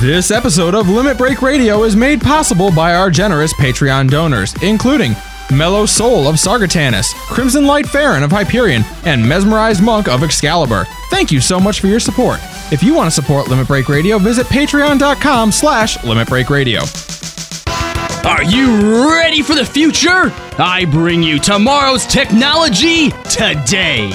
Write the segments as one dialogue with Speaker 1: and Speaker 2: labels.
Speaker 1: This episode of Limit Break Radio is made possible by our generous Patreon donors, including Mellow Soul of Sargatanus, Crimson Light Farron of Hyperion, and Mesmerized Monk of Excalibur. Thank you so much for your support. If you want to support Limit Break Radio, visit patreon.com slash Limit Break Radio.
Speaker 2: Are you ready for the future? I bring you tomorrow's technology today.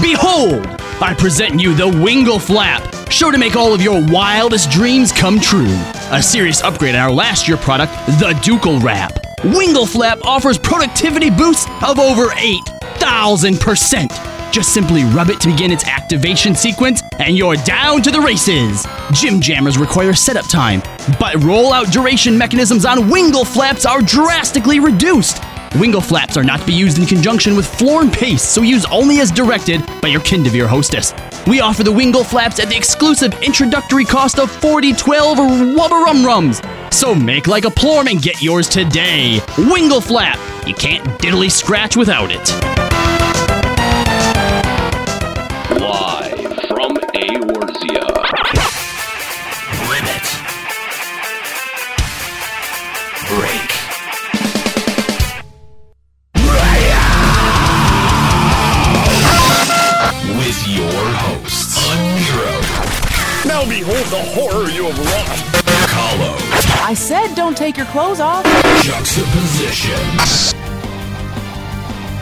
Speaker 2: Behold, I present you the Wingle Flap, sure to make all of your wildest dreams come true. A serious upgrade on our last year product, the Ducal Wrap. Wingle Flap offers productivity boosts of over 8,000%. Just simply rub it to begin its activation sequence, and you're down to the races. Gym jammers require setup time, but rollout duration mechanisms on wingle flaps are drastically reduced. Wingle flaps are not to be used in conjunction with floor and pace, so use only as directed by your Kindivere hostess. We offer the wingle flaps at the exclusive introductory cost of 4012 Wubba Rum Rums. So make like a plorm and get yours today. Wingle flap. You can't diddly scratch without it.
Speaker 3: Live from Awarzia. Limit. Break. With your hosts, Unhero,
Speaker 4: Now behold the horror you have wrought.
Speaker 3: Hollow,
Speaker 5: I said don't take your clothes off.
Speaker 3: Juxtaposition,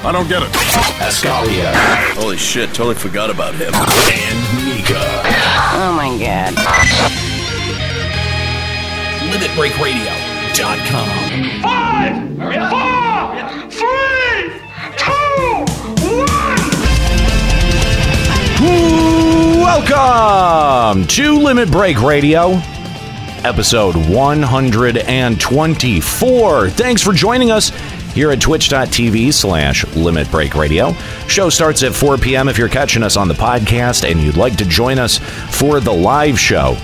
Speaker 4: I don't get it.
Speaker 3: Ascalia. Holy shit, totally forgot about him. And Mika.
Speaker 5: Oh my god.
Speaker 3: LimitBreakRadio.com.
Speaker 6: five, four, three, two, one.
Speaker 7: Welcome to Limit Break Radio, episode 124. Thanks for joining us here at twitch.tv slash limit break radio. Show starts at 4 p.m. if you're catching us on the podcast and you'd like to join us for the live show.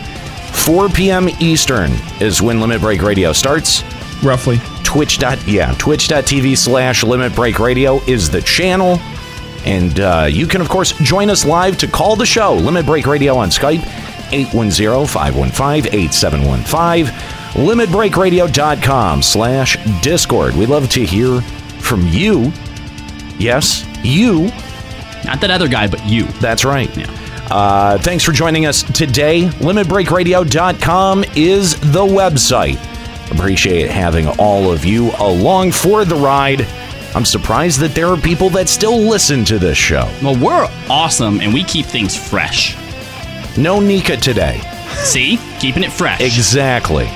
Speaker 7: 4 p.m. Eastern is when Limit Break Radio starts
Speaker 1: Roughly.
Speaker 7: twitch dot yeah twitch.tv slash limit break radio is the channel and uh, you can of course join us live to call the show limit break radio on skype 810-515-8715 limitbreakradio.com slash discord we love to hear from you yes you
Speaker 2: Not that other guy, but you.
Speaker 7: that's right. Uh, thanks for joining us today. LimitBreakRadio.com is the website. Appreciate having all of you along for the ride. I'm surprised that there are people that still listen to this show.
Speaker 2: Well, we're awesome and we keep things fresh.
Speaker 7: No Nika today.
Speaker 2: See? Keeping it fresh.
Speaker 7: Exactly.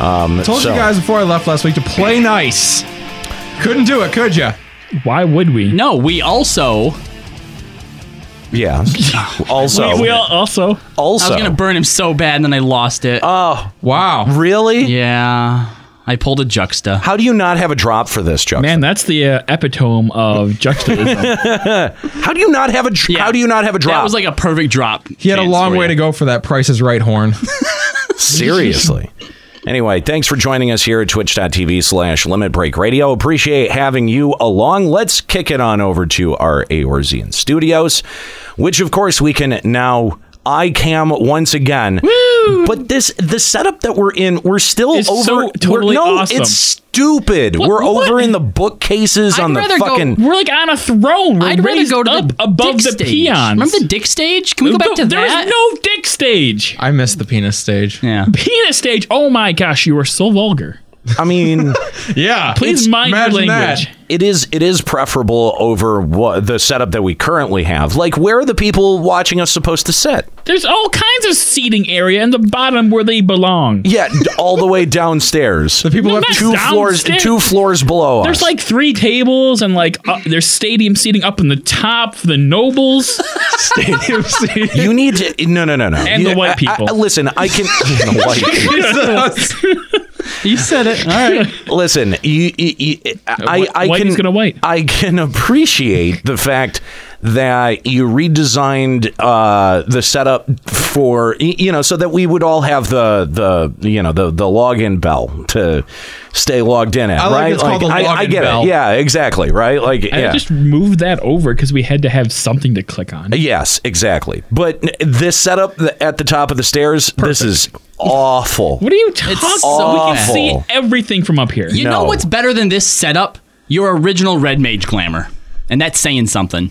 Speaker 7: Um,
Speaker 1: Told
Speaker 7: so-
Speaker 1: you guys before I left last week to play nice. Couldn't do it, could ya?
Speaker 8: Why would we?
Speaker 2: No, we also.
Speaker 7: Yeah. also,
Speaker 8: We, we all
Speaker 2: I
Speaker 8: also.
Speaker 2: was
Speaker 7: also.
Speaker 2: going to burn him so bad and then I lost it.
Speaker 1: Uh, Wow.
Speaker 7: really?
Speaker 2: yeah. I pulled a juxta.
Speaker 7: How do you not have a drop for this, Chuck?
Speaker 8: Man, that's the uh, epitome of juxtaposition.
Speaker 7: how do you not have a? Dr-
Speaker 2: Yeah.
Speaker 7: How do you not have a drop?
Speaker 2: That was like a perfect drop.
Speaker 1: He had a long way to go for that Price is Right horn.
Speaker 7: Seriously. anyway, thanks for joining us here at twitch.tv slash limit break radio. Appreciate having you along. Let's kick it on over to our Aorzean studios, which of course we can now iCam once again. But this the setup that we're in, we're still
Speaker 8: It's
Speaker 7: over
Speaker 8: so
Speaker 7: we're-
Speaker 8: totally
Speaker 7: no,
Speaker 8: awesome.
Speaker 7: it's stupid. we're
Speaker 8: what?
Speaker 7: over in the bookcases on the
Speaker 2: rather go-
Speaker 7: fucking
Speaker 8: We're like on a throne. We're
Speaker 2: I'd rather
Speaker 8: raised
Speaker 2: go to
Speaker 8: up
Speaker 2: the
Speaker 8: above
Speaker 2: dick
Speaker 8: the
Speaker 2: stage.
Speaker 8: peons.
Speaker 2: Remember the dick stage? Can we go back to
Speaker 8: there was
Speaker 2: that?
Speaker 8: no dick stage.
Speaker 1: I missed the penis stage.
Speaker 2: yeah.
Speaker 8: Penis stage. Oh my gosh, you are so vulgar.
Speaker 7: I mean
Speaker 1: Yeah.
Speaker 8: Please mind your
Speaker 1: imagine
Speaker 8: language.
Speaker 1: that.
Speaker 7: it is it is preferable over what the setup that we currently have. Like where are the people watching us supposed to sit?
Speaker 8: There's all kinds of seating area in the bottom where they belong.
Speaker 7: Yeah, d- all the way downstairs.
Speaker 1: The people
Speaker 8: No,
Speaker 1: have
Speaker 8: that's
Speaker 1: two.
Speaker 7: two floors,
Speaker 8: downstairs.
Speaker 7: two floors below
Speaker 8: There's
Speaker 7: us.
Speaker 8: like three tables and like uh, there's stadium seating up in the top for the nobles. stadium seating.
Speaker 7: you need to no no no no.
Speaker 8: And
Speaker 7: You-
Speaker 8: the white
Speaker 7: I- I-
Speaker 8: people.
Speaker 7: listen, I can the white people.
Speaker 2: You said it. All right.
Speaker 7: Listen, you, you, you I, I
Speaker 8: Whitey's
Speaker 7: can
Speaker 8: gonna wait.
Speaker 7: I can appreciate the fact that you redesigned uh, the setup for y- you know so that we would all have the the you know the the login bell to stay logged in at
Speaker 1: I like
Speaker 7: right
Speaker 1: it's called the
Speaker 7: I, I
Speaker 1: login
Speaker 7: get
Speaker 1: bell.
Speaker 7: it yeah exactly right like
Speaker 8: I
Speaker 7: yeah
Speaker 8: just moved that over because we had to have something to click on.
Speaker 7: Yes, exactly. But n- this setup th- at the top of the stairs, this is awful.
Speaker 8: What are you talking about? We can
Speaker 7: awful.
Speaker 8: see everything from up here.
Speaker 2: You know
Speaker 7: No.
Speaker 2: what's better than this setup? Your original Red Mage glamour. And that's saying something.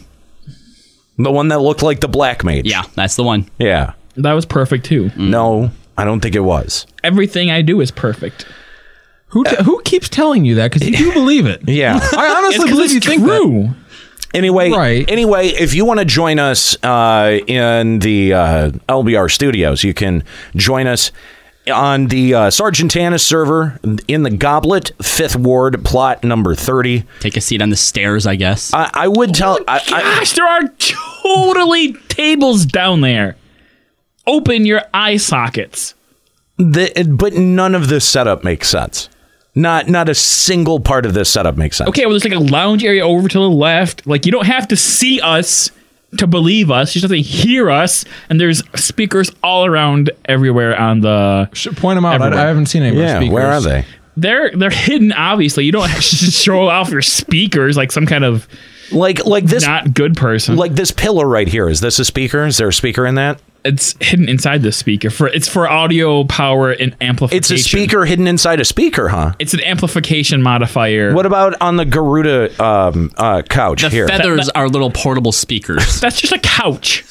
Speaker 7: the one that looked like the black mage.
Speaker 2: Yeah, that's the one.
Speaker 7: Yeah.
Speaker 8: That was perfect too.
Speaker 7: No, I don't think it was.
Speaker 8: Everything I do is perfect.
Speaker 1: Who t- who keeps telling you that? Because you do believe it.
Speaker 7: Yeah.
Speaker 1: I honestly believe
Speaker 8: It's because
Speaker 1: you
Speaker 8: it's
Speaker 1: think that.
Speaker 8: true.
Speaker 7: Anyway,
Speaker 1: Right.
Speaker 7: anyway, if you want to join us uh, in the uh, LBR studios, you can join us on the uh, Sergeant Tannis server in the Goblet Fifth Ward plot number thirty.
Speaker 2: Take a seat on the stairs, I
Speaker 1: Uh,
Speaker 2: guess.
Speaker 7: I, I would tell. I, I,
Speaker 8: Gosh, there are totally tables down there. Open your eye sockets.
Speaker 7: the, but none of this setup makes sense. Not not a single part of this setup makes sense.
Speaker 8: Okay, well, there's like a lounge area over to the left. Like, you don't have to see us to believe us. You just have to hear us. And there's speakers all around everywhere on the.
Speaker 1: Should point them out. I, I
Speaker 8: Everywhere.
Speaker 1: haven't seen any of our
Speaker 7: Yeah,
Speaker 1: speakers.
Speaker 7: where are they?
Speaker 8: They're they're hidden, obviously. You don't have to show off your speakers like some kind of
Speaker 7: Like like this
Speaker 8: not good person.
Speaker 7: like this pillar right here. Is this a speaker? Is there a speaker in that?
Speaker 8: it's hidden inside the speaker for it's for audio power and amplification.
Speaker 7: It's a speaker hidden inside a speaker, huh?
Speaker 8: It's an amplification modifier.
Speaker 7: What about on the Garuda um, uh, couch
Speaker 2: the
Speaker 7: here?
Speaker 2: feathers are little portable speakers.
Speaker 8: That's just a couch.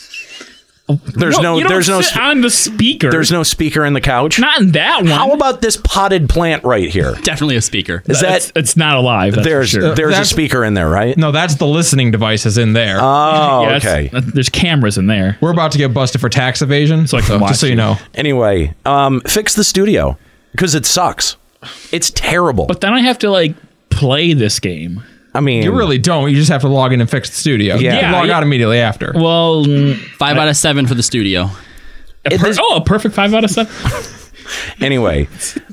Speaker 7: There's no,
Speaker 8: you don't
Speaker 7: there's no,
Speaker 8: sit
Speaker 7: sp-
Speaker 8: on the speaker.
Speaker 7: there's no speaker in the couch.
Speaker 8: not in that one.
Speaker 7: How about this potted plant right here?
Speaker 2: Definitely a speaker.
Speaker 7: Is that
Speaker 8: it's, it's not alive. That's
Speaker 7: there's
Speaker 8: for sure.
Speaker 7: there's a
Speaker 1: That's-
Speaker 7: speaker in there, right?
Speaker 1: No, that's the listening devices in there.
Speaker 7: Oh,
Speaker 8: Yeah,
Speaker 7: okay.
Speaker 8: it's- There's cameras in there.
Speaker 1: We're about to get busted for tax evasion.
Speaker 8: like
Speaker 1: so, just so you
Speaker 8: watching.
Speaker 1: know,
Speaker 7: Anyway, um, fix the studio because it sucks. It's terrible.
Speaker 8: But then I have to like play this game.
Speaker 7: I mean,
Speaker 1: you really don't. You just have to log in and fix the studio. You
Speaker 7: Yeah.
Speaker 1: can
Speaker 8: Yeah,
Speaker 1: log
Speaker 8: you-
Speaker 1: out immediately after.
Speaker 8: Well, mm,
Speaker 2: Five out of seven for the studio.
Speaker 8: a
Speaker 7: It-
Speaker 8: per-
Speaker 7: this-
Speaker 8: oh, a perfect five out of seven.
Speaker 7: anyway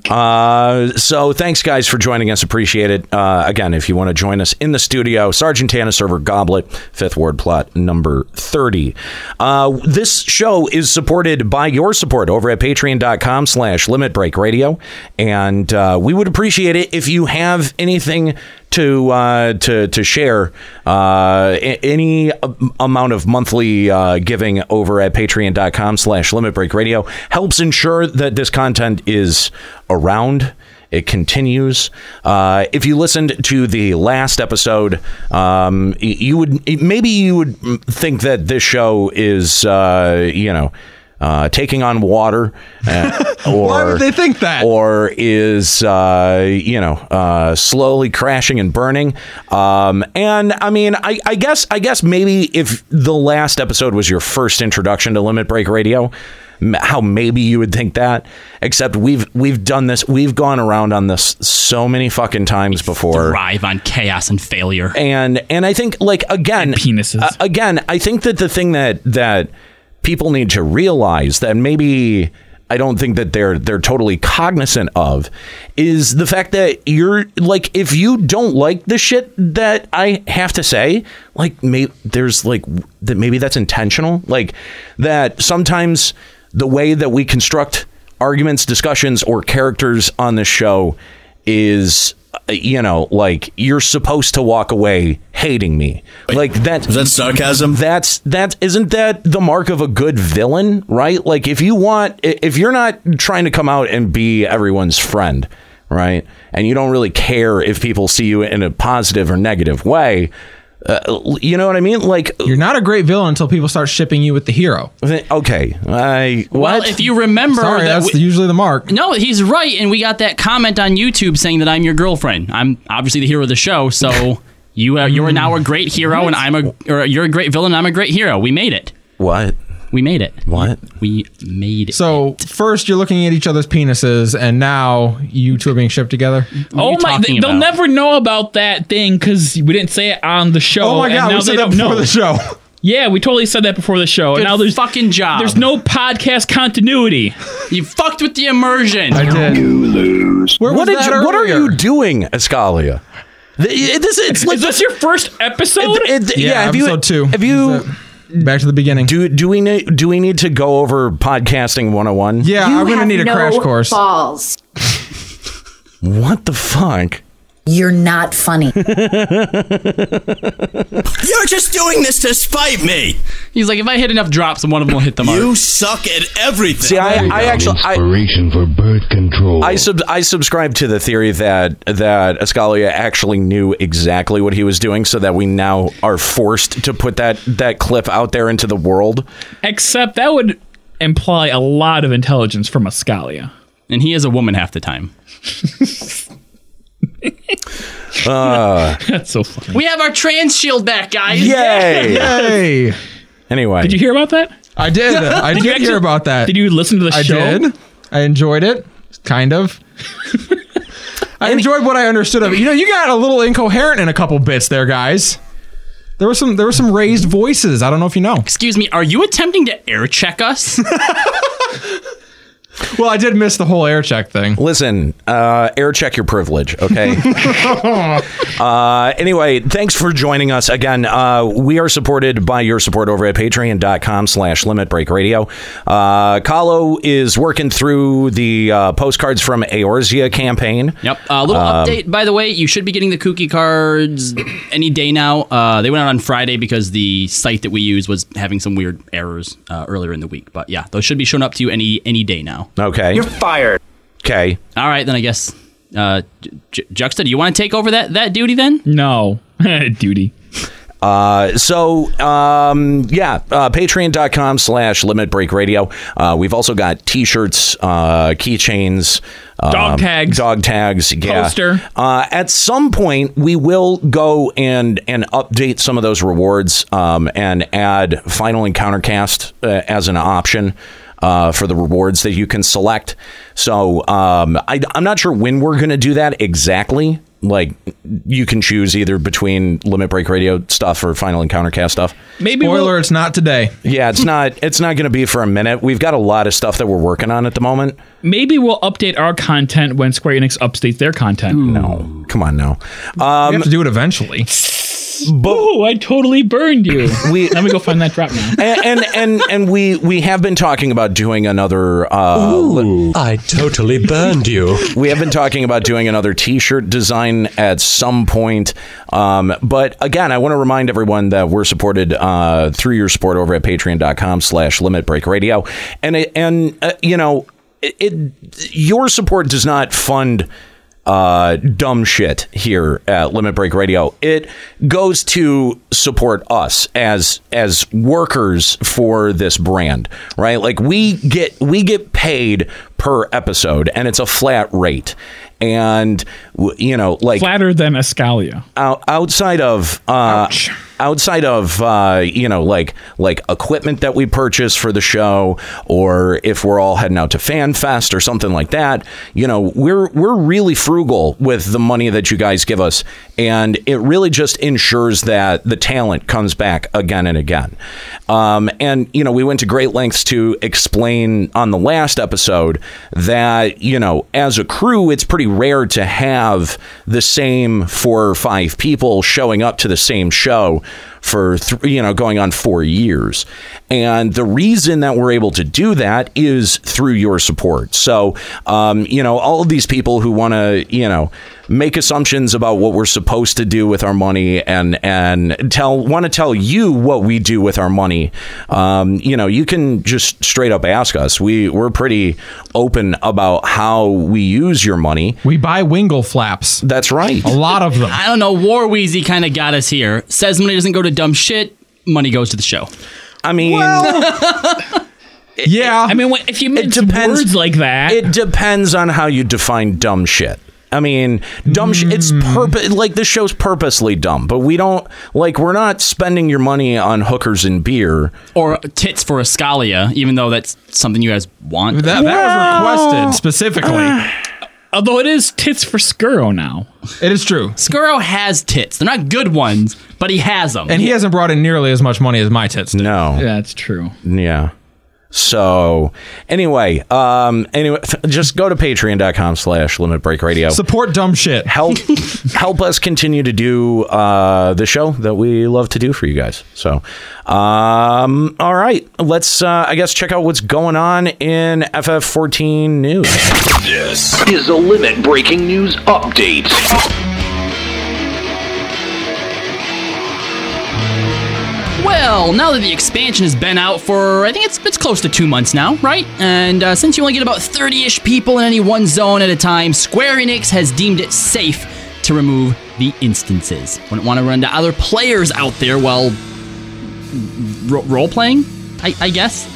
Speaker 7: uh, so thanks guys for joining us appreciate it uh, again if you want to join us in the studio sergeant tana server goblet fifth ward plot number 30 uh, this show is supported by your support over at patreon.com slash limit break radio and uh, we would appreciate it if you have anything to uh, to to share uh, a- any a- amount of monthly uh, giving over at patreon.com slash limit break radio helps ensure that this content is around it continues. Uh, if you listened to the last episode, um, y- you would maybe you would think that this show is uh, you know uh, taking on water, uh, or
Speaker 1: Why would they think that?
Speaker 7: or is uh, you know uh, slowly crashing and burning. Um, and I mean, I, I guess I guess maybe if the last episode was your first introduction to Limit Break Radio, m- how maybe you would think that. Except we've we've done this, we've gone around on this so many fucking times before.
Speaker 2: Thrive on chaos and failure.
Speaker 7: And and I think like again,
Speaker 8: penises.
Speaker 7: uh, again, I think that the thing that that people need to realize that maybe I don't think that they're they're totally cognizant of is the fact that you're like if you don't like the shit that I have to say, like maybe there's like w- that maybe that's intentional, like that sometimes the way that we construct arguments, discussions, or characters on this show is uh, you know like you're supposed to walk away hating me like that
Speaker 3: Is that sarcasm?
Speaker 7: that's that isn't that the mark of a good villain right like if you want i- if you're not trying to come out and be everyone's friend right and you don't really care if people see you in a positive or negative way uh, you know what i mean like
Speaker 1: You're not a great villain until people start shipping you with the hero.
Speaker 7: okay i what
Speaker 2: Well, if you remember
Speaker 1: Sorry,
Speaker 2: that
Speaker 1: that's
Speaker 2: we-
Speaker 1: usually the mark.
Speaker 2: No, he's right, and we got that comment on YouTube saying that I'm your girlfriend. I'm obviously the hero of the show, so you are, you are now a great hero, and I'm a or you're a great villain. I'm a great hero. We made it.
Speaker 7: what
Speaker 2: We made it.
Speaker 7: What?
Speaker 2: We made it.
Speaker 1: So first you're looking at each other's penises, and now you two are being shipped together.
Speaker 2: What are
Speaker 8: Oh
Speaker 2: you
Speaker 8: my!
Speaker 2: talking
Speaker 8: They, they'll
Speaker 2: about?
Speaker 8: never know about that thing because we didn't say it on the show.
Speaker 1: Oh, my
Speaker 8: and
Speaker 1: god,
Speaker 8: now
Speaker 1: we said
Speaker 8: they
Speaker 1: that
Speaker 8: don't
Speaker 1: before
Speaker 8: know.
Speaker 1: the show.
Speaker 8: Yeah, we totally said that before the show. and
Speaker 2: Good
Speaker 8: now there's
Speaker 2: fucking job.
Speaker 8: There's no podcast continuity.
Speaker 2: You fucked with the immersion.
Speaker 1: I did. You lose. Where
Speaker 7: what,
Speaker 1: was
Speaker 7: did
Speaker 1: that
Speaker 7: you, what are
Speaker 1: earlier?
Speaker 7: you doing escalia Th- this it's like
Speaker 8: Is this your first episode?
Speaker 7: it-
Speaker 1: Yeah,
Speaker 7: have you
Speaker 1: episode two.
Speaker 7: have you
Speaker 1: Back to the beginning.
Speaker 7: Do do we need do we need to go over podcasting 101?
Speaker 1: yeah,
Speaker 9: You
Speaker 1: I'm gonna
Speaker 9: have
Speaker 1: need a
Speaker 9: no
Speaker 1: crash course.
Speaker 9: Balls.
Speaker 7: What the fuck?
Speaker 9: You're not funny.
Speaker 10: You're just doing this to spite me.
Speaker 2: He's like, if I hit enough drops, one of them will hit the mark.
Speaker 10: You suck at everything.
Speaker 7: See, I, I actually, I,
Speaker 11: Inspiration for birth control.
Speaker 7: I sub I subscribe to the theory that that Escalia actually knew exactly what he was doing, so that we now are forced to put that that clip out there into the world.
Speaker 8: Except that would imply a lot of intelligence from Ascalia.
Speaker 2: and he is a woman half the time.
Speaker 8: That's so funny.
Speaker 2: We have our trans shield back, guys.
Speaker 7: Yay!
Speaker 1: Hey,
Speaker 7: Anyway,
Speaker 8: Did you hear about that?
Speaker 1: I did. I did,
Speaker 8: you
Speaker 1: hear
Speaker 8: actually-
Speaker 1: about that.
Speaker 8: Did you listen to the
Speaker 1: I
Speaker 8: show?
Speaker 1: did. I enjoyed it, kind of. I enjoyed what I understood of it. You know, you got a little incoherent in a couple bits there, guys. There were some there were some raised voices. I don't know if you know.
Speaker 2: Excuse me, are you attempting to air check us?
Speaker 1: Well, I did miss the whole air check thing.
Speaker 7: Listen, uh, air check your privilege, okay? uh, anyway, thanks for joining us again. Uh, we are supported by your support over at patreon.com slash limit break radio. Uh, Kahlo is working through the uh, postcards from Eorzea campaign.
Speaker 2: yep. Uh, A little update, by the way. You should be getting the kooky cards any day now. Uh, they went out on Friday because the site that we use was having some weird errors uh, earlier in the week. But yeah, those should be showing up to you any any day now.
Speaker 7: Okay. You're fired. Okay.
Speaker 2: All right, then I guess. Uh, Ju- Juxta, do you want to take over that that duty then?
Speaker 8: No. Duty.
Speaker 7: Uh, so um, yeah uh, patreon.com slash limit break radio uh, we've also got t-shirts uh, keychains um,
Speaker 8: Dog tags.
Speaker 7: dog tags yeah.
Speaker 8: Poster.
Speaker 7: uh, at some point we will go and and update some of those rewards um, and add final encounter cast uh, as an option uh, for the rewards that you can select. So um, I, I'm not sure when we're going to do that exactly. Like you can choose either between Limit Break Radio stuff or Final Encounter Cast stuff.
Speaker 8: Maybe
Speaker 1: Spoiler,
Speaker 8: we'll,
Speaker 1: it's not today.
Speaker 7: Yeah, it's not it's not going to be for a minute. We've got a lot of stuff that we're working on at the moment.
Speaker 8: maybe we'll update our content when Square Enix updates their content.
Speaker 7: No, come on now.
Speaker 1: we have to do it eventually.
Speaker 8: Boo! I totally burned you.
Speaker 7: We-
Speaker 8: Let me go find that drop now.
Speaker 7: and, and and and we we have been talking about doing another uh,
Speaker 11: I totally burned you.
Speaker 7: we have been talking about doing another t-shirt design at some point um, but again i want to remind everyone that we're supported uh, through your support over at patreon.com slash limit break radio and it, and uh, you know it, it your support does not fund uh, dumb shit here at Limit Break Radio. It goes to support us as as workers for this brand, right? Like we get we get paid per episode, and it's a flat rate. And w- you know, like
Speaker 8: Flatter than Ascalia.
Speaker 7: out, outside of uh, outside of uh, you know like like equipment that we purchase for the show or if we're all heading out to fan fest or something like that you know we're we're really frugal with the money that you guys give us and it really just ensures that the talent comes back again and again um, and you know we went to great lengths to explain on the last episode that you know as a crew it's pretty rare to have the same four or five people showing up to the same show for th- you know going on four years and the reason that we're able to do that is through your support so um, you know all of these people who want to you know make assumptions about what we're supposed to do with our money and and tell want to tell you what we do with our money um, you know you can just straight up ask us we we're pretty open about how we use your money
Speaker 1: We buy wingle flaps.
Speaker 7: that's right
Speaker 1: A lot of them.
Speaker 2: I don't know. War Wheezy kind of got us here. Says money doesn't go to dumb shit. Money goes to the show.
Speaker 7: i mean
Speaker 1: Yeah.
Speaker 8: I mean, when- if you mix
Speaker 7: depends-
Speaker 8: words like that,
Speaker 7: It depends on how you define dumb shit. I mean, dumb shit. It's
Speaker 8: Hmm.
Speaker 7: purpose. Like this show's purposely dumb, but we don't like we're not spending your money on hookers and beer.
Speaker 2: Or tits for Ascalia, even though that's something you guys want.
Speaker 1: that, that was requested specifically.
Speaker 8: although it is tits for Skuro now.
Speaker 1: It is true.
Speaker 2: Skuro has tits. They're not good ones, but he has them.
Speaker 1: And he hasn't brought in nearly as much money as my tits did.
Speaker 7: No,
Speaker 8: That's true.
Speaker 7: yeah. So anyway, um, anyway, just go to Patreon.com/slash Limit Break Radio.
Speaker 1: Support dumb shit.
Speaker 7: help help us continue to do uh, the show that we love to do for you guys. So, um, all right, let's uh, I guess check out what's going on in FF14 news.
Speaker 3: Yes.
Speaker 12: is a limit breaking news update.
Speaker 2: Well, now that the expansion has been out for, I think it's it's close to two months now, right? And uh, since you only get about 30 ish people in any one zone at a time, Square Enix has deemed it safe to remove the instances. Wouldn't want to run to other players out there while ro- role playing, I, I guess.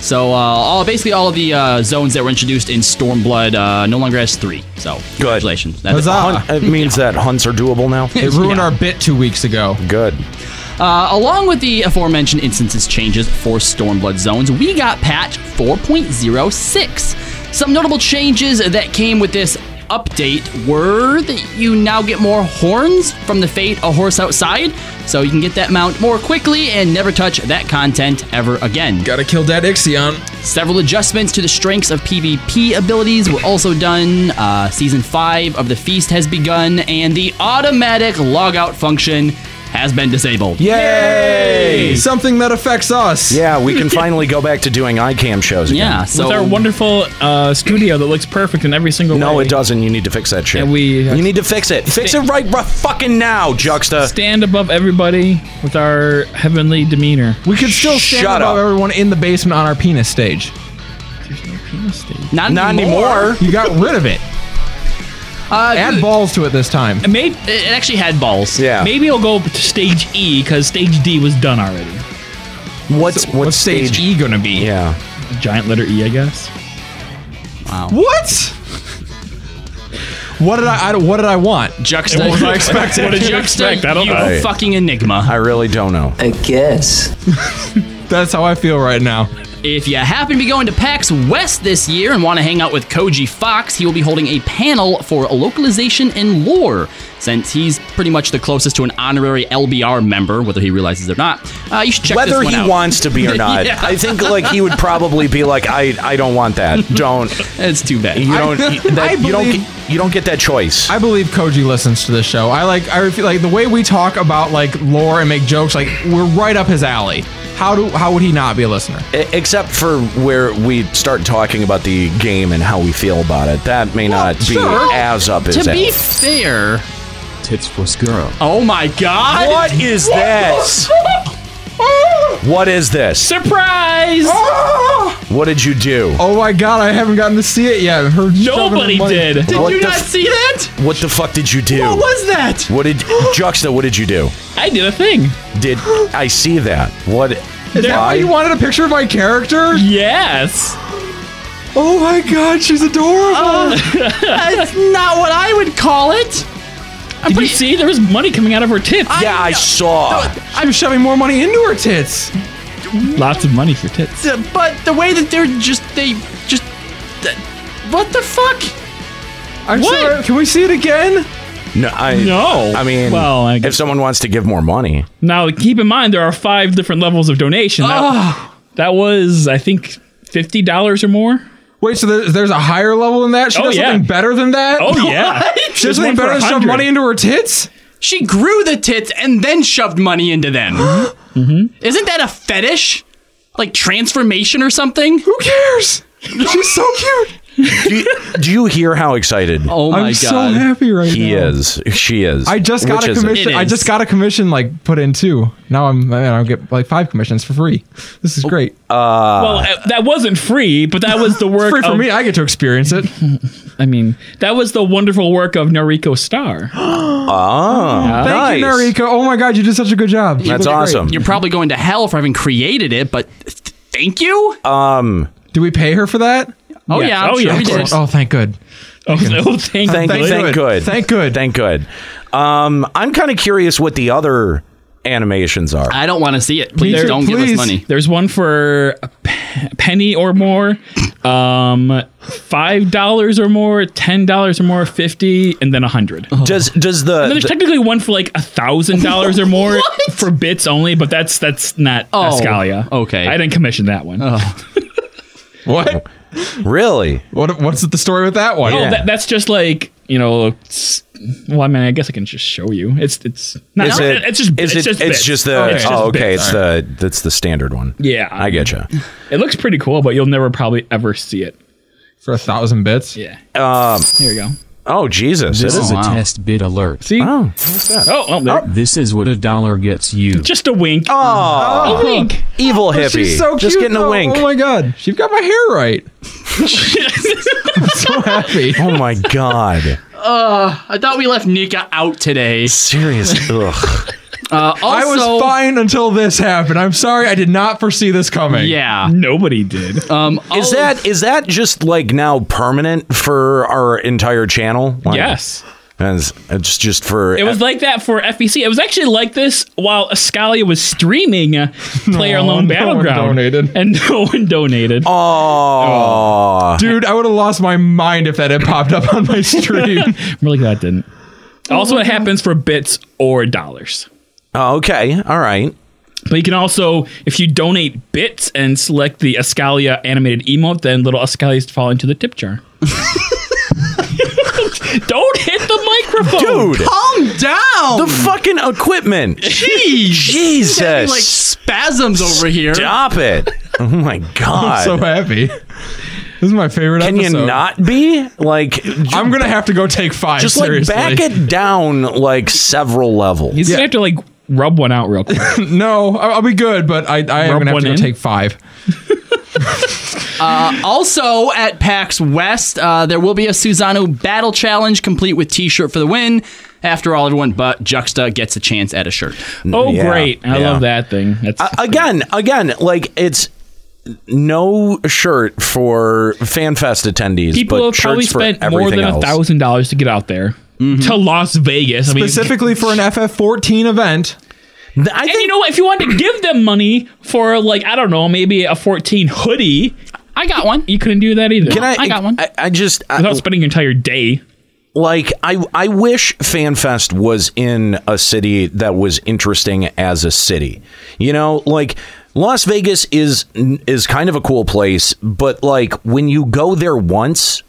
Speaker 2: So, uh, all basically all of the uh, zones that were introduced in Stormblood uh, no longer has three. So, congratulations. That's
Speaker 7: Hunt- it means that hunts are doable now.
Speaker 2: It ruined Yeah. our
Speaker 7: bit two weeks ago. Good.
Speaker 2: Uh, along with the aforementioned instances changes for Stormblood zones, we got patch 4.06. Some notable changes that came with this update were that you now get more horns from the fate a horse outside, so you can get that mount more quickly and never touch that content ever again.
Speaker 1: Gotta kill that Ixion.
Speaker 2: Several adjustments to the strengths of PvP abilities were also done. Uh, season 5 of the Feast has begun, and the automatic logout function has been disabled.
Speaker 7: Yay!
Speaker 1: Something that affects us.
Speaker 7: Yeah, we can finally go back to doing iCam shows again.
Speaker 2: Yeah, so-
Speaker 8: With our wonderful uh, studio that looks perfect in every single
Speaker 7: No,
Speaker 8: way.
Speaker 7: it doesn't. You need to fix that shit.
Speaker 8: And we
Speaker 7: you need to fix it. Fix it right, right fucking now, Juxta.
Speaker 8: stand above everybody with our heavenly demeanor.
Speaker 1: We could still stand
Speaker 7: Shut
Speaker 1: above
Speaker 7: up.
Speaker 1: everyone in the basement on our penis stage.
Speaker 2: Not,
Speaker 7: Not anymore.
Speaker 1: You got rid of it.
Speaker 2: Uh,
Speaker 1: Add balls to it this time.
Speaker 8: Maybe
Speaker 2: It it actually had balls.
Speaker 7: Yeah.
Speaker 8: maybe it'll go to stage E because stage D was done already.
Speaker 7: What's
Speaker 1: What's
Speaker 7: what's
Speaker 1: stage,
Speaker 7: stage?
Speaker 1: E gonna be?
Speaker 7: Yeah.
Speaker 8: Giant letter E, I guess.
Speaker 1: What? What did I, I? What did I want?
Speaker 2: Juxta.
Speaker 8: And what was I expecting? What did you expect? I don't
Speaker 2: you
Speaker 8: know.
Speaker 2: fucking enigma.
Speaker 7: I really don't know.
Speaker 5: I guess.
Speaker 1: That's how I feel right now.
Speaker 2: If you happen to be going to PAX West this year and want to hang out with Koji Fox, he will be holding a panel for localization and lore, since he's pretty much the closest to an honorary LBR member, whether he realizes it or not. Uh, you should check this
Speaker 7: Whether
Speaker 2: one
Speaker 7: he
Speaker 2: out.
Speaker 7: wants to be or not,
Speaker 2: Yeah.
Speaker 7: I think like he would probably be like, I, I don't want that. Don't
Speaker 2: It's too bad.
Speaker 7: you don't
Speaker 1: I
Speaker 7: that, you don't
Speaker 1: believe-
Speaker 7: get- you don't get that choice.
Speaker 1: I believe Koji listens to this show. I like. I feel like the way we talk about like lore and make jokes. Like we're right up his alley. How do? How would he not be a listener?
Speaker 7: E- Except for where we start talking about the game and how we feel about it, that may not be
Speaker 2: sure.
Speaker 7: as up
Speaker 2: to
Speaker 7: as
Speaker 2: be
Speaker 7: that.
Speaker 2: fair. Tits for Skuro. Oh my god!
Speaker 7: What is this? What is this?
Speaker 8: Surprise!
Speaker 7: What did you do?
Speaker 1: Oh my god! I haven't gotten to see it yet. Her shoving
Speaker 8: Nobody
Speaker 1: her money- Oh,
Speaker 8: did.
Speaker 2: Did
Speaker 7: What
Speaker 2: you
Speaker 7: the
Speaker 2: not
Speaker 7: f-
Speaker 2: see that?
Speaker 7: What the fuck did you do?
Speaker 2: What was that?
Speaker 7: What did Juxta? What did you do?
Speaker 8: I did a thing.
Speaker 7: Did I see that? What?
Speaker 1: Is that why
Speaker 7: I-
Speaker 1: you wanted a picture of my character?
Speaker 8: Yes.
Speaker 1: Oh my god, she's adorable.
Speaker 8: Oh.
Speaker 2: That's not what I would call it. I'm
Speaker 8: Did
Speaker 2: pretty-
Speaker 8: you see? There was money coming out of her tits.
Speaker 7: yeah, I saw.
Speaker 1: she was shoving more money into her tits.
Speaker 8: Lots of money for tits.
Speaker 2: Uh, but the way that they're just they just th- what the fuck
Speaker 1: I'm
Speaker 8: What?
Speaker 1: sure. Can we see it again?
Speaker 7: No, I,
Speaker 8: No.
Speaker 7: I mean,
Speaker 8: Well, I
Speaker 7: if
Speaker 8: guess-
Speaker 7: someone wants to give more money,
Speaker 8: Now, keep in mind there are five different levels of donation. That,
Speaker 1: Ah.
Speaker 8: that was, I think, fifty dollars or more.
Speaker 1: Wait, so there, there's a higher level than that? She
Speaker 8: Oh,
Speaker 1: does
Speaker 8: yeah. Oh,
Speaker 1: something better than that?
Speaker 8: yeah,
Speaker 1: She does something better than shove money into her tits?
Speaker 2: she grew the tits and then shoved money into them Mm-hmm. isn't that a fetish like transformation or something
Speaker 1: Who cares? She's so cute.
Speaker 7: do you, do you hear how excited
Speaker 2: oh my
Speaker 1: I'm
Speaker 2: god
Speaker 1: so happy right
Speaker 7: he
Speaker 1: now.
Speaker 7: is? She is.
Speaker 1: I just got
Speaker 7: Which
Speaker 1: a
Speaker 7: is it?
Speaker 1: commission.
Speaker 2: It
Speaker 1: I
Speaker 2: is.
Speaker 1: just got a commission like put in too. Now I'm man, I'll get like five commissions for free. This
Speaker 7: Oh,
Speaker 1: is great.
Speaker 8: Well, uh, that wasn't free, but that was the work.
Speaker 1: Ah. free for
Speaker 7: oh.
Speaker 8: of-
Speaker 1: me. I get to experience it.
Speaker 8: I mean, that was the wonderful work of Noriko Star.
Speaker 7: Oh,
Speaker 1: Thank you,
Speaker 7: nice.
Speaker 1: Narika. Oh my god, you did such a good job. You
Speaker 7: That's
Speaker 1: did great.
Speaker 7: awesome.
Speaker 2: you're probably going to hell for having created it but th- thank you
Speaker 1: Do we pay her for that?
Speaker 2: oh
Speaker 8: yes.
Speaker 2: yeah I'm
Speaker 8: Oh,
Speaker 2: sure
Speaker 8: yeah,
Speaker 2: we
Speaker 8: of
Speaker 2: did.
Speaker 8: course.
Speaker 1: Oh, thank good.
Speaker 8: Oh, thank,
Speaker 7: Thank,
Speaker 8: you.
Speaker 7: thank,
Speaker 1: good.
Speaker 7: good.
Speaker 1: Thank good.
Speaker 7: Thank good. Um, I'm kind of curious what the other animations are.
Speaker 1: Oh.
Speaker 2: i don't want to see it please
Speaker 1: too,
Speaker 2: don't give
Speaker 1: please.
Speaker 2: us money
Speaker 8: There's one for a pe- penny or more, um, five dollars or more, ten dollars or more, fifty, and then a hundred. And
Speaker 7: Does does the,
Speaker 8: then there's
Speaker 7: the-
Speaker 8: technically one for like a thousand dollars or more
Speaker 2: What?
Speaker 8: for bits only, but that's that's not
Speaker 2: Oh,
Speaker 8: Escalia.
Speaker 2: okay.
Speaker 8: I didn't commission that one. Oh,
Speaker 1: What?
Speaker 7: really?
Speaker 1: What? What's the story with that one?
Speaker 8: Oh, that, that's just like you know. it's- well, I mean, I guess I can just show you. It's it's not.
Speaker 7: Is it,
Speaker 8: it's just
Speaker 7: is
Speaker 8: it's
Speaker 7: it-
Speaker 8: just
Speaker 7: it's
Speaker 8: bits.
Speaker 7: just the
Speaker 8: It's just
Speaker 7: oh okay
Speaker 8: bits.
Speaker 7: it's the that's the standard one.
Speaker 8: Yeah.
Speaker 7: I get you.
Speaker 8: It looks pretty cool, but you'll never probably ever see it.
Speaker 1: For a thousand bits.
Speaker 8: Yeah.
Speaker 7: Um,
Speaker 8: Here we go.
Speaker 7: Oh Jesus!
Speaker 9: This
Speaker 7: It
Speaker 9: is
Speaker 7: is?
Speaker 9: a
Speaker 7: Wow.
Speaker 9: test bid alert.
Speaker 8: See?
Speaker 7: Oh,
Speaker 8: Oh, oh, there.
Speaker 9: This is what a dollar gets you.
Speaker 8: Just a wink.
Speaker 7: Oh,
Speaker 8: a wink.
Speaker 7: evil hippie.
Speaker 1: Oh, She's so cute.
Speaker 7: Just getting
Speaker 1: though.
Speaker 7: a wink.
Speaker 1: Oh my god, she got my hair right. I'm so happy.
Speaker 7: Oh my god!
Speaker 2: Uh, I thought we left Nika out today.
Speaker 7: Serious. Ugh.
Speaker 2: Uh, also,
Speaker 1: I was fine until this happened. I'm sorry, I did not foresee this coming.
Speaker 2: Yeah.
Speaker 8: Nobody did.
Speaker 2: Um,
Speaker 7: Is
Speaker 2: all-
Speaker 7: that is that just like now permanent for our entire channel? Like,
Speaker 8: yes.
Speaker 7: as- it's just for e-
Speaker 8: It was like that for FBC. It was actually like this while Scalia was streaming uh, Player
Speaker 1: No,
Speaker 8: Alone
Speaker 1: no one
Speaker 8: Battleground.
Speaker 1: donated.
Speaker 8: And no one donated.
Speaker 7: Oh,
Speaker 1: Dude, I would have lost my mind if that had popped up on my stream.
Speaker 8: I'm really glad it didn't. also, it happens for bits or dollars.
Speaker 7: Oh, okay, all right.
Speaker 8: But you can also, if you donate bits and select the Ascalia animated emote, then little Ascalias fall into the tip jar. Don't hit the microphone.
Speaker 7: Dude,
Speaker 2: Calm down.
Speaker 7: the fucking equipment. Jesus.
Speaker 2: like spasms over here.
Speaker 7: Stop it. Oh my god.
Speaker 1: I'm so happy. This is my favorite
Speaker 7: Can you
Speaker 1: episode.
Speaker 7: not be like
Speaker 1: I'm gonna have to go take five.
Speaker 7: just like
Speaker 1: seriously.
Speaker 7: back it down like several levels?
Speaker 8: He's gonna have to like rub one out real quick.
Speaker 1: No, I- I'll be good, but I, I am
Speaker 8: Rub
Speaker 1: gonna have
Speaker 8: one
Speaker 1: to go
Speaker 8: in.
Speaker 1: take five.
Speaker 2: Also at PAX West, uh, there will be a Susano Battle Challenge complete with T-shirt for the win. After all, everyone but Juxta gets a chance at a shirt.
Speaker 8: Oh,
Speaker 7: Yeah,
Speaker 8: great! I
Speaker 7: yeah.
Speaker 8: love that thing. That's
Speaker 7: Uh, again, again, like it's no shirt for FanFest attendees.
Speaker 8: people
Speaker 7: but
Speaker 8: have probably
Speaker 7: shirts for
Speaker 8: spent more
Speaker 7: everything
Speaker 8: than a
Speaker 7: else. Mm-hmm.
Speaker 8: thousand dollars to get out there to Las Vegas. I mean,
Speaker 1: Specifically for an FF14 event.
Speaker 7: Th- I
Speaker 8: and
Speaker 7: think
Speaker 8: you know what? If you wanted to give them money for like I don't know, maybe a fourteen hoodie,
Speaker 2: I got one.
Speaker 8: you couldn't do that either.
Speaker 7: can I,
Speaker 2: I got one.
Speaker 7: I, I just I-
Speaker 8: without spending your entire day.
Speaker 7: like I I wish FanFest was in a city that was interesting as a city. You know, like Las Vegas is is kind of a cool place, but like when you go there once,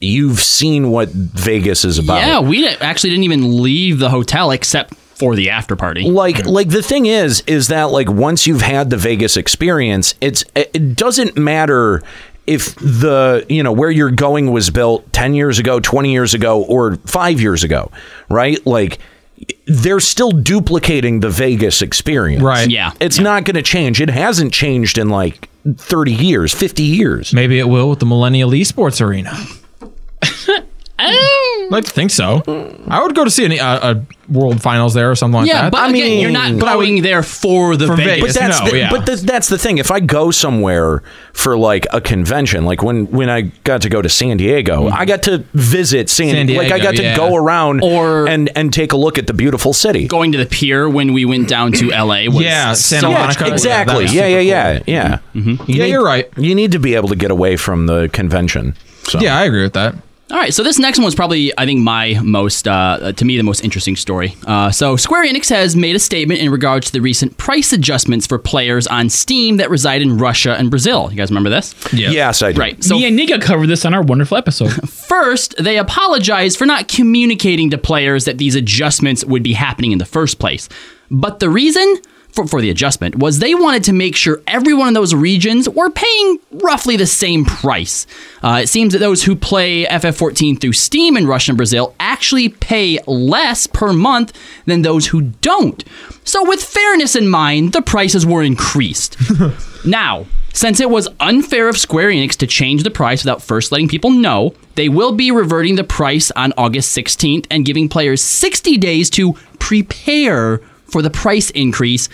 Speaker 7: you've seen what Vegas is about.
Speaker 2: Yeah, we di- actually didn't even leave the hotel except for the after party.
Speaker 7: like like the thing is is that like once you've had the Vegas experience it's it doesn't matter if the you know where you're going was built 10 years ago 20 years ago or 5 years ago right like they're still duplicating the Vegas experience
Speaker 1: Right.
Speaker 2: Yeah.
Speaker 7: it's not going to change it hasn't changed in like 30 years 50 years
Speaker 1: Maybe it will with the Millennial Esports Arena.
Speaker 2: Oh.
Speaker 1: I'd like to think so. I would go to see an, uh, a World Finals there or something like
Speaker 2: Yeah,
Speaker 1: that.
Speaker 2: but
Speaker 1: I
Speaker 2: again, you're not
Speaker 1: but I would-
Speaker 2: going there for the
Speaker 1: For
Speaker 2: Vegas.
Speaker 1: Vegas.
Speaker 7: But that's
Speaker 1: No,
Speaker 7: the,
Speaker 1: yeah.
Speaker 7: but th- that's the thing. If I go somewhere for like a convention, like when when I got to go to San Diego, I got to visit San,
Speaker 1: Hmm. San
Speaker 7: Like I
Speaker 1: Diego,
Speaker 7: got to
Speaker 1: yeah.
Speaker 7: go around
Speaker 2: Or-
Speaker 7: and and take a look at the beautiful city.
Speaker 2: Going to the pier when we went down to LA was
Speaker 1: Yeah, Santa
Speaker 2: so
Speaker 7: Yeah,
Speaker 1: Monica.
Speaker 7: exactly.
Speaker 1: that's
Speaker 7: Yeah, yeah,
Speaker 1: super
Speaker 7: yeah, yeah.
Speaker 1: Yeah, you're right.
Speaker 7: You need to be able to get away from the convention. So.
Speaker 1: Yeah, I agree with that.
Speaker 2: All right, so this next one was probably, I think, my most, uh, to me, the most interesting story. Uh, so, Square Enix has made a statement in regards to the recent price adjustments for players on Steam that reside in Russia and Brazil. You guys remember this?
Speaker 1: Yeah.
Speaker 7: Yes, I do.
Speaker 2: Right. So,
Speaker 8: Me and Nika covered this on our wonderful episode.
Speaker 2: first, they apologized for not communicating to players that these adjustments would be happening in the first place. But the reason for, for the adjustment was they wanted to make sure everyone in those regions were paying roughly the same price. Uh, it seems that those who play FF14 through Steam in Russia and Brazil actually pay less per month than those who don't. So, with fairness in mind, the prices were increased. Now, since it was unfair of Square Enix to change the price without first letting people know, they will be reverting the price on August 16th and giving players 60 days to prepare for the price increase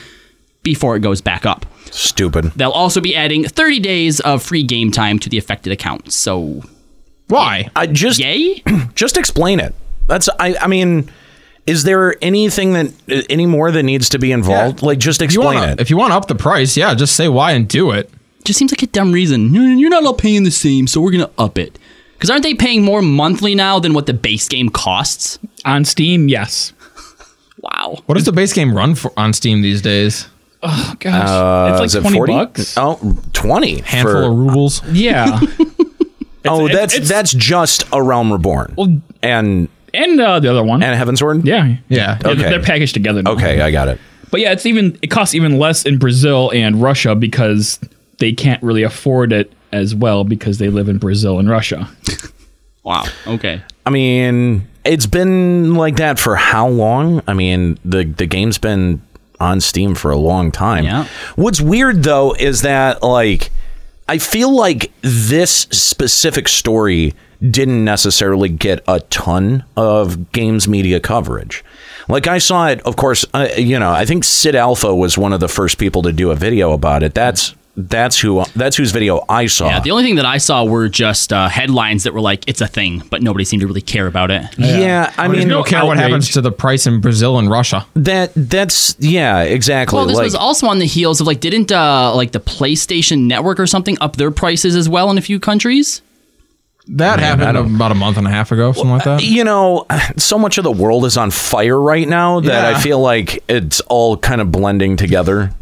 Speaker 2: before it goes back up.
Speaker 7: Stupid.
Speaker 2: They'll also be adding 30 days of free game time to the affected accounts. So,
Speaker 1: Why?
Speaker 7: I just
Speaker 2: yay?
Speaker 7: just explain it. That's I. I mean. Is there anything that any more that needs to be involved? Like just
Speaker 1: If you
Speaker 7: explain
Speaker 1: wanna-
Speaker 7: it.
Speaker 1: If you want to up the price, yeah, just say why and do it.
Speaker 2: Just seems like a dumb reason. You're you're not all paying the same, so we're going to up it. Because aren't they paying more monthly now than what the base game costs?
Speaker 8: on Steam, yes.
Speaker 2: Wow.
Speaker 1: What does the base game run for on Steam these days?
Speaker 8: Oh gosh,
Speaker 7: Uh, is
Speaker 8: it's like
Speaker 7: it
Speaker 8: twenty
Speaker 7: 40?
Speaker 8: bucks.
Speaker 7: Oh, 20.
Speaker 1: Handful
Speaker 7: for-
Speaker 1: of rubles.
Speaker 8: Yeah,
Speaker 7: oh,
Speaker 8: it's-
Speaker 7: that's
Speaker 8: it's-
Speaker 7: that's just a Realm Reborn. and
Speaker 8: and uh, the other one.
Speaker 7: and Heaven's Word?
Speaker 8: yeah,
Speaker 1: Yeah.
Speaker 8: They're-
Speaker 7: Okay.
Speaker 8: They're packaged together. Now.
Speaker 7: Okay, I got it.
Speaker 8: But yeah, it's even it costs even less in Brazil and Russia because they can't really afford it as well because they live in Brazil and Russia.
Speaker 2: Wow. Okay.
Speaker 7: I mean, it's been like that for how long? I mean, the the game's been on Steam for a long time. What's weird though is that like I feel like this specific story didn't necessarily get a ton of games media coverage. Like I saw it, of course, uh, you know, I think Sid Alpha was one of the first people to do a video about it. That's that's who that's whose video I saw.
Speaker 2: Yeah, the only thing that I saw were just uh, headlines that were like, it's a thing, but nobody seemed to really care about it.
Speaker 7: Yeah, I
Speaker 1: Well, you
Speaker 7: mean,
Speaker 1: don't care what happens to the price in Brazil and Russia.
Speaker 7: That that's yeah, exactly.
Speaker 2: Well, this
Speaker 7: like,
Speaker 2: was also on the heels of like, didn't uh, like the PlayStation Network or something up their prices as well in a few countries?
Speaker 1: That happened about a month and a half ago, something like that.
Speaker 7: uh, you know, so much of the world is on fire right now that
Speaker 1: Yeah.
Speaker 7: I feel like it's all kind of blending together.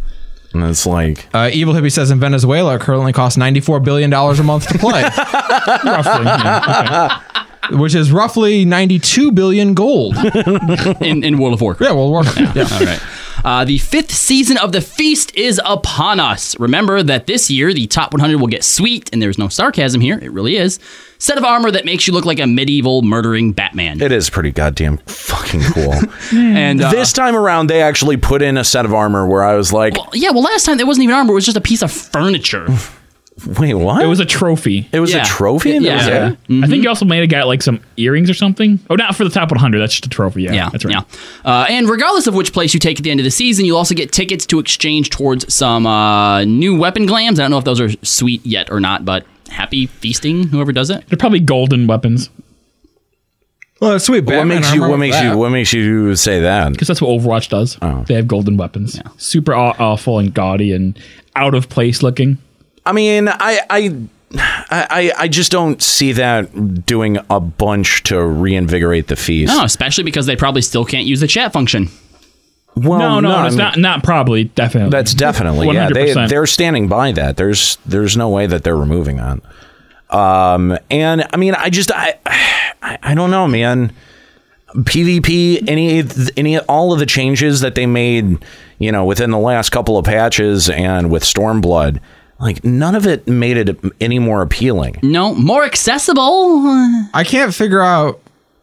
Speaker 7: And it's like
Speaker 1: Uh, Evil Hippie says in Venezuela, it currently costs $94 billion a month to play. Roughly, yeah, okay. Which is roughly 92 billion gold.
Speaker 2: in, in World of Warcraft.
Speaker 1: Yeah, World of Warcraft. Yeah.
Speaker 2: All right. Uh, the fifth season of The Feast is upon us. Remember that this year, the top 100 will get sweet, and there's no sarcasm here. It really is. Set of armor that makes you look like a medieval murdering Batman.
Speaker 7: it is pretty goddamn fucking cool.
Speaker 2: And uh,
Speaker 7: Hmm. this time around, they actually put in a set of armor where I was like,
Speaker 2: Yeah, well, last time there wasn't even armor, it was just a piece of furniture.
Speaker 7: "Wait, what?" It was
Speaker 8: a trophy.
Speaker 7: It was
Speaker 2: Yeah.
Speaker 7: a trophy. in
Speaker 2: Yeah.
Speaker 7: this?
Speaker 2: Yeah.
Speaker 8: I think you also made a guy like some earrings or something. Oh, not for the top 100. That's just a trophy. Yeah,
Speaker 2: Yeah,
Speaker 8: that's right.
Speaker 2: Yeah. Uh, and regardless of which place you take at the end of the season, you'll also get tickets to exchange towards some uh, new weapon glams. I don't know if those are sweet yet or not, but happy feasting, whoever does it.
Speaker 8: They're probably golden weapons
Speaker 1: Well, that's sweet.
Speaker 7: What
Speaker 1: Batman
Speaker 7: makes you?
Speaker 1: armor
Speaker 7: What
Speaker 1: with
Speaker 7: makes
Speaker 1: that.
Speaker 7: you? What makes you say that?
Speaker 8: because that's what Overwatch does.
Speaker 2: Oh.
Speaker 8: They have golden weapons. Super aw- awful and gaudy and out of place looking.
Speaker 7: I mean, I, I, I, I just don't see that doing a bunch to reinvigorate the feast.
Speaker 2: No, especially because they probably still can't use the chat function.
Speaker 7: Well,
Speaker 8: no, no,
Speaker 7: Oh, I
Speaker 8: it's
Speaker 7: mean,
Speaker 8: not. Not probably. Definitely.
Speaker 7: That's definitely yeah. They
Speaker 8: 100%.
Speaker 7: they're standing by that. There's there's no way that they're removing that. Um, and I mean, I just I I, I don't know, man. PvP, any any all of the changes that they made, you know, within the last couple of patches and with Stormblood, like none of it made it any more appealing.
Speaker 2: No, more accessible.
Speaker 1: I can't figure out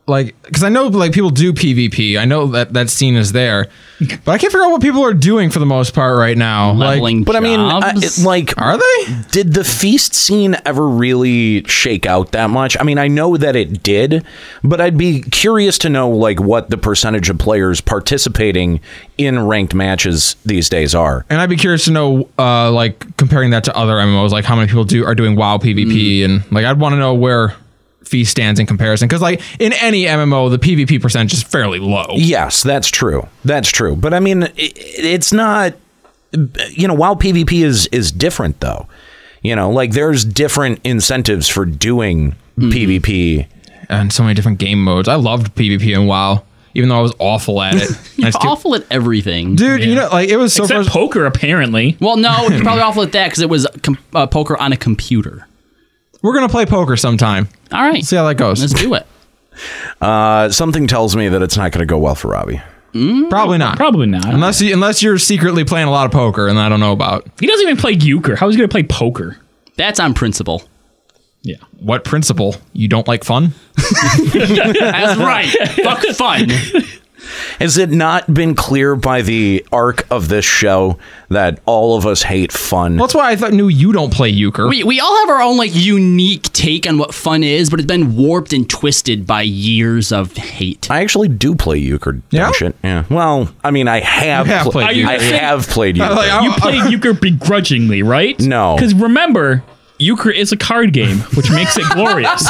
Speaker 1: like because I know like people do PvP. I know that that scene is there, but I can't figure out what people are doing for the most part right now.
Speaker 2: Leveling
Speaker 1: like,
Speaker 7: But I mean, I,
Speaker 2: jobs.
Speaker 7: it- like,
Speaker 1: are they?
Speaker 7: did the feast scene ever really shake out that much? I mean, I know that it did, but I'd be curious to know like what the percentage of players participating in ranked matches these days are.
Speaker 1: And I'd be curious to know, uh, like comparing that to other MMOs, like how many people do are doing WoW PvP, and like I'd want to know where Feast stands in comparison, because like in any MMO, the PvP percentage is fairly low.
Speaker 7: Yes, that's true. That's true. But I mean, i it's not. You know, while PvP is is different though, you know, like there's different incentives for doing PvP.
Speaker 1: and so many different game modes. I loved PvP and WoW, even though I was awful at it. I
Speaker 2: You're
Speaker 1: still-
Speaker 2: awful at everything.
Speaker 1: dude, you know, like it was so
Speaker 8: Except
Speaker 1: frust-
Speaker 8: poker, apparently.
Speaker 2: Well, no, you're probably awful at that because it was com- uh, poker on a computer.
Speaker 1: We're gonna play poker sometime.
Speaker 2: All right,
Speaker 1: See how that goes.
Speaker 2: let's do it.
Speaker 7: Uh, something tells me that it's not going to go well for Robbie.
Speaker 1: Probably not.
Speaker 8: Probably not.
Speaker 1: Unless you, unless you're secretly playing a lot of poker, and I don't know about
Speaker 8: He doesn't even play euchre. How is he going to play poker?
Speaker 2: That's on principle.
Speaker 8: Yeah.
Speaker 1: what principle you don't like fun.
Speaker 2: That's right. Fuck fun.
Speaker 7: Has it not been clear by the arc of this show that all of us hate fun?
Speaker 1: Well, that's why I thought knew you don't play euchre.
Speaker 2: We, we all have our own like unique take on what fun is, but it's been warped and twisted by years of hate.
Speaker 7: I actually do play euchre. dumb
Speaker 1: Yeah?
Speaker 7: Shit. Yeah. Well, I mean, I have,
Speaker 1: You have played
Speaker 7: I
Speaker 1: euchre.
Speaker 7: have played euchre.
Speaker 1: Like, I-
Speaker 8: You play euchre begrudgingly, right?
Speaker 7: No.
Speaker 8: Because remember, euchre is a card game, which makes it glorious.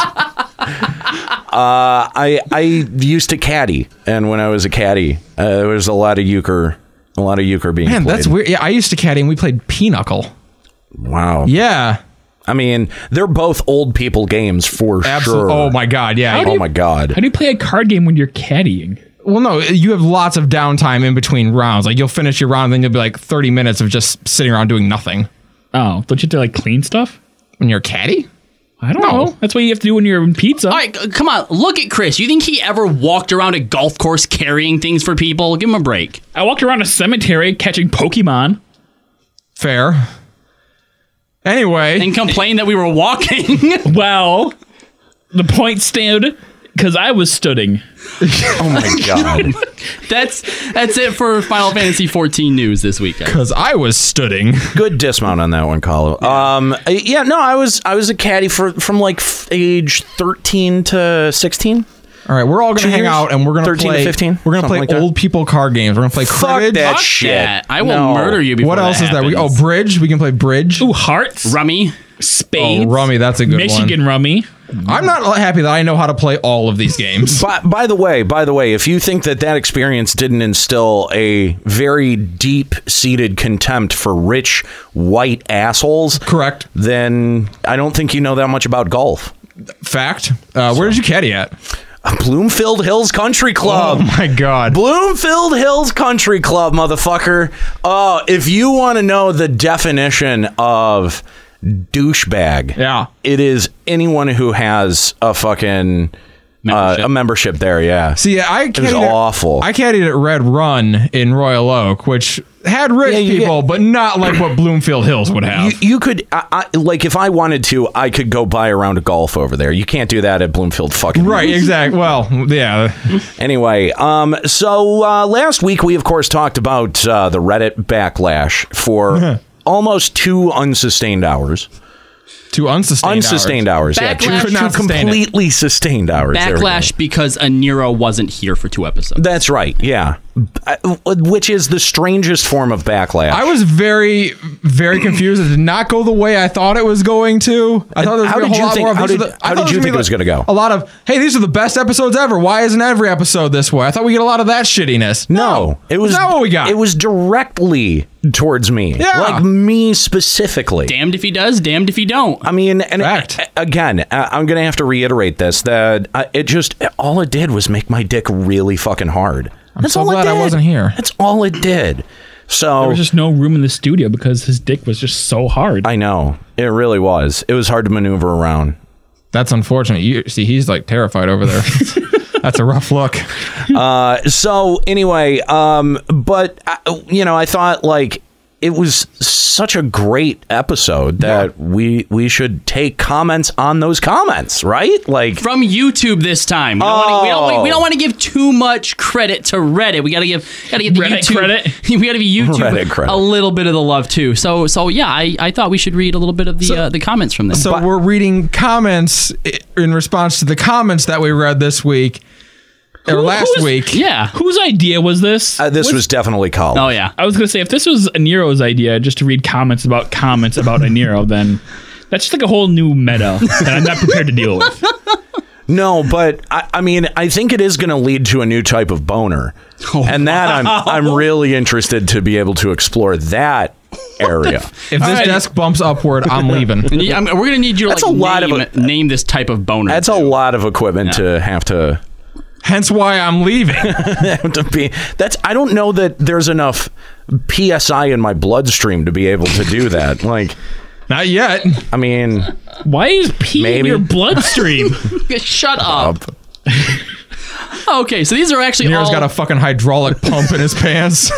Speaker 7: I I used to caddy, and when I was a caddy, uh, there was a lot of euchre, a lot of euchre being
Speaker 1: Man, that's
Speaker 7: played.
Speaker 1: weird. Yeah, I used to caddy and we played pinochle.
Speaker 7: Wow.
Speaker 1: Yeah,
Speaker 7: I mean, they're both old people games for
Speaker 1: absolutely.
Speaker 7: sure.
Speaker 1: Oh my god, yeah.
Speaker 7: Oh my
Speaker 8: How
Speaker 7: god.
Speaker 8: do you play a card game when you're caddying?
Speaker 1: Well, no, you have lots of downtime in between rounds. Like you'll finish your round, then you'll be like thirty minutes of just sitting around doing nothing.
Speaker 8: Oh, don't you have to like clean stuff?
Speaker 1: When you're a caddy,
Speaker 8: I don't know. That's what you have to do when you're in pizza.
Speaker 2: All right, c- come on. Look at Chris. You think he ever walked around a golf course carrying things for people? Give him a break.
Speaker 8: I walked around a cemetery catching Pokemon.
Speaker 1: fair. Anyway,
Speaker 2: And complain that we were walking.
Speaker 8: Well, the point stood because I was studying.
Speaker 7: oh my god!
Speaker 2: that's that's it for Final Fantasy 14 news this weekend.
Speaker 1: Because I was studying.
Speaker 7: Good dismount on that one, Carlo. Um, I- yeah, no, I was I was a caddy for from like f- age thirteen to sixteen.
Speaker 1: All right, we're all gonna
Speaker 7: Two
Speaker 1: hang
Speaker 7: years?
Speaker 1: out and we're gonna
Speaker 7: 13 to
Speaker 1: play.
Speaker 7: 15?
Speaker 1: We're gonna
Speaker 7: Something
Speaker 1: play
Speaker 7: like that.
Speaker 1: old people card games. We're gonna play
Speaker 7: Fuck
Speaker 1: cribbage.
Speaker 7: that Fuck shit. that. I will No. murder you before
Speaker 1: What
Speaker 7: that
Speaker 1: else is that? We oh
Speaker 7: happens.
Speaker 1: bridge. We can play bridge. Ooh
Speaker 8: hearts.
Speaker 2: Rummy.
Speaker 8: Spades.
Speaker 1: Oh, rummy. That's a good one.
Speaker 8: Michigan rummy.
Speaker 1: I'm not happy that I know how to play all of these games.
Speaker 7: By, by the way, by the way, if you think that that experience didn't instill a very deep seated contempt for rich white assholes,
Speaker 1: correct?
Speaker 7: Then I don't think you know that much about golf.
Speaker 1: Fact. Uh, Where did you caddy at?
Speaker 7: Bloomfield Hills Country Club.
Speaker 1: Oh my god.
Speaker 7: Bloomfield Hills Country Club, motherfucker. Oh, if you want to know the definition of douchebag,
Speaker 1: yeah,
Speaker 7: it is anyone who has a fucking Uh, a membership there. Yeah.
Speaker 1: See, I
Speaker 7: it was
Speaker 1: caddied at-
Speaker 7: awful.
Speaker 1: I caddied at Red Run in Royal Oak, which had rich people, but not like what Bloomfield Hills would have.
Speaker 7: You, you could, I, I, like, if I wanted to, I could go buy a round of golf over there. You can't do that at Bloomfield fucking.
Speaker 1: Right, exact. Well, yeah.
Speaker 7: Anyway, um, so uh, last week we, of course, talked about uh, the Reddit backlash for almost two unsustained hours.
Speaker 1: Two unsustained
Speaker 7: unsustained hours. yeah,
Speaker 2: Backlash-
Speaker 7: two,
Speaker 2: Could not
Speaker 7: two
Speaker 2: sustain it.
Speaker 7: completely sustained hours. There we go.
Speaker 2: Backlash because Anira wasn't here for two episodes.
Speaker 7: That's right. Yeah, I- which is the strangest form of backlash.
Speaker 1: I was very, very confused. It did not go the way I thought it was going to. I thought there was
Speaker 7: How
Speaker 1: gonna be a whole
Speaker 7: did you
Speaker 1: lot
Speaker 7: think-
Speaker 1: more. of
Speaker 7: how
Speaker 1: these
Speaker 7: did-
Speaker 1: are the- I
Speaker 7: how
Speaker 1: thought
Speaker 7: did you think it was
Speaker 1: gonna be
Speaker 7: gonna
Speaker 1: like
Speaker 7: go?
Speaker 1: A lot of hey, these are the best episodes ever. Why isn't every episode this way? I thought we get a lot of that shittiness.
Speaker 7: No, it was
Speaker 1: not what we got.
Speaker 7: It was directly towards me,
Speaker 1: Yeah.
Speaker 7: like me specifically.
Speaker 2: Damned if he does, damned if he don't.
Speaker 7: I mean, and a- again, I- I'm going to have to reiterate this that I, it just all it did was make my dick really fucking hard.
Speaker 8: I'm
Speaker 7: That's
Speaker 8: so
Speaker 7: all it
Speaker 8: glad I
Speaker 7: did.
Speaker 8: wasn't here.
Speaker 7: That's all it did. So
Speaker 8: There was just no room in the studio because his dick was just so hard.
Speaker 7: I know it really was. It was hard to maneuver around.
Speaker 1: That's unfortunate. You see, he's like terrified over there. That's a rough look.
Speaker 7: uh, so anyway, um, but I, you know, I thought like it was such a great episode that we we should take comments on those comments, right? Like
Speaker 2: from YouTube this time. We don't wanna- we don't, we,
Speaker 7: Oh.
Speaker 2: we don't want to give too much credit to Reddit. We got to give got to give the
Speaker 8: Reddit
Speaker 2: YouTube
Speaker 8: credit?
Speaker 2: We got to be YouTube
Speaker 7: Reddit credit.
Speaker 2: a little bit of the love too. So so yeah, I, I thought we should read a little bit of the uh, the comments from them.
Speaker 1: So we're reading comments i- in response to the comments that we read this week or last
Speaker 8: who's-
Speaker 1: week.
Speaker 2: Yeah.
Speaker 8: Whose idea was this?
Speaker 7: Uh, this was definitely Colin.
Speaker 2: Oh yeah.
Speaker 8: I was gonna say if this was Aniro's idea, just to read comments about comments about Aniro, then that's just like a whole new meta that I'm not prepared to deal with.
Speaker 7: No, but I, I mean, I think it is going to lead to a new type of boner, and that I'm I'm really interested to be able to explore that area.
Speaker 1: If this desk bumps upward, I'm leaving.
Speaker 2: And you- I'm- we're gonna need you to like,
Speaker 7: That's a lot of
Speaker 2: name, name this type of boner.
Speaker 7: That's a lot of equipment to have to
Speaker 1: Hence why I'm leaving.
Speaker 7: to be. That's I don't know that there's enough psi in my bloodstream to be able to do that. Like,
Speaker 1: not yet.
Speaker 7: I mean,
Speaker 8: why is pee
Speaker 7: maybe
Speaker 8: Your bloodstream.
Speaker 2: Shut up. okay, so these are actually
Speaker 1: Nero's
Speaker 2: all
Speaker 1: got a fucking hydraulic pump in his pants.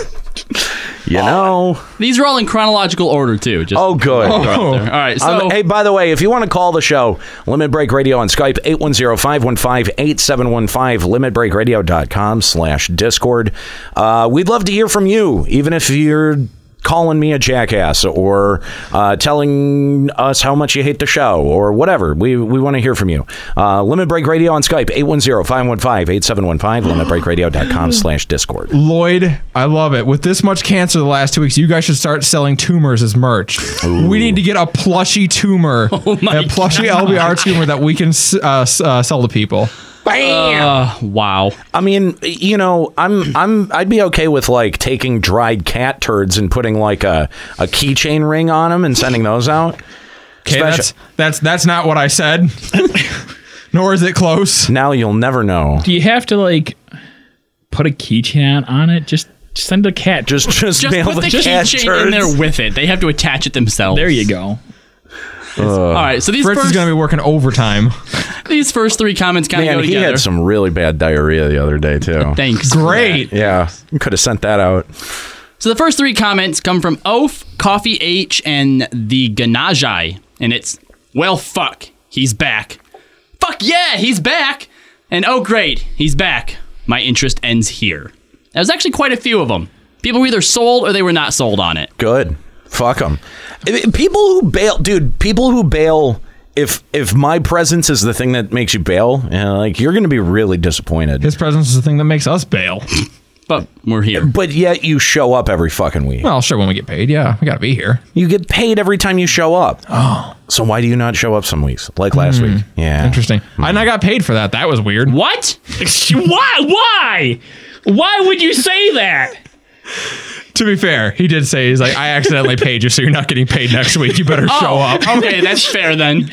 Speaker 7: you know?
Speaker 2: these are all in chronological order too. Just
Speaker 7: Oh, good.
Speaker 2: throw it out there. All right, so
Speaker 7: Um, hey, by the way, if you want to call the show, Limit Break Radio on Skype, 810-515-8715, limitbreakradio.com slash Discord. Uh, we'd love to hear from you, even if you're calling me a jackass or uh, telling us how much you hate the show or whatever. We, we want to hear from you. Uh, Limit Break Radio on Skype, 810-515-8715, limitbreakradio.com slash Discord.
Speaker 1: Lloyd, I love it. With this much cancer the last two weeks, you guys should start selling tumors as merch. We need to get a plushy tumor, a plushy LBR tumor that we can s- uh, s- uh, sell to people.
Speaker 2: Uh, wow.
Speaker 7: I mean, you know, I'm I'm I'd be okay with like taking dried cat turds and putting like a a keychain ring on them and sending those out.
Speaker 1: Okay, that's, that's that's not what I said. Nor is it close.
Speaker 7: Now you'll never know.
Speaker 8: Do you have to like put a keychain on it? Just, just send a cat.
Speaker 7: Just just,
Speaker 2: Just put the keychain in there with it. They have to attach it themselves.
Speaker 8: There you go.
Speaker 2: All right, so these
Speaker 1: Fritz is
Speaker 2: first
Speaker 1: going to be working overtime.
Speaker 2: these first three comments kind of
Speaker 7: Man,
Speaker 2: go
Speaker 7: he
Speaker 2: together.
Speaker 7: had some really bad diarrhea the other day too.
Speaker 2: Thanks.
Speaker 1: Great.
Speaker 7: Yeah, could have sent that out.
Speaker 2: So the first three comments come from Oaf, Coffee H, and the Ganajai. And it's, well, fuck, he's back. Fuck yeah, he's back. And oh, great, he's back. My interest ends here. There's actually quite a few of them. People were either sold or they were not sold on it.
Speaker 7: Good. Fuck them. People who bail, dude. People who bail. If if my presence is the thing that makes you bail, you know, like you're going to be really disappointed.
Speaker 1: His presence is the thing that makes us bail.
Speaker 2: but we're here.
Speaker 7: But yet you show up every fucking week.
Speaker 1: Well, sure, when we get paid, yeah, we gotta be here.
Speaker 7: You get paid every time you show up. Oh, so why do you not show up some weeks like last
Speaker 1: Hmm.
Speaker 7: week? Yeah, Hmm.
Speaker 1: Interesting. And I got paid for that. That was weird.
Speaker 2: What?
Speaker 8: why? Why? Why would you say that?
Speaker 1: To be fair, he did say he's like, I accidentally paid you, so you're not getting paid next week. You better show
Speaker 2: Oh,
Speaker 1: up.
Speaker 2: okay, that's fair then.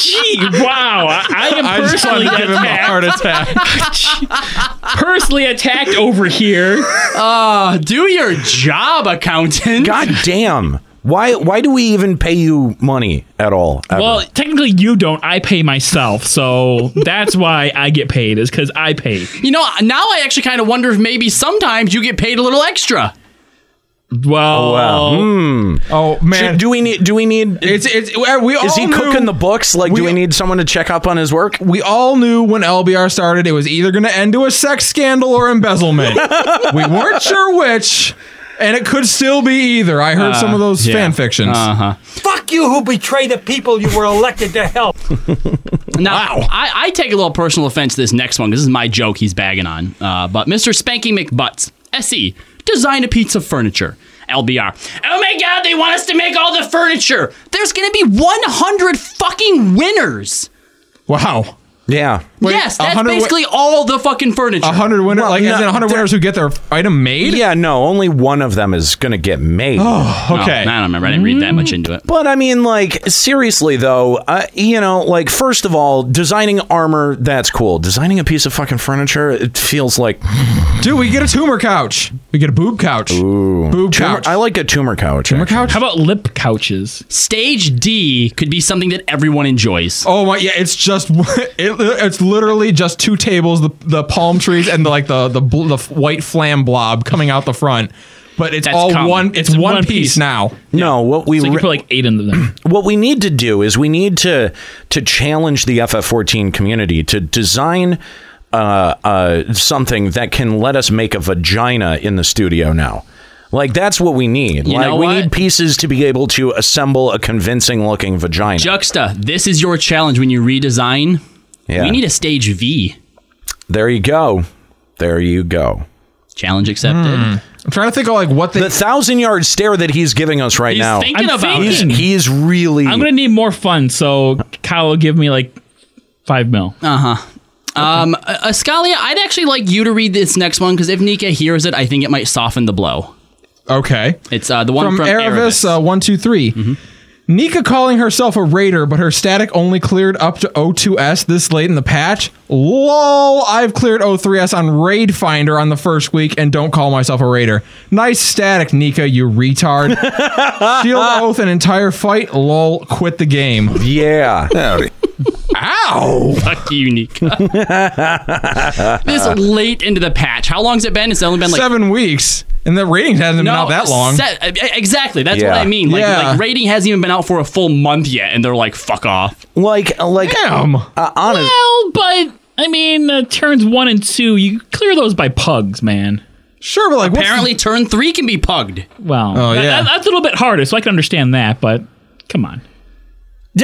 Speaker 8: Gee, wow. I, I
Speaker 1: I
Speaker 8: am
Speaker 1: just wanted
Speaker 8: personally
Speaker 1: to give him a
Speaker 8: attacked.
Speaker 1: heart attack.
Speaker 8: personally attacked over here.
Speaker 2: Uh, do your job, accountant.
Speaker 7: God damn. Why why do we even pay you money at all? ever?
Speaker 8: Well, technically you don't. I pay myself, so that's why I get paid. Is because I pay.
Speaker 2: You know, now I actually kind of wonder if maybe sometimes you get paid a little extra.
Speaker 8: Well,
Speaker 7: wow. Hmm.
Speaker 1: Oh man,
Speaker 7: Should- do we need do we need
Speaker 1: it's it's we all
Speaker 7: Is he
Speaker 1: knew-
Speaker 7: cooking the books? Like do we need someone to check up on his work?
Speaker 1: We all knew when LBR started, it was either going to end to a sex scandal or embezzlement. we weren't sure which, and it could still be either. I heard some of those fan fictions.
Speaker 12: Fuck you who betray the people you were elected to help.
Speaker 2: Now, I, I take a little personal offense to this next one because this is my joke he's bagging on. Uh, but Mr. Spanky McButts, SE, design a piece of furniture. LBR. Oh my god, they want us to make all the furniture! There's gonna be 100 fucking winners!
Speaker 1: Wow.
Speaker 7: Yeah.
Speaker 2: yes,
Speaker 1: a
Speaker 2: that's
Speaker 1: hundred wi-
Speaker 2: basically all the fucking furniture.
Speaker 1: A hundred winner,
Speaker 7: Well,
Speaker 1: like as
Speaker 7: no,
Speaker 1: in a hundred
Speaker 7: there-
Speaker 1: winners who get their item made.
Speaker 7: Yeah, no, only one of them is gonna get made.
Speaker 1: Oh, okay.
Speaker 2: No, I don't remember. I didn't read that much into it.
Speaker 7: But I mean, like, seriously, though, uh, you know, like, first of all, designing armor, that's cool. Designing a piece of fucking furniture, it feels like.
Speaker 1: Dude, we get a tumor couch. We get a boob couch.
Speaker 7: Ooh.
Speaker 1: Boob
Speaker 7: Tumor-
Speaker 1: couch.
Speaker 7: I like a tumor couch.
Speaker 1: tumor couch.
Speaker 8: How about lip couches?
Speaker 2: Stage D could be something that everyone enjoys.
Speaker 1: Oh my! Yeah, it's just it, it's literally just two tables, the the palm trees, and the, like the the bl- the white flam blob coming out the front. But it's
Speaker 8: That's
Speaker 1: all
Speaker 8: common.
Speaker 1: one. It's, one, piece, now.
Speaker 7: No, what we
Speaker 8: So you
Speaker 7: re-
Speaker 8: can put like eight into them.
Speaker 7: what we need to do is we need to to challenge the FF14 community to design uh, uh, something that can let us make a vagina in the studio now. Like that's what we need.
Speaker 2: You
Speaker 7: like
Speaker 2: know
Speaker 7: we
Speaker 2: what?
Speaker 7: need pieces to be able to assemble a convincing looking vagina.
Speaker 2: Juxta, this is your challenge when you redesign.
Speaker 7: Yeah.
Speaker 2: We need a stage V.
Speaker 7: there you go. There you go.
Speaker 2: Challenge accepted.
Speaker 1: I'm trying to think of like what they.
Speaker 7: The thousand yard stare that he's giving us right
Speaker 2: He's
Speaker 7: now.
Speaker 2: thinking
Speaker 8: I'm
Speaker 2: about
Speaker 7: he's,
Speaker 2: it.
Speaker 8: thinking.
Speaker 7: he's really.
Speaker 8: I'm gonna need more fun, so Kyle will give me like five mil.
Speaker 2: Um, Ascalia, I'd actually like you to read this next one because if Nika hears it, I think it might soften the blow.
Speaker 1: okay.
Speaker 2: It's uh, the one
Speaker 1: from,
Speaker 2: from,
Speaker 1: Erebus,
Speaker 2: Erebus.
Speaker 1: uh, one two three. Nika calling herself a raider, but her static only cleared up to O2S this late in the patch. Lol, I've cleared O3S on Raid Finder on the first week and don't call myself a raider. Nice static, Nika, you retard. Shield oath an entire fight. Lol, quit the game.
Speaker 7: yeah.
Speaker 1: Ow!
Speaker 2: Fuck you, Nika. this late into the patch. How long's it been? It's only been like
Speaker 1: Seven weeks, and the ratings hasn't been out that long.
Speaker 2: se- e- exactly. That's
Speaker 7: Yeah.
Speaker 2: what I mean. Like,
Speaker 1: Yeah.
Speaker 2: like rating hasn't even been out for a full month yet, and they're like, "Fuck off."
Speaker 7: Like like.
Speaker 1: Damn.
Speaker 7: Uh, honest.
Speaker 8: Well, but I mean, uh, turns one and two, you clear those by pugs, man.
Speaker 1: Sure, but like what's the-
Speaker 2: Apparently, turn three can be pugged.
Speaker 8: Well,
Speaker 1: Oh,
Speaker 8: that-
Speaker 1: yeah.
Speaker 8: that- that's a little bit harder, so I can understand that. But come on,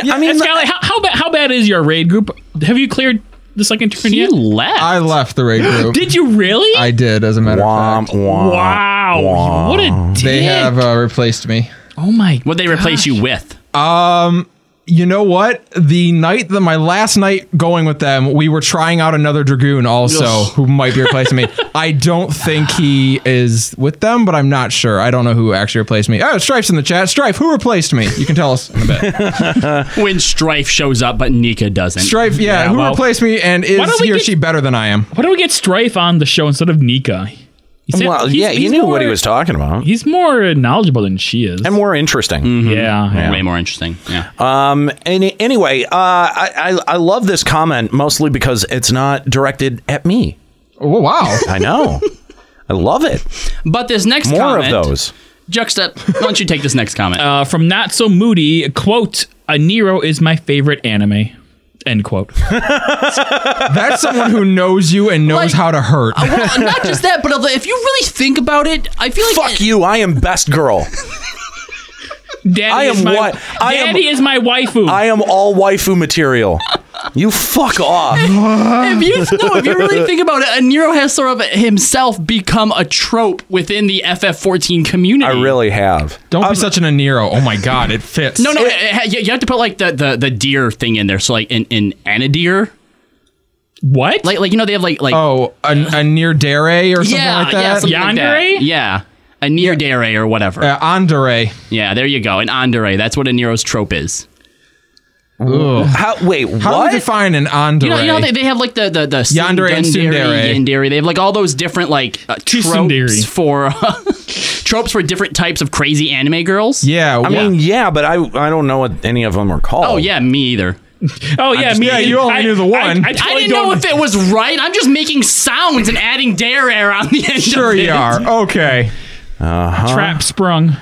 Speaker 7: I mean,
Speaker 8: Skylight, how, how bad how bad is your raid group? Have you cleared the second turn
Speaker 2: He
Speaker 8: yet?
Speaker 2: left.
Speaker 1: I left the raid group.
Speaker 8: Did you really?
Speaker 1: I did, as a matter of
Speaker 7: womp,
Speaker 1: fact.
Speaker 7: womp.
Speaker 8: wow, what a dick!
Speaker 1: They have uh, replaced me.
Speaker 8: oh my,
Speaker 2: what they replace you with?
Speaker 1: you know what? The night that my last night going with them, we were trying out another dragoon also
Speaker 2: Ugh.
Speaker 1: who might be replacing me. I don't think he is with them, but I'm not sure. I don't know who actually replaced me. Oh, Stripes in the chat. Stripe, who replaced me? You can tell us in a bit.
Speaker 2: When Strife shows up, but Nika doesn't.
Speaker 1: Stripe, yeah,
Speaker 8: Yeah,
Speaker 1: who
Speaker 8: well,
Speaker 1: replaced me and is
Speaker 8: why don't we
Speaker 1: he or
Speaker 8: get-
Speaker 1: she better than I am?
Speaker 8: Why don't we get Strife on the show instead of Nika? He said-
Speaker 7: Well,
Speaker 8: he's-
Speaker 7: yeah, you
Speaker 8: he's
Speaker 7: knew what he
Speaker 8: more-
Speaker 7: was talking about.
Speaker 8: He's more knowledgeable than she is.
Speaker 7: And more interesting.
Speaker 8: yeah.
Speaker 2: Way more interesting. Yeah.
Speaker 7: Um. Any, anyway, uh, I, I I love this comment mostly because it's not directed at me.
Speaker 1: Oh, wow.
Speaker 7: I know. I love it.
Speaker 2: But this next
Speaker 7: More
Speaker 2: comment,
Speaker 7: of those.
Speaker 2: Juxta, why don't you take this next comment?
Speaker 8: Uh, from Not So Moody, quote, A Nero is my favorite anime. End quote.
Speaker 1: That's someone who knows you and knows how to hurt.
Speaker 2: Uh, well, not just that, but if you really think about it, I feel like
Speaker 7: Fuck you! I am best girl.
Speaker 8: Daddy
Speaker 7: I am
Speaker 8: is my,
Speaker 7: what? I am-
Speaker 8: Daddy is my waifu.
Speaker 7: I am all waifu material. You fuck off.
Speaker 2: if you no, if you really think about it, a Nero has sort of himself become a trope within the FF14 community.
Speaker 7: I really have.
Speaker 1: Don't be such an Aniro. Oh my god, it fits.
Speaker 2: no, no, it, it- you you have to put like the, the, the deer thing in there. So like in in Anadir.
Speaker 8: What?
Speaker 2: Like like you know they have like like
Speaker 1: oh a, a near dere or something
Speaker 2: yeah,
Speaker 1: like
Speaker 2: Yeah,
Speaker 1: that.
Speaker 2: something like that. Yeah. A near dere or whatever.
Speaker 1: Uh, Andere.
Speaker 2: yeah, there you go. An andere. That's what a Nero's trope is.
Speaker 1: Ugh.
Speaker 7: How, wait,
Speaker 1: How do
Speaker 2: what?
Speaker 1: you define an Andere?
Speaker 2: You know, you know they, they have like the the the
Speaker 1: Yandere and tsundere.
Speaker 2: tsundere, yandere. They have like all those different like uh, tropes
Speaker 1: Tsundere.
Speaker 2: for uh, tropes for different types of crazy anime girls.
Speaker 1: Yeah,
Speaker 7: I mean, yeah, but I I don't know what any of them are called.
Speaker 2: Oh yeah, me either.
Speaker 8: Oh
Speaker 7: yeah, me Yeah, either. you only I- knew the one.
Speaker 8: I- I
Speaker 2: I,
Speaker 8: totally
Speaker 2: didn't know if
Speaker 8: don't-
Speaker 2: it was right. I'm just making sounds and adding dare air on the end.
Speaker 1: sure
Speaker 2: of it.
Speaker 1: you are. Okay.
Speaker 7: Uh-huh.
Speaker 8: Trap sprung.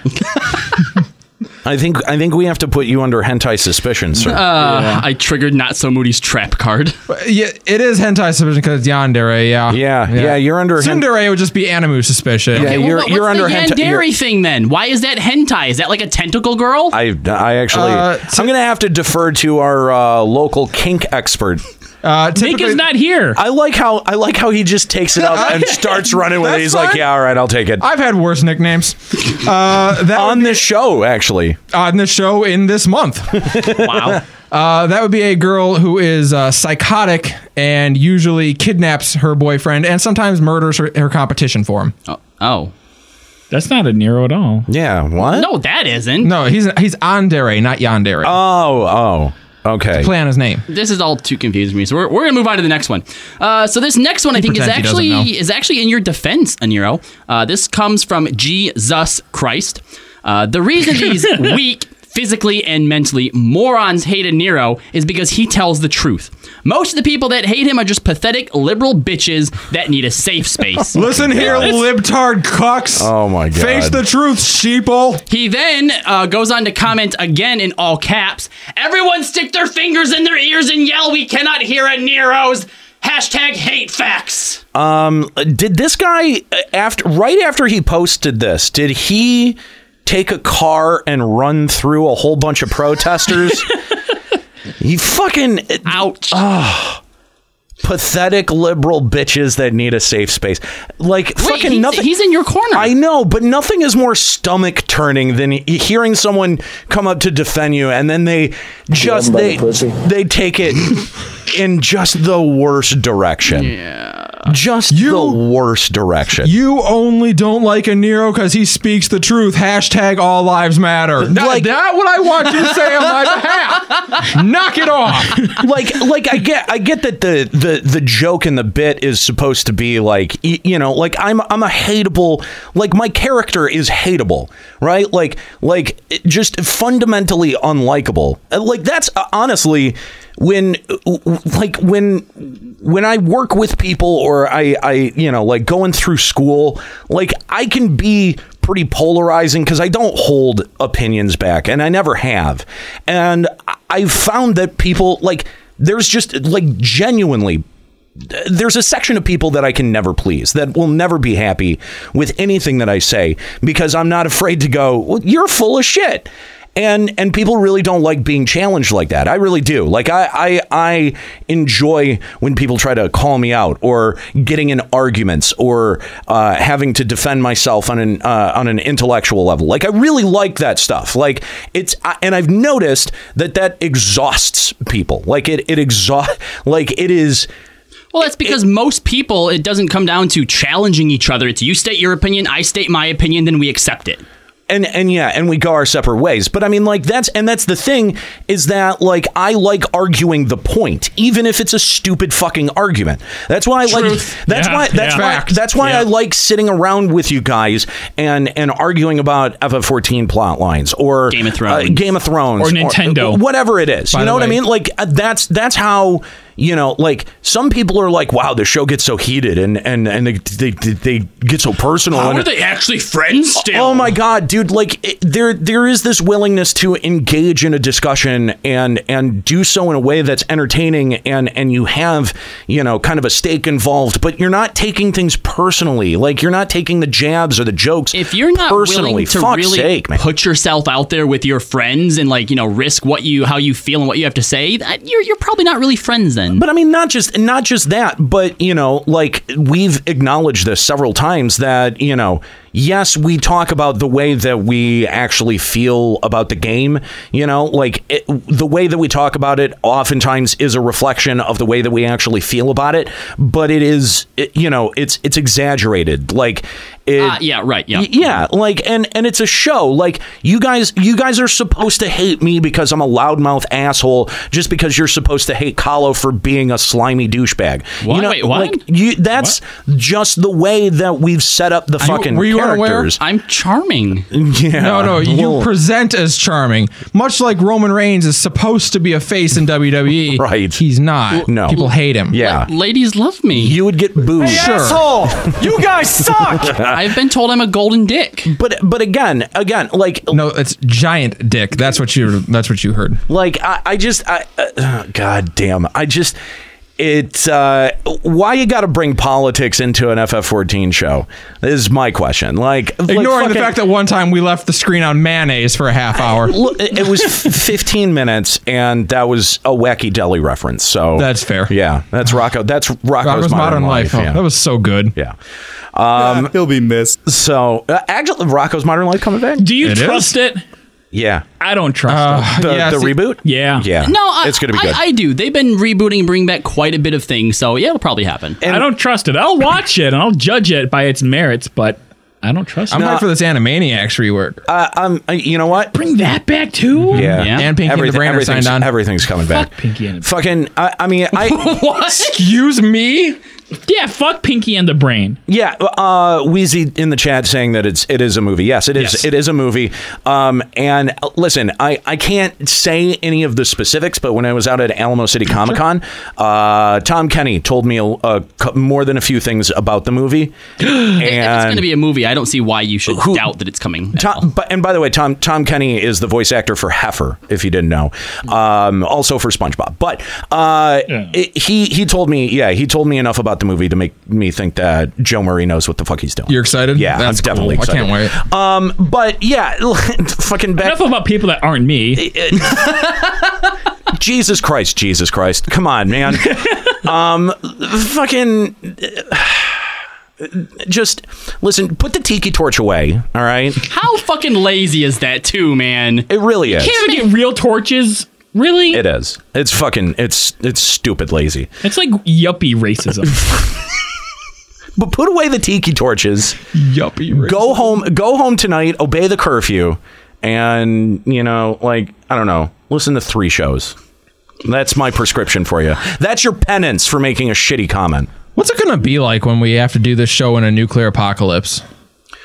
Speaker 7: I think I think we have to put you under hentai suspicion, sir.
Speaker 2: Uh, I triggered not so Moody's trap card.
Speaker 1: But Yeah, it is hentai suspicion because it's yandere. Yeah.
Speaker 7: Yeah, yeah, you're under hen-
Speaker 1: Tsundere would just be anime suspicion.
Speaker 7: Yeah,
Speaker 2: Well,
Speaker 7: you're
Speaker 2: what-
Speaker 7: you're
Speaker 2: what's
Speaker 7: under
Speaker 2: the
Speaker 7: hentai.
Speaker 2: yandere
Speaker 7: you're-
Speaker 2: thing then? Why is that hentai? Is that like a tentacle girl?
Speaker 7: I I actually
Speaker 1: Uh,
Speaker 7: I'm gonna have to defer to our uh, local kink expert.
Speaker 1: Uh,
Speaker 8: Nick
Speaker 1: typically-
Speaker 8: is not here.
Speaker 7: I like how I like how he just takes it up and starts running with it.
Speaker 1: That's
Speaker 7: He's like,
Speaker 1: fine.
Speaker 7: yeah, all right, I'll take it.
Speaker 1: I've had worse nicknames. Uh, that
Speaker 7: On this show, actually,
Speaker 1: on the show in this month.
Speaker 2: wow.
Speaker 1: Uh, that would be a girl who is uh, psychotic and usually kidnaps her boyfriend and sometimes murders her, her competition for him.
Speaker 2: Oh. oh.
Speaker 8: That's not a Nero at all.
Speaker 7: yeah. What?
Speaker 2: No, that isn't.
Speaker 1: No, he's he's Andere, not Yandere.
Speaker 7: Oh, oh, okay.
Speaker 1: Play on his name.
Speaker 2: This is all too confusing to me. So we're, we're gonna move on to the next one. Uh, so this next one I think is
Speaker 1: pretends he doesn't
Speaker 2: actually
Speaker 1: know.
Speaker 2: is actually in your defense, Aniro. Uh, this comes from Jesus Christ. Uh, the reason these weak, physically and mentally morons hated Nero is because he tells the truth. Most of the people that hate him are just pathetic liberal bitches that need a safe space.
Speaker 1: Listen here, libtard cucks.
Speaker 7: Oh, my God.
Speaker 1: Face the truth, sheeple.
Speaker 2: He then uh, goes on to comment again in all caps Everyone stick their fingers in their ears and yell, We cannot hear a Nero's! Hashtag hate facts.
Speaker 7: Um, did this guy uh, after right after he posted this? Did he take a car and run through a whole bunch of protesters? you fucking uh,
Speaker 2: Ouch.
Speaker 7: pathetic liberal bitches that need a safe space. Like fucking
Speaker 2: he's,
Speaker 7: nothing.
Speaker 2: he's in your corner.
Speaker 7: I know, but nothing is more stomach turning than he- hearing someone come up to defend you and then they just they they take it in just the worst direction. Yeah. Just the worst direction.
Speaker 1: You only don't like a Nero because he speaks the truth. Hashtag all lives matter. That,
Speaker 7: Like-
Speaker 1: that what I want you to say on my behalf. Knock it off.
Speaker 7: like like I get I get that the the the joke and the bit is supposed to be like y- you know like I'm I'm a hateable like my character is hateable right like like it- just fundamentally unlikable Uh, like that's uh, honestly when w- w- like when when I work with people or I I you know like going through school like I can be pretty polarizing because I don't hold opinions back and I never have. And I- I've found that people like there's just like genuinely there's a section of people that I can never please that will never be happy with anything that I say because I'm not afraid to go, well, you're full of shit. And and people really don't like being challenged like that. I really do. Like I I, I enjoy when people try to call me out or getting in arguments or uh, having to defend myself on an uh, on an intellectual level. Like I really like that stuff. Like it's I, and I've noticed that that exhausts people. Like it it exhaust like it is
Speaker 2: well, that's because most people, it doesn't come down to challenging each other. It's you state your opinion, I state my opinion, then we accept it.
Speaker 7: and and yeah and we go our separate ways but i mean like that's and that's the thing is that like i like arguing the point even if it's a stupid fucking argument that's why i
Speaker 8: Truth.
Speaker 7: like that's
Speaker 8: Yeah,
Speaker 7: why that's
Speaker 8: yeah.
Speaker 7: why
Speaker 8: Fact.
Speaker 7: that's why
Speaker 8: Yeah.
Speaker 7: i like sitting around with you guys and and arguing about ff14 plot lines or
Speaker 2: Game of Thrones.
Speaker 7: uh, game of thrones
Speaker 8: Or Nintendo.
Speaker 7: whatever it is
Speaker 1: By
Speaker 7: you know
Speaker 1: the
Speaker 7: what i
Speaker 1: way-
Speaker 7: mean like uh, that's that's how you know, like some people are like, "Wow, the show gets so heated and and and they they, they get so personal."
Speaker 2: How
Speaker 7: and
Speaker 2: are they actually friends still?
Speaker 7: Oh my god, dude! Like it, there, there is this willingness to engage in a discussion and and do so in a way that's entertaining and and you have you know kind of a stake involved, but you're not taking things personally. Like you're not taking the jabs or the jokes. If
Speaker 2: you're not
Speaker 7: personally,
Speaker 2: willing to
Speaker 7: fuck's
Speaker 2: really
Speaker 7: sake, man.
Speaker 2: put yourself out there with your friends and like you know risk what you how you feel and what you have to say that- you're, you're probably not really friends then
Speaker 7: But I mean, not just not just that, but you know, like we've acknowledged this several times that you know, yes, we talk about the way that we actually feel about the game. You know, like it, the way that we talk about it oftentimes is a reflection of the way that we actually feel about it. But it is, it, you know, it's it's exaggerated. Like, it,
Speaker 2: Ah, yeah, right, yeah.
Speaker 7: Y- yeah, like and and it's a show. Like you guys you guys are supposed to hate me because I'm a loudmouth asshole just because you're supposed to hate Kahlo for being a slimy douchebag.
Speaker 2: What?
Speaker 7: You know,
Speaker 2: Wait, what?
Speaker 7: like you that's just the way that we've set up the fucking characters.
Speaker 2: i'm charming
Speaker 7: yeah
Speaker 1: Oh, No, no, you
Speaker 7: Well-
Speaker 1: present as charming, much like Roman Reigns is supposed to be a face in E. WWE. right, he's not.
Speaker 7: No.
Speaker 1: people hate him.
Speaker 7: Yeah,
Speaker 2: ladies love me
Speaker 7: you would get booed
Speaker 1: Hey, Sure.
Speaker 7: asshole!
Speaker 12: You guys suck!
Speaker 2: i've been told i'm a golden dick
Speaker 7: but but again again like
Speaker 1: no, it's giant dick. That's what you. That's what you heard.
Speaker 7: Like I, I just I uh, oh, god damn I just it's uh, why you got to bring politics into an FF14 show is my question. Like
Speaker 1: Ignoring the fact that one time we left the screen on mayonnaise for a half hour.
Speaker 7: Look, it was 15 minutes, and that was a wacky deli reference. So
Speaker 1: That's fair.
Speaker 7: Yeah, that's Rocco. That's Rocco's,
Speaker 1: Rocco's Modern Life. Oh, that was so good.
Speaker 7: Yeah, um, he'll be missed. So uh, actually, Rocco's Modern Life coming back.
Speaker 8: Do you trust it?
Speaker 7: Yeah,
Speaker 8: I don't trust
Speaker 1: Uh,
Speaker 8: it.
Speaker 7: the, the reboot.
Speaker 8: Yeah,
Speaker 7: yeah.
Speaker 2: no I,
Speaker 7: it's gonna be
Speaker 2: I,
Speaker 7: good.
Speaker 2: I do they've been rebooting and bringing back quite a bit of things so yeah it'll probably happen
Speaker 8: I don't trust it. I'll watch it and I'll judge it by its merits, but I don't trust
Speaker 1: I'm
Speaker 8: it.
Speaker 1: ready for this Animaniacs rework.
Speaker 7: Uh, um, uh, you know what?
Speaker 8: Bring that back too.
Speaker 7: Yeah.
Speaker 1: And Pinky and the
Speaker 7: Everything-
Speaker 1: Brain are
Speaker 7: everything's-
Speaker 1: signed on.
Speaker 7: Everything's coming back.
Speaker 8: Pinky and
Speaker 7: Fucking, I, I mean, I.
Speaker 8: what?
Speaker 1: Excuse me.
Speaker 8: Yeah, fuck Pinky and the Brain.
Speaker 7: Yeah, uh, Wheezy in the chat saying that it's it is a movie. Yes, it is. It is a movie. Um, and uh, listen, I, I can't say any of the specifics, but when I was out at Alamo City Comic Con, uh, Tom Kenny told me a, a cou- more than a few things about the movie. and
Speaker 2: if it's going to be a movie i don't see why you should doubt that it's coming
Speaker 7: Tom, but, and by the way, Tom Tom Kenny is the voice actor for Heifer, if you didn't know, um, also for SpongeBob. But uh, it- he he told me, yeah, he told me enough about the movie to make me think that Joe Murray knows what the fuck he's doing.
Speaker 1: You're excited?
Speaker 7: yeah,
Speaker 1: That's
Speaker 7: I'm definitely.
Speaker 1: cool. I
Speaker 7: Excited.
Speaker 1: can't wait.
Speaker 7: Um, but yeah, fucking back.
Speaker 8: Enough about people that aren't me.
Speaker 7: Jesus Christ, Jesus Christ, come on, man. um, fucking. Just listen. Put the tiki torch away. All right.
Speaker 2: how fucking lazy is that too man it
Speaker 7: really is.
Speaker 8: Can't even get real torches. Really?
Speaker 7: It is. It's fucking. It's it's stupid lazy.
Speaker 8: It's like yuppie racism.
Speaker 7: But put away the tiki torches.
Speaker 1: Yuppie. racism.
Speaker 7: Go home. Go home tonight. Obey the curfew, and you know, like I don't know. Listen to three shows. That's my prescription for you. That's your penance for making a shitty comment.
Speaker 1: What's it gonna be like when we have to do this show in a nuclear apocalypse?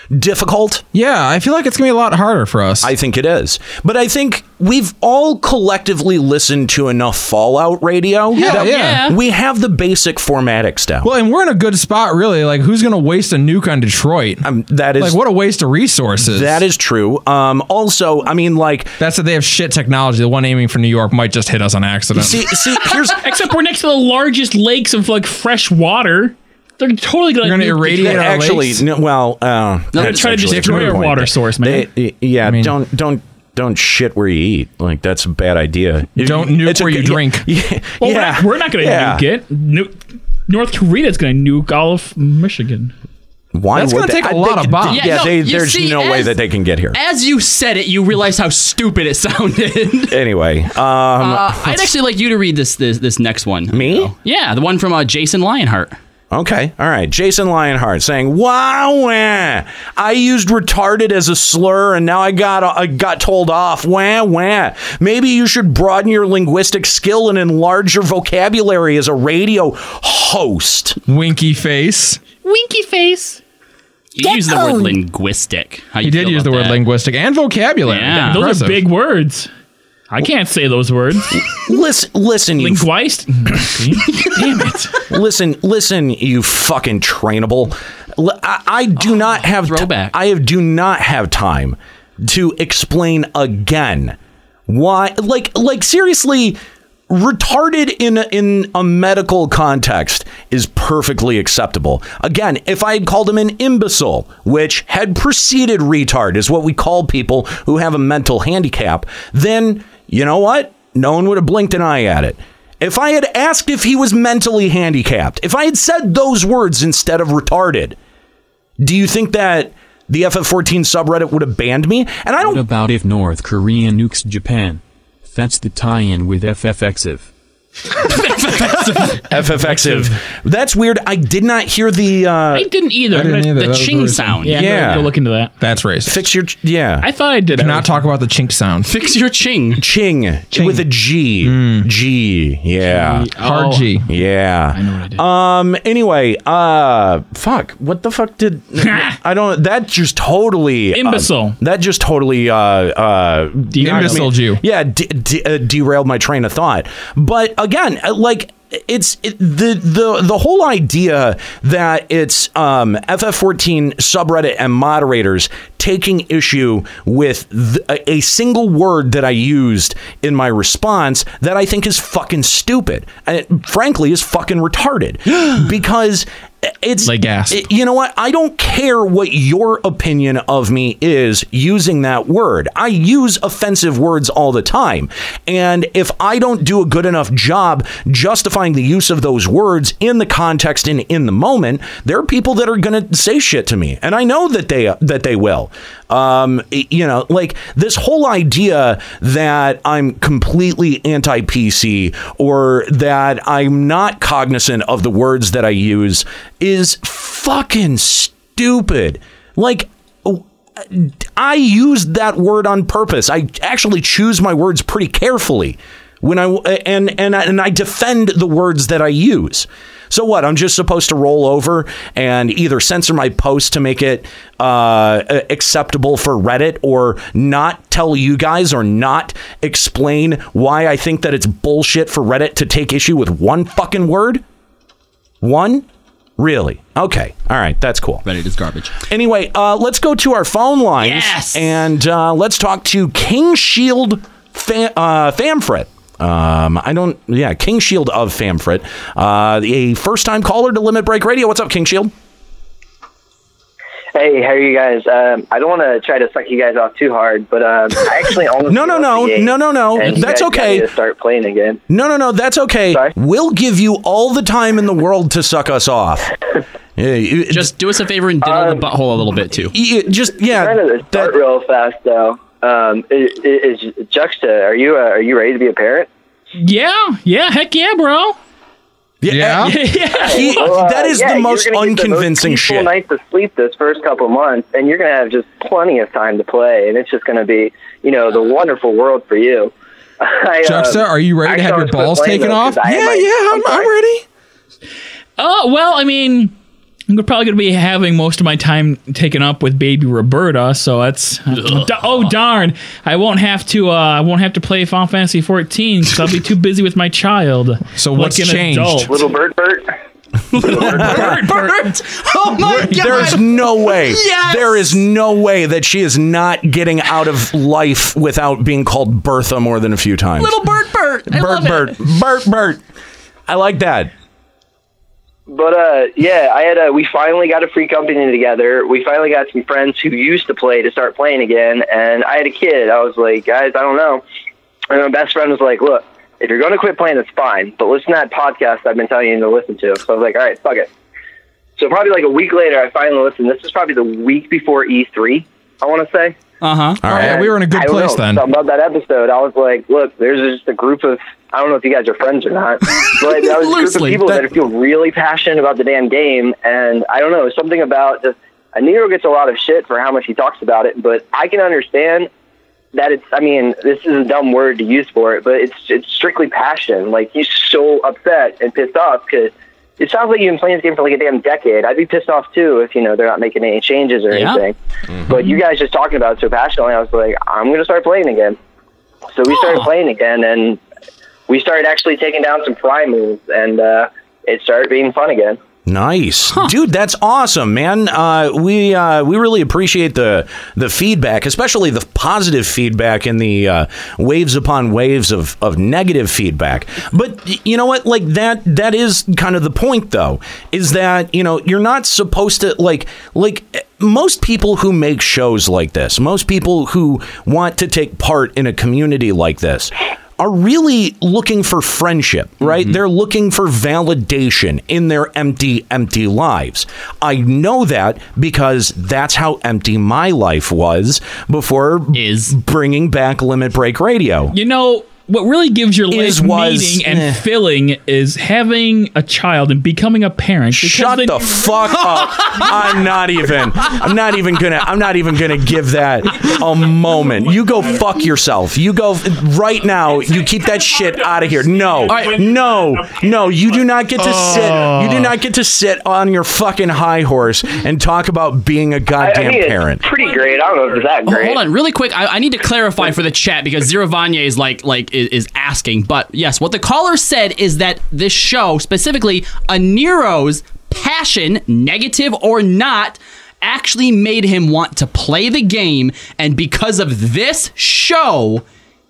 Speaker 7: Difficult.
Speaker 1: Yeah, I feel like it's gonna be a lot harder for us.
Speaker 7: I think it is. But I think we've all collectively listened to enough Fallout radio.
Speaker 1: Yeah,
Speaker 7: that
Speaker 1: yeah.
Speaker 7: We have the basic formatics down.
Speaker 1: well, and we're in a good spot, really. Like, who's gonna waste a nuke on Detroit?
Speaker 7: Um, that is
Speaker 1: like what a waste of resources.
Speaker 7: that is true. Um, also, I mean, like,
Speaker 1: That's that they have shit technology. The one aiming for New York might just hit us on accident.
Speaker 7: see, see, here's
Speaker 8: Except we're next to the largest lakes of like fresh water. They're totally gonna,
Speaker 1: They're gonna
Speaker 8: nuke the
Speaker 1: irradiate
Speaker 8: shit.
Speaker 1: our
Speaker 7: actually,
Speaker 1: lakes?
Speaker 7: no, well, uh,
Speaker 8: They're gonna
Speaker 7: that's
Speaker 8: try to
Speaker 7: actually a
Speaker 8: destroy
Speaker 7: good
Speaker 8: our
Speaker 7: point.
Speaker 8: water source, man.
Speaker 7: They- yeah,
Speaker 1: I mean-
Speaker 7: don't don't don't shit where you eat. Like that's a bad idea.
Speaker 1: Don't nuke
Speaker 7: It's a
Speaker 1: where you
Speaker 7: good-
Speaker 1: drink.
Speaker 7: Yeah,
Speaker 8: Well, we're
Speaker 7: yeah.
Speaker 8: not- we're not gonna
Speaker 7: Yeah.
Speaker 8: nuke it. Nu- North Korea's gonna nuke all of Michigan.
Speaker 7: Why
Speaker 1: That's
Speaker 7: would
Speaker 1: gonna
Speaker 7: they-
Speaker 1: take a
Speaker 7: I
Speaker 1: lot
Speaker 7: think-
Speaker 1: of bombs.
Speaker 7: Yeah,
Speaker 2: Yeah, no,
Speaker 7: they,
Speaker 2: you
Speaker 7: there's
Speaker 2: see,
Speaker 7: no way
Speaker 2: as-
Speaker 7: that they can get here.
Speaker 2: as you said it you realize how stupid it sounded
Speaker 7: Anyway, um,
Speaker 2: Uh, I'd actually like you to read this this, this next one.
Speaker 7: Me?
Speaker 2: Yeah, the one from uh, Jason Lionheart.
Speaker 7: Okay. All right. Jason Lionheart saying, "Wow, wah, I used retarded as a slur, and now I got I got told off. Wah, wah. Maybe you should broaden your linguistic skill and enlarge your vocabulary as a radio host."
Speaker 1: Winky face.
Speaker 8: Winky face.
Speaker 2: You used the word linguistic. How
Speaker 1: He
Speaker 2: you
Speaker 1: did
Speaker 2: feel
Speaker 1: use the
Speaker 2: about
Speaker 1: word
Speaker 2: that?
Speaker 1: linguistic and vocabulary.
Speaker 2: Yeah.
Speaker 8: Those
Speaker 1: Impressive.
Speaker 8: are big words. I can't say those words.
Speaker 7: listen, listen,
Speaker 8: you Damn it!
Speaker 7: Listen, listen, you fucking trainable. L- I, I do not have t- I have do not have time to explain again why. Like, like seriously, retarded in a, in a medical context is perfectly acceptable. Again, if I had called him an imbecile, which had preceded retard, is what we call people who have a mental handicap, then you know what? No one would have blinked an eye at it. If I had asked if he was mentally handicapped, if I had said those words instead of retarded, do you think that the FF14 subreddit would have banned me? And I don't.
Speaker 13: What about if North Korea nukes Japan? That's the tie-in with FFXiv.
Speaker 7: FFXiv. That's weird. I did not hear the. Uh, I
Speaker 8: didn't either. The- the ching sound. Yeah, I'm gonna go look into that.
Speaker 1: That's racist.
Speaker 7: Fix your. Yeah.
Speaker 8: I thought I did. Oh.
Speaker 1: Cannot talk about the chink sound.
Speaker 2: Fix your ching.
Speaker 7: Ching. With a G. G. Yeah.
Speaker 1: G. Hard Oh. G.
Speaker 7: Yeah. I know what I did. Um, anyway, uh, fuck. What the fuck did. I don't. That just totally. uh,
Speaker 8: Imbecile.
Speaker 7: that just totally. Uh, uh,
Speaker 1: Imbecile Jew.
Speaker 7: Yeah. De- de- uh, derailed my train of thought. But again, uh, like. It's it, the the the whole idea that it's um, FF14 subreddit and moderators taking issue with th- a, a single word that I used in my response that I think is fucking stupid. And it, frankly, is fucking retarded because uh, it's
Speaker 1: They gasp.
Speaker 7: it- you know what? I don't care what your opinion of me is using that word. I use offensive words all the time. And if I don't do a good enough job justifying the use of those words in the context and in the moment, there are people that are going to say shit to me. And I know that they that they will. Um, it- you know, like this whole idea that I'm completely anti PC or that I'm not cognizant of the words that I use is fucking stupid. Like, I used that word on purpose. I actually choose my words pretty carefully when I and and I, and I defend the words that I use. So what? I'm just supposed to roll over and either censor my post to make it uh, acceptable for Reddit, or not tell you guys, or not explain why I think that it's bullshit for Reddit to take issue with one fucking word. One? Really? Okay. All right. That's cool.
Speaker 2: Reddit is garbage.
Speaker 7: Anyway, uh, let's go to our phone lines and uh, let's talk to King Shield fa- uh, Famfret. Um, I don't. Yeah, King Shield of Famfret, uh, a first-time caller to Limit Break Radio. What's up, King Shield?
Speaker 14: Hey, how are you guys? Um, I don't want to try to suck you guys off too hard, but um, I actually almost
Speaker 7: No, no, no. No, no, no.
Speaker 14: And you
Speaker 7: That's
Speaker 14: guys got
Speaker 7: okay.
Speaker 14: me To start playing again.
Speaker 7: No, no, no. That's okay. We'll give you all the time in the world to suck us off. Yeah, you-
Speaker 2: Just do us a favor and diddle
Speaker 7: Uh,
Speaker 2: the butthole a little bit too.
Speaker 7: you- just yeah.
Speaker 14: Trying to start real fast though. Um, is, is Juxta? Are you uh, are you ready to be a parent?
Speaker 8: Yeah, yeah, heck yeah, bro.
Speaker 7: Yeah,
Speaker 8: yeah.
Speaker 7: He- that is
Speaker 14: yeah,
Speaker 7: the
Speaker 14: you're
Speaker 7: most
Speaker 14: gonna get the
Speaker 7: unconvincing
Speaker 14: most peaceful
Speaker 7: shit.
Speaker 14: Nights of sleep this first couple months, and you're gonna have just plenty of time to play, and it's just gonna be, you know, the wonderful world for you. I, um,
Speaker 1: Juxta, are you ready to have
Speaker 14: actually, I
Speaker 1: your
Speaker 14: was gonna
Speaker 1: balls
Speaker 14: complain,
Speaker 1: taken
Speaker 14: though,
Speaker 1: off?
Speaker 14: 'cause I had my-
Speaker 1: I'm, I'm ready.
Speaker 8: Oh well, I mean, I'm probably gonna be having most of my time taken up with baby Roberta, so that's D- oh darn! I won't have to. Uh, I won't have to play Final Fantasy 14 because I'll be too busy with my child. So
Speaker 1: what's changed?
Speaker 14: Little bird, bird.
Speaker 2: Oh my god!
Speaker 7: There's no way.
Speaker 2: Yes!
Speaker 7: There is no way that she is not getting out of life without being called Bertha more than a few times.
Speaker 2: Little Bert Bert. I
Speaker 7: Bert,
Speaker 2: love it.
Speaker 7: Bert, Bert, Bert. I like that.
Speaker 14: But uh, yeah, I had a. We finally got a free company together. We finally got some friends who used to play to start playing again. And I had a kid. I was like, guys, I don't know. And my best friend was like, look, if you're going to quit playing, it's fine. But listen to that podcast I've been telling you to listen to. So I was like, all right, fuck it. So probably like a week later, I finally listened. This was probably the week before E3. I want to say.
Speaker 2: Uh huh.
Speaker 1: All right,
Speaker 14: And
Speaker 1: we were in a good
Speaker 14: I don't
Speaker 1: place
Speaker 14: know,
Speaker 1: then.
Speaker 14: something About that episode, I was like, look, there's just a group of I don't know if you guys are friends or not, but that was a group of
Speaker 2: Loosely,
Speaker 14: people that,
Speaker 2: that-
Speaker 14: feel really passionate about the damn game, and I don't know something about just. Nero gets a lot of shit for how much he talks about it, but I can understand that it's I mean, this is a dumb word to use for it, but it's it's strictly passion. Like he's so upset and pissed off because it sounds like you've been playing this game for like a damn decade. I'd be pissed off too if you know they're not making any changes or
Speaker 2: Yeah.
Speaker 14: anything. But you guys just talking about it so passionately, I was like, I'm gonna start playing again.
Speaker 15: So we started playing again, and we started actually taking down some primals, and uh, it started being fun again.
Speaker 7: Nice, dude. That's awesome, man. Uh, we uh, we really appreciate the the feedback, especially the positive feedback and the uh, waves upon waves of, of negative feedback. But y- you know what? Like that that is kind of the point, though, is that you know you're not supposed to like like eh, most people who make shows like this, most people who want to take part in a community like this are really looking for friendship, right? They're looking for validation in their empty, empty lives. I know that because that's how empty my life was before is bringing back Limit Break Radio.
Speaker 8: You know what really gives your life
Speaker 7: Is was-
Speaker 8: meaning and
Speaker 7: eh.
Speaker 8: filling is having a child and becoming a parent.
Speaker 7: Shut the fuck up! I'm not even. I'm not even gonna. I'm not even gonna give that a moment. You go fuck yourself. You go right now. You keep that shit out of here. No, no, no. You do not get to sit. You do not get to sit on your fucking high horse and talk about being a goddamn parent.
Speaker 15: Pretty great. I don't know if it's that
Speaker 2: Oh,
Speaker 15: great.
Speaker 2: hold on, really quick. I, I need to clarify for the chat because Zero Vanya is like like is, is asking. But yes, what the caller said is that this show, specifically a Nero's passion, negative or not, actually made him want to play the game, and because of this show,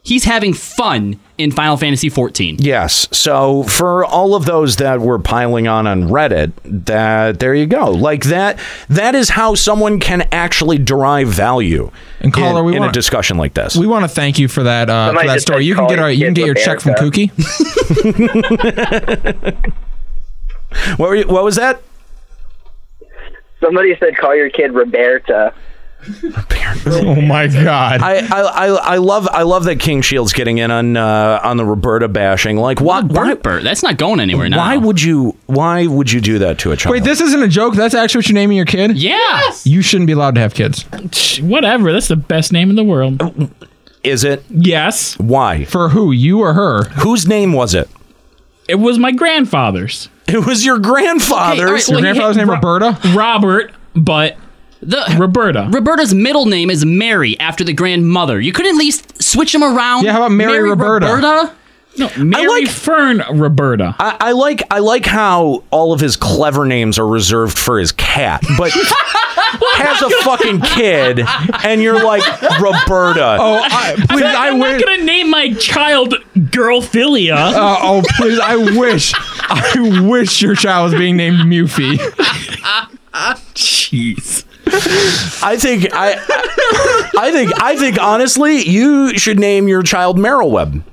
Speaker 2: he's having fun in Final Fantasy 14.
Speaker 7: Yes. So for all of those that were piling on on Reddit, that there you go. Like that. That is how someone can actually derive value
Speaker 1: And caller,
Speaker 7: in,
Speaker 1: we
Speaker 7: in
Speaker 1: wanna-
Speaker 7: a discussion like this.
Speaker 1: We want to thank you for that uh, for
Speaker 7: Somebody
Speaker 1: that
Speaker 7: just
Speaker 1: story.
Speaker 7: said
Speaker 1: You can
Speaker 7: call
Speaker 1: get our
Speaker 7: your
Speaker 1: you can get
Speaker 7: kids
Speaker 1: your
Speaker 7: a
Speaker 1: check from
Speaker 7: bear,
Speaker 1: Kookie.
Speaker 7: what, were you, what was that?
Speaker 15: Somebody said call your kid Roberta.
Speaker 1: Oh my god!
Speaker 7: I, I I I love I love that King Shields getting in on uh, on the Roberta bashing. Like what? Why,
Speaker 2: that's not going anywhere now.
Speaker 7: Why would you? Why would you do that to a child?
Speaker 1: Wait, this isn't a joke. That's actually what you're naming your kid.
Speaker 2: Yeah.
Speaker 1: You shouldn't be allowed to have kids.
Speaker 8: Whatever. That's the best name in the world.
Speaker 7: Is it?
Speaker 8: Yes.
Speaker 7: Why?
Speaker 1: For who? You or her?
Speaker 7: Whose name was it?
Speaker 8: It was my grandfather's.
Speaker 7: It was your grandfather's.
Speaker 1: Your grandfather's name Roberta?
Speaker 8: Robert, but
Speaker 2: the
Speaker 8: Roberta.
Speaker 2: Roberta's middle name is Mary after the grandmother. You could at least switch him around.
Speaker 8: Yeah, how about Mary Roberta? No, Mary Fern Roberta.
Speaker 7: I, I like I like how all of his clever names are reserved for his cat, but has a fucking kid, and you're like Roberta.
Speaker 1: Oh, I, please! I,
Speaker 8: I'm
Speaker 1: wish.
Speaker 8: not gonna name my child Girlphilia.
Speaker 1: Uh, oh, please! I wish. I wish your child was being named Mufi.
Speaker 8: Jeez.
Speaker 7: I think I, I think I think honestly, you should name your child Merrill Webb.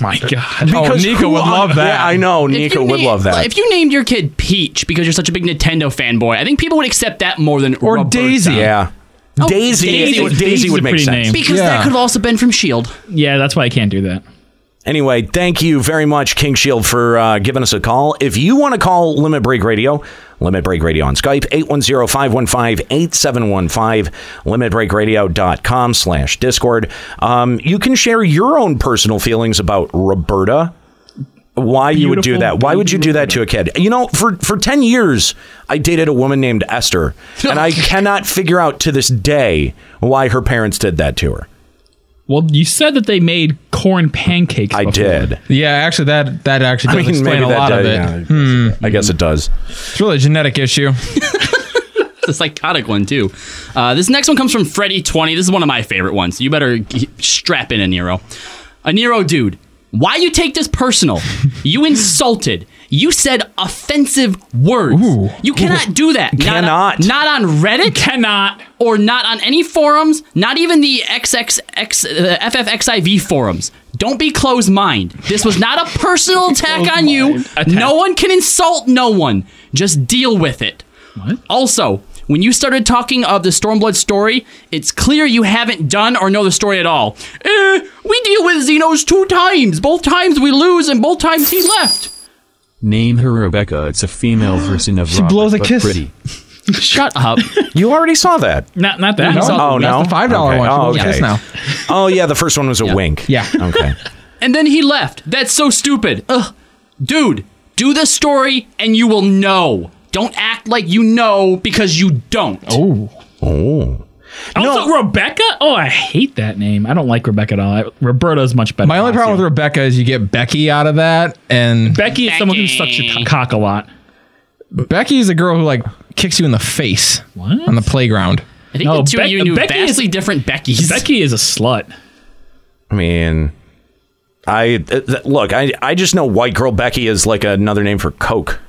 Speaker 1: My God!
Speaker 7: Because
Speaker 1: oh, Nika
Speaker 7: who
Speaker 1: would
Speaker 7: on-
Speaker 1: love that.
Speaker 7: Yeah, I know
Speaker 2: If
Speaker 7: Nika
Speaker 2: you
Speaker 7: would
Speaker 2: na-
Speaker 7: love that.
Speaker 2: If you named your kid Peach because you're such a big Nintendo fanboy, I think people would accept that more than or
Speaker 7: Daisy. Yeah.
Speaker 2: Oh,
Speaker 7: Daisy, Daisy, would,
Speaker 8: Daisy's a
Speaker 7: make
Speaker 8: pretty
Speaker 7: sense
Speaker 8: name.
Speaker 2: because that could have also been from Shield.
Speaker 8: Yeah, that's why I can't do that.
Speaker 7: Anyway, thank you very much, King Shield, for uh, giving us a call. If you want to call Limit Break Radio, Limit Break Radio on Skype, 810-515-8715, limitbreakradio.com slash Discord. Um, you can share your own personal feelings about Roberta, why you would do
Speaker 16: Beautiful
Speaker 7: that. Why would you do that to a kid? You know, for, for 10 years, I dated a woman named Esther, and I cannot figure out to this day why her parents did that to her.
Speaker 8: Well, you said that they made corn pancakes. I
Speaker 7: did.
Speaker 1: Yeah, actually, that that actually
Speaker 7: I
Speaker 1: does
Speaker 7: mean,
Speaker 1: explain
Speaker 7: maybe
Speaker 1: a
Speaker 7: that
Speaker 1: lot of
Speaker 7: does,
Speaker 1: it.
Speaker 7: yeah,
Speaker 1: Hmm.
Speaker 7: I guess it does.
Speaker 1: It's really a genetic issue.
Speaker 2: It's a psychotic one too. Uh, this next one comes from Freddy Twenty. This is one of my favorite ones. You better g- strap in a Nero. A Nero dude. Why you take this personal? You insulted. You said offensive words. You cannot do that. Not, on- not on Reddit.
Speaker 8: Cannot.
Speaker 2: Or not on any forums. Not even the XXX, the FFXIV forums. Don't be closed mind. This was not a personal attack on you. No one can insult no one. Just deal with it. Also, when you started talking of the Stormblood story, it's clear you haven't done or know the story at all. Eh, we deal with Xenos two times. Both times we lose, and both times he left.
Speaker 9: Name her Rebecca. It's a female version of
Speaker 8: She
Speaker 9: Robert,
Speaker 8: blows a
Speaker 9: but
Speaker 8: kiss.
Speaker 9: Pretty.
Speaker 2: Shut up.
Speaker 7: You already saw that.
Speaker 8: Not not that.
Speaker 7: Oh no,
Speaker 1: $5 one.
Speaker 7: Oh,
Speaker 1: She goes, "Yes, now."
Speaker 7: oh yeah, the first one was a wink. Yeah. Okay.
Speaker 2: And then he left. That's so stupid. Ugh. Dude, do the story and you will know. Don't act like you know because you don't.
Speaker 8: Oh.
Speaker 7: Oh.
Speaker 8: Also, Rebecca? Oh, I hate that name. I don't like Rebecca at all. I, Roberta's much better.
Speaker 1: My
Speaker 7: Oh,
Speaker 1: only problem with Rebecca is you get Becky out of that, and
Speaker 8: Becky is someone who sucks your t- cock a lot.
Speaker 1: Becky is a girl who like kicks you in the face on the playground.
Speaker 2: I think the two of you knew vastly different Becky's.
Speaker 8: Becky is a slut.
Speaker 7: I mean, I th- th- look. I I just know white girl Becky is like another name for Coke.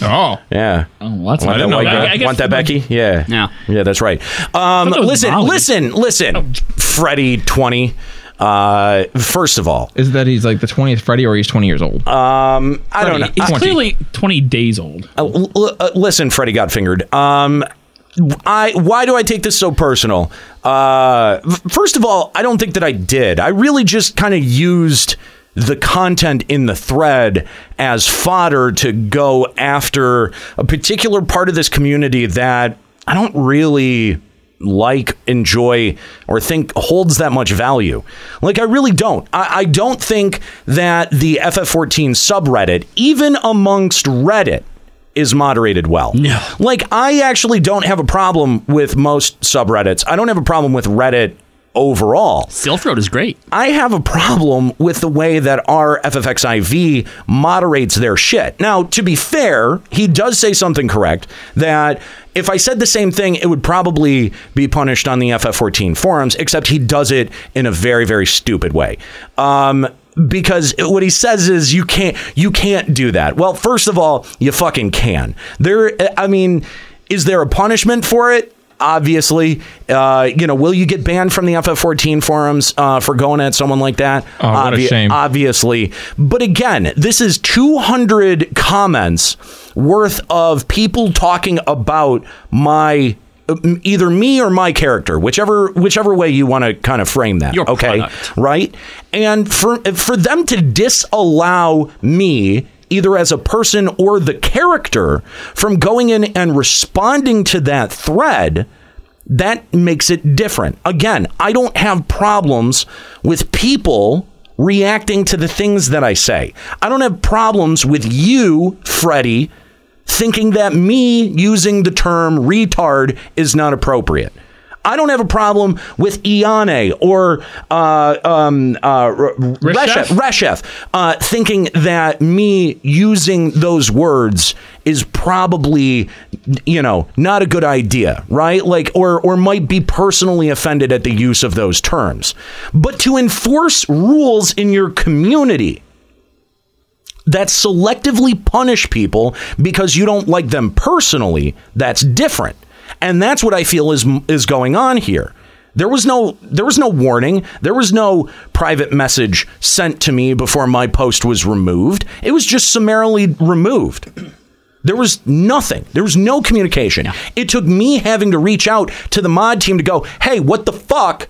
Speaker 1: Oh
Speaker 7: yeah.
Speaker 8: Oh, that's
Speaker 7: want that, white girl- want that Becky? Yeah.
Speaker 2: Yeah.
Speaker 7: Yeah. That's right. Um,
Speaker 2: thought that was
Speaker 7: listen,
Speaker 2: Molly.
Speaker 7: listen, listen,
Speaker 1: Oh.
Speaker 7: Freddy twenty. Uh, first of all,
Speaker 1: is that he's like the twentieth Freddy or he's twenty years old?
Speaker 7: Um, I don't know.
Speaker 1: Freddy. He's clearly
Speaker 8: twenty days old.
Speaker 7: Uh, l- l- uh, listen, Freddie got fingered. Um, I why do I take this so personal? Uh, f- first of all, I don't think that I did. I really just kind of used the content in the thread as fodder to go after a particular part of this community that I don't really like, enjoy, or think holds that much value. Like, I really don't. I, I don't think that the FF14 subreddit, even amongst Reddit, is moderated well. No. Like, I actually don't have a problem with most subreddits. I don't have a problem with Reddit overall.
Speaker 2: Silk Road is great.
Speaker 7: I have a problem with the way that our FFXIV moderates their shit. Now, to be fair, he does say something correct that if I said the same thing, it would probably be punished on the FF14 forums, except he does it in a very, very stupid way. Um, because what he says is you can't you can't do that. Well, first of all, you fucking can. There I mean, is there a punishment for it? obviously. Uh, you know, will you get banned from the FF14 forums uh, for going at someone like that?
Speaker 1: Oh, what a shame.
Speaker 7: Obviously. But again, this is 200 comments worth of people talking about my either me or my character whichever whichever way you want to kind of frame that
Speaker 2: Your
Speaker 7: okay
Speaker 2: product.
Speaker 7: right and for for them to disallow me either as a person or the character from going in and responding to that thread that makes it different again i don't have problems with people reacting to the things that i say i don't have problems with you freddie thinking that me using the term retard is not appropriate. I don't have a problem with Iane or uh, um, uh, R- Reshef, Reshef, uh, thinking that me using those words is probably, you know, not a good idea, right? Like, or or might be personally offended at the use of those terms. But to enforce rules in your community that selectively punish people because you don't like them personally that's different and that's what i feel is is going on here there was no there was no warning there was no private message sent to me before my post was removed it was just summarily removed there was nothing. There was no communication. It took me having to reach out to the mod team to go, "Hey, what the fuck?"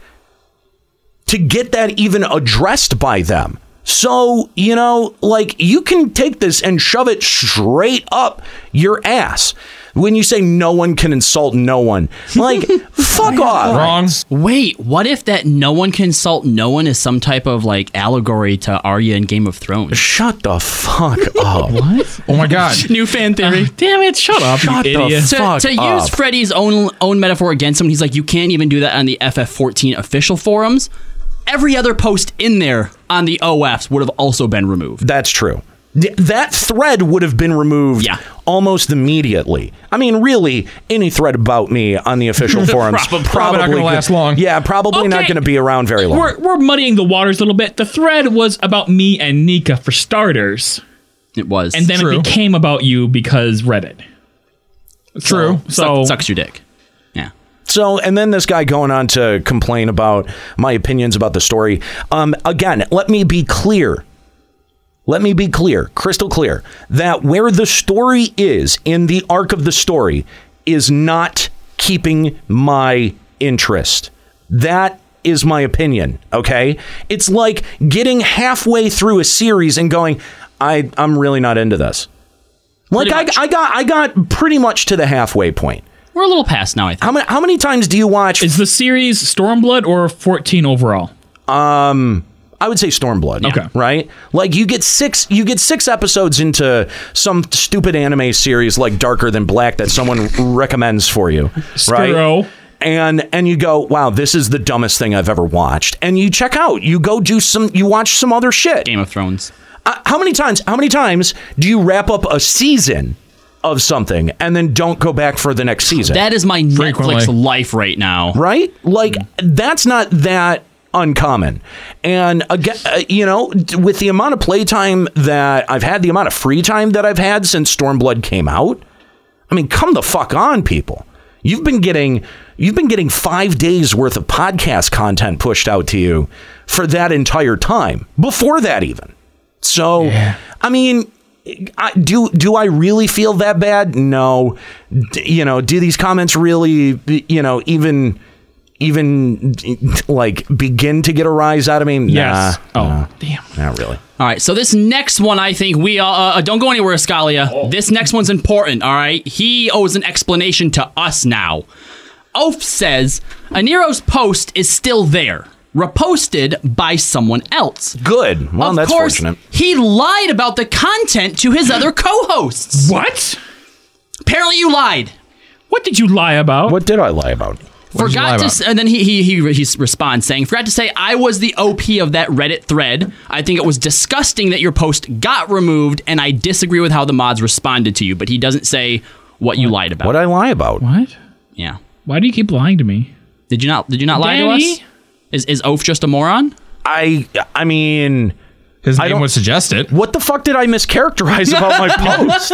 Speaker 7: to get that even addressed by them. So, you know, like you can take this and shove it straight up your ass when you say no one can insult no one. Like, fuck off.
Speaker 2: Wait, what if that no one can insult no one is some type of like allegory to Arya in Game of Thrones?
Speaker 7: Shut the fuck up.
Speaker 2: what?
Speaker 1: Oh my god.
Speaker 2: New fan theory.
Speaker 8: Ah, damn it, shut up,
Speaker 2: Shut
Speaker 8: you idiot.
Speaker 2: the fuck to, to use
Speaker 8: up.
Speaker 2: Freddy's own own metaphor against him, he's like, you can't even do that on the FF14 official forums. Every other post in there on the OFs would have also been removed.
Speaker 7: That's true. Th- that thread would have been removed almost immediately. I mean, really, any thread about me on the official forums
Speaker 8: Probably- probably not gonna
Speaker 7: could-
Speaker 8: last long.
Speaker 7: Yeah, probably not
Speaker 8: Okay.
Speaker 7: going to be around very long.
Speaker 8: We're, we're muddying the waters a little bit. The thread was about me and Nika for starters.
Speaker 2: It was.
Speaker 8: And then
Speaker 2: True.
Speaker 8: it became about you because Reddit.
Speaker 7: True.
Speaker 8: So,
Speaker 2: sucks your dick. Yeah.
Speaker 7: So, and then this guy going on to complain about my opinions about the story. Um, again, let me be clear. Let me be clear, crystal clear, that where the story is in the arc of the story is not keeping my interest. That is my opinion, okay? It's like getting halfway through a series and going, I, I'm really not into this. Like I, I got I got pretty much to the halfway point.
Speaker 2: We're a little past now, I think.
Speaker 7: How many how many times do you watch
Speaker 8: Is the series Stormblood or 14 overall?
Speaker 7: Um, I would say Stormblood.
Speaker 8: Okay.
Speaker 7: right? Like you get six, you get six episodes into some stupid anime series like Darker Than Black that someone recommends for you, right?
Speaker 8: Skuro.
Speaker 7: and and you go, wow, this is the dumbest thing I've ever watched. And you check out. You go do some. You watch some other shit. Game
Speaker 2: of Thrones.
Speaker 7: Uh, how many times? How many times do you wrap up a season of something and then don't go back for the next season?
Speaker 2: That is my Netflix life right now.
Speaker 7: right? Like that's not that uncommon. And again, uh, you know, d- with the amount of playtime that I've had, the amount of free time that I've had since Stormblood came out, I mean, come the fuck on, people. You've been getting you've been getting 5 days worth of podcast content pushed out to you for that entire time. Before that even. So, I mean, I, do do I really feel that bad? No. D- you know, do these comments really, you know, even even like begin to get a rise out of me?
Speaker 2: Yes.
Speaker 7: oh, damn. Not really.
Speaker 2: All right, so this next one, I think we uh, uh don't go anywhere, Scalia. This next one's important. All right, he owes an explanation to us now. Oaf says Aniro's post is still there, reposted by someone else.
Speaker 7: Good. Well,
Speaker 2: of
Speaker 7: Oh, that's
Speaker 2: course,
Speaker 7: fortunate.
Speaker 2: He lied about the content to his other co-hosts.
Speaker 8: What?
Speaker 2: Apparently, you lied.
Speaker 8: What did you lie about?
Speaker 7: What did I lie about?
Speaker 2: Forgot to, s- and then he, he he he responds saying, "Forgot to say I was the OP of that Reddit thread. I think it was disgusting that your post got removed, and I disagree with how the mods responded to you." But he doesn't say what you lied about.
Speaker 7: What I lie about?
Speaker 8: What?
Speaker 2: Yeah.
Speaker 8: Why do you keep lying to me?
Speaker 2: Did you not? Did you not lie to us?
Speaker 8: Danny?
Speaker 2: Is is Oaf just a moron?
Speaker 7: I I mean,
Speaker 1: his
Speaker 2: name
Speaker 1: would suggest it.
Speaker 7: What the fuck did I mischaracterize about my post?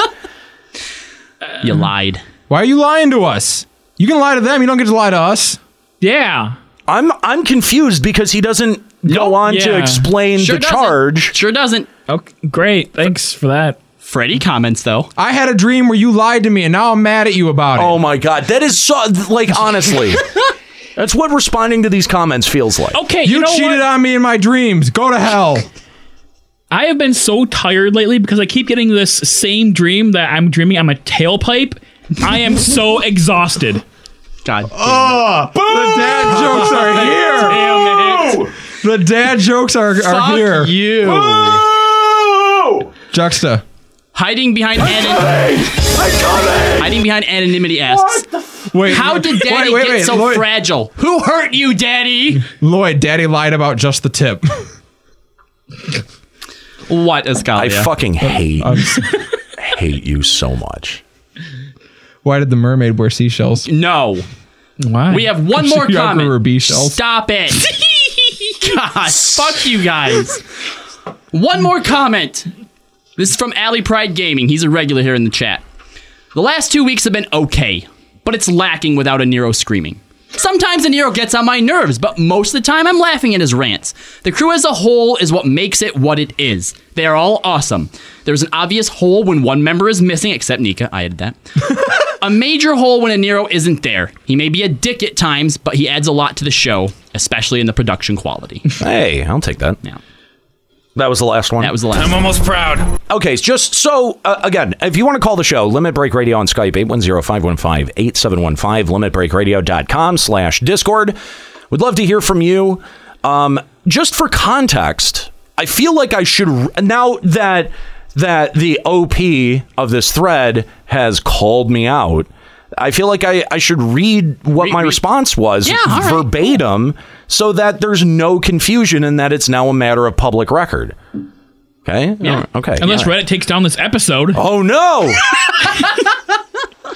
Speaker 2: You lied.
Speaker 1: Why are you lying to us? You can lie to them. You don't get to lie to us.
Speaker 8: Yeah.
Speaker 7: I'm I'm confused because he doesn't go on to
Speaker 8: Yeah.
Speaker 7: explain
Speaker 2: Sure
Speaker 7: the
Speaker 2: doesn't.
Speaker 7: charge.
Speaker 2: Sure doesn't.
Speaker 8: Okay, great. Thanks for that.
Speaker 2: Freddie comments though.
Speaker 1: I had a dream where you lied to me, and now I'm mad at you about it.
Speaker 7: Oh my god, that is so like honestly. That's what responding to these comments feels like.
Speaker 8: Okay,
Speaker 1: you,
Speaker 8: you know
Speaker 1: cheated
Speaker 8: what?
Speaker 1: on me in my dreams. Go to hell.
Speaker 8: I have been so tired lately because I keep getting this same dream that I'm dreaming I'm a tailpipe. I am so exhausted.
Speaker 2: God.
Speaker 1: Oh, the dad jokes are here. The dad jokes are, are
Speaker 2: Fuck
Speaker 1: here.
Speaker 2: you.
Speaker 1: Juxta.
Speaker 2: Hiding behind anonymity. Hiding behind anonymity asks.
Speaker 1: Wait,
Speaker 2: How did
Speaker 1: wait,
Speaker 2: Daddy
Speaker 1: wait,
Speaker 2: get
Speaker 1: wait,
Speaker 2: so
Speaker 1: Lloyd-
Speaker 2: fragile? Who hurt you, Daddy?
Speaker 1: Lloyd, daddy lied about just the tip.
Speaker 2: What is
Speaker 7: I
Speaker 2: Scalia?
Speaker 7: fucking hate
Speaker 1: I'm s-
Speaker 7: hate you so much.
Speaker 1: Why did the mermaid wear seashells?
Speaker 2: No.
Speaker 1: Why?
Speaker 2: We have one more
Speaker 1: She
Speaker 2: comment.
Speaker 1: outgrew her bee shells.
Speaker 2: Stop it. God, fuck you guys. One more comment. This is from Alley Pride Gaming. He's a regular here in the chat. The last two weeks have been okay, but it's lacking without a Nero screaming. Sometimes a Nero gets on my nerves, but most of the time I'm laughing at his rants. The crew as a whole is what makes it what it is. They are all awesome. There's an obvious hole when one member is missing, except Nika. I added that. a major hole when a Nero isn't there. He may be a dick at times, but he adds a lot to the show, especially in the production quality.
Speaker 7: Hey, I'll take that.
Speaker 2: Yeah.
Speaker 7: That was the last one. That
Speaker 2: was the last.
Speaker 7: I'm almost proud. Okay, it's just so uh, again, if you want to call the show, Limit Break Radio on Skype 810-515-8715, limitbreakradio.com slash Discord. We'd love to hear from you. Um, just for context, I feel like I should now that that the OP of this thread has called me out. I feel like I, I should read what my response was
Speaker 2: Yeah, all right.
Speaker 7: verbatim so that there's no confusion and that it's now a matter of public record. Okay?
Speaker 8: Yeah.
Speaker 7: Oh, Okay.
Speaker 8: Unless
Speaker 7: All right.
Speaker 8: Reddit takes down this episode.
Speaker 7: Oh no! uh,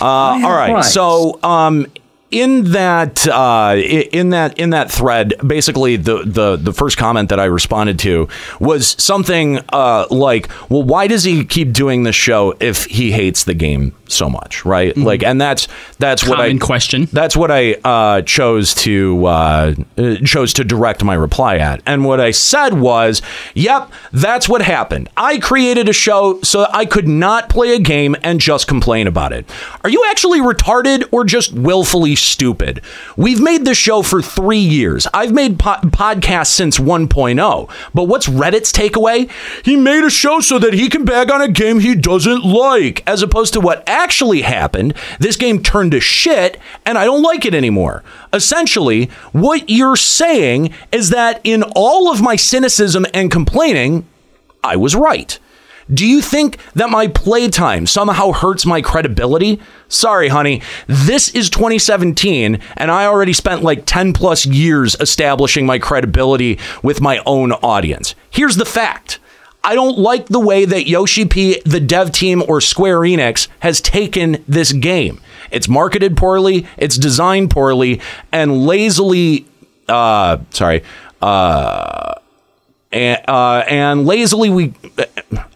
Speaker 7: all right.
Speaker 8: Christ.
Speaker 7: So, um, in that uh, i- in that in that thread, basically the, the the first comment that I responded to was something uh, like, "Well, why does he keep doing this show if he hates the game so much?" Right? Like, and that's that's what
Speaker 2: Mm-hmm.
Speaker 7: I
Speaker 2: Common question.
Speaker 7: That's what I uh, chose to uh, uh, chose to direct my reply at, and what I said was, "Yep, that's what happened. I created a show so I could not play a game and just complain about it. Are you actually retarded or just willfully stupid? We've made this show for three years. I've made po- podcasts since 1.0, but what's Reddit's takeaway? He made a show so that he can bag on a game he doesn't like, as opposed to what actually happened. This game turned to shit, and I don't like it anymore. Essentially, what you're saying is that in all of my cynicism and complaining, I was right. Do you think that my playtime somehow hurts my credibility? Sorry, honey. This is 2017, and I already spent like 10 plus years establishing my credibility with my own audience. Here's the fact. I don't like the way that Yoshi P, the dev team, or Square Enix has taken this game. It's marketed poorly, it's designed poorly, and lazily, uh, sorry, uh, and, uh, and lazily we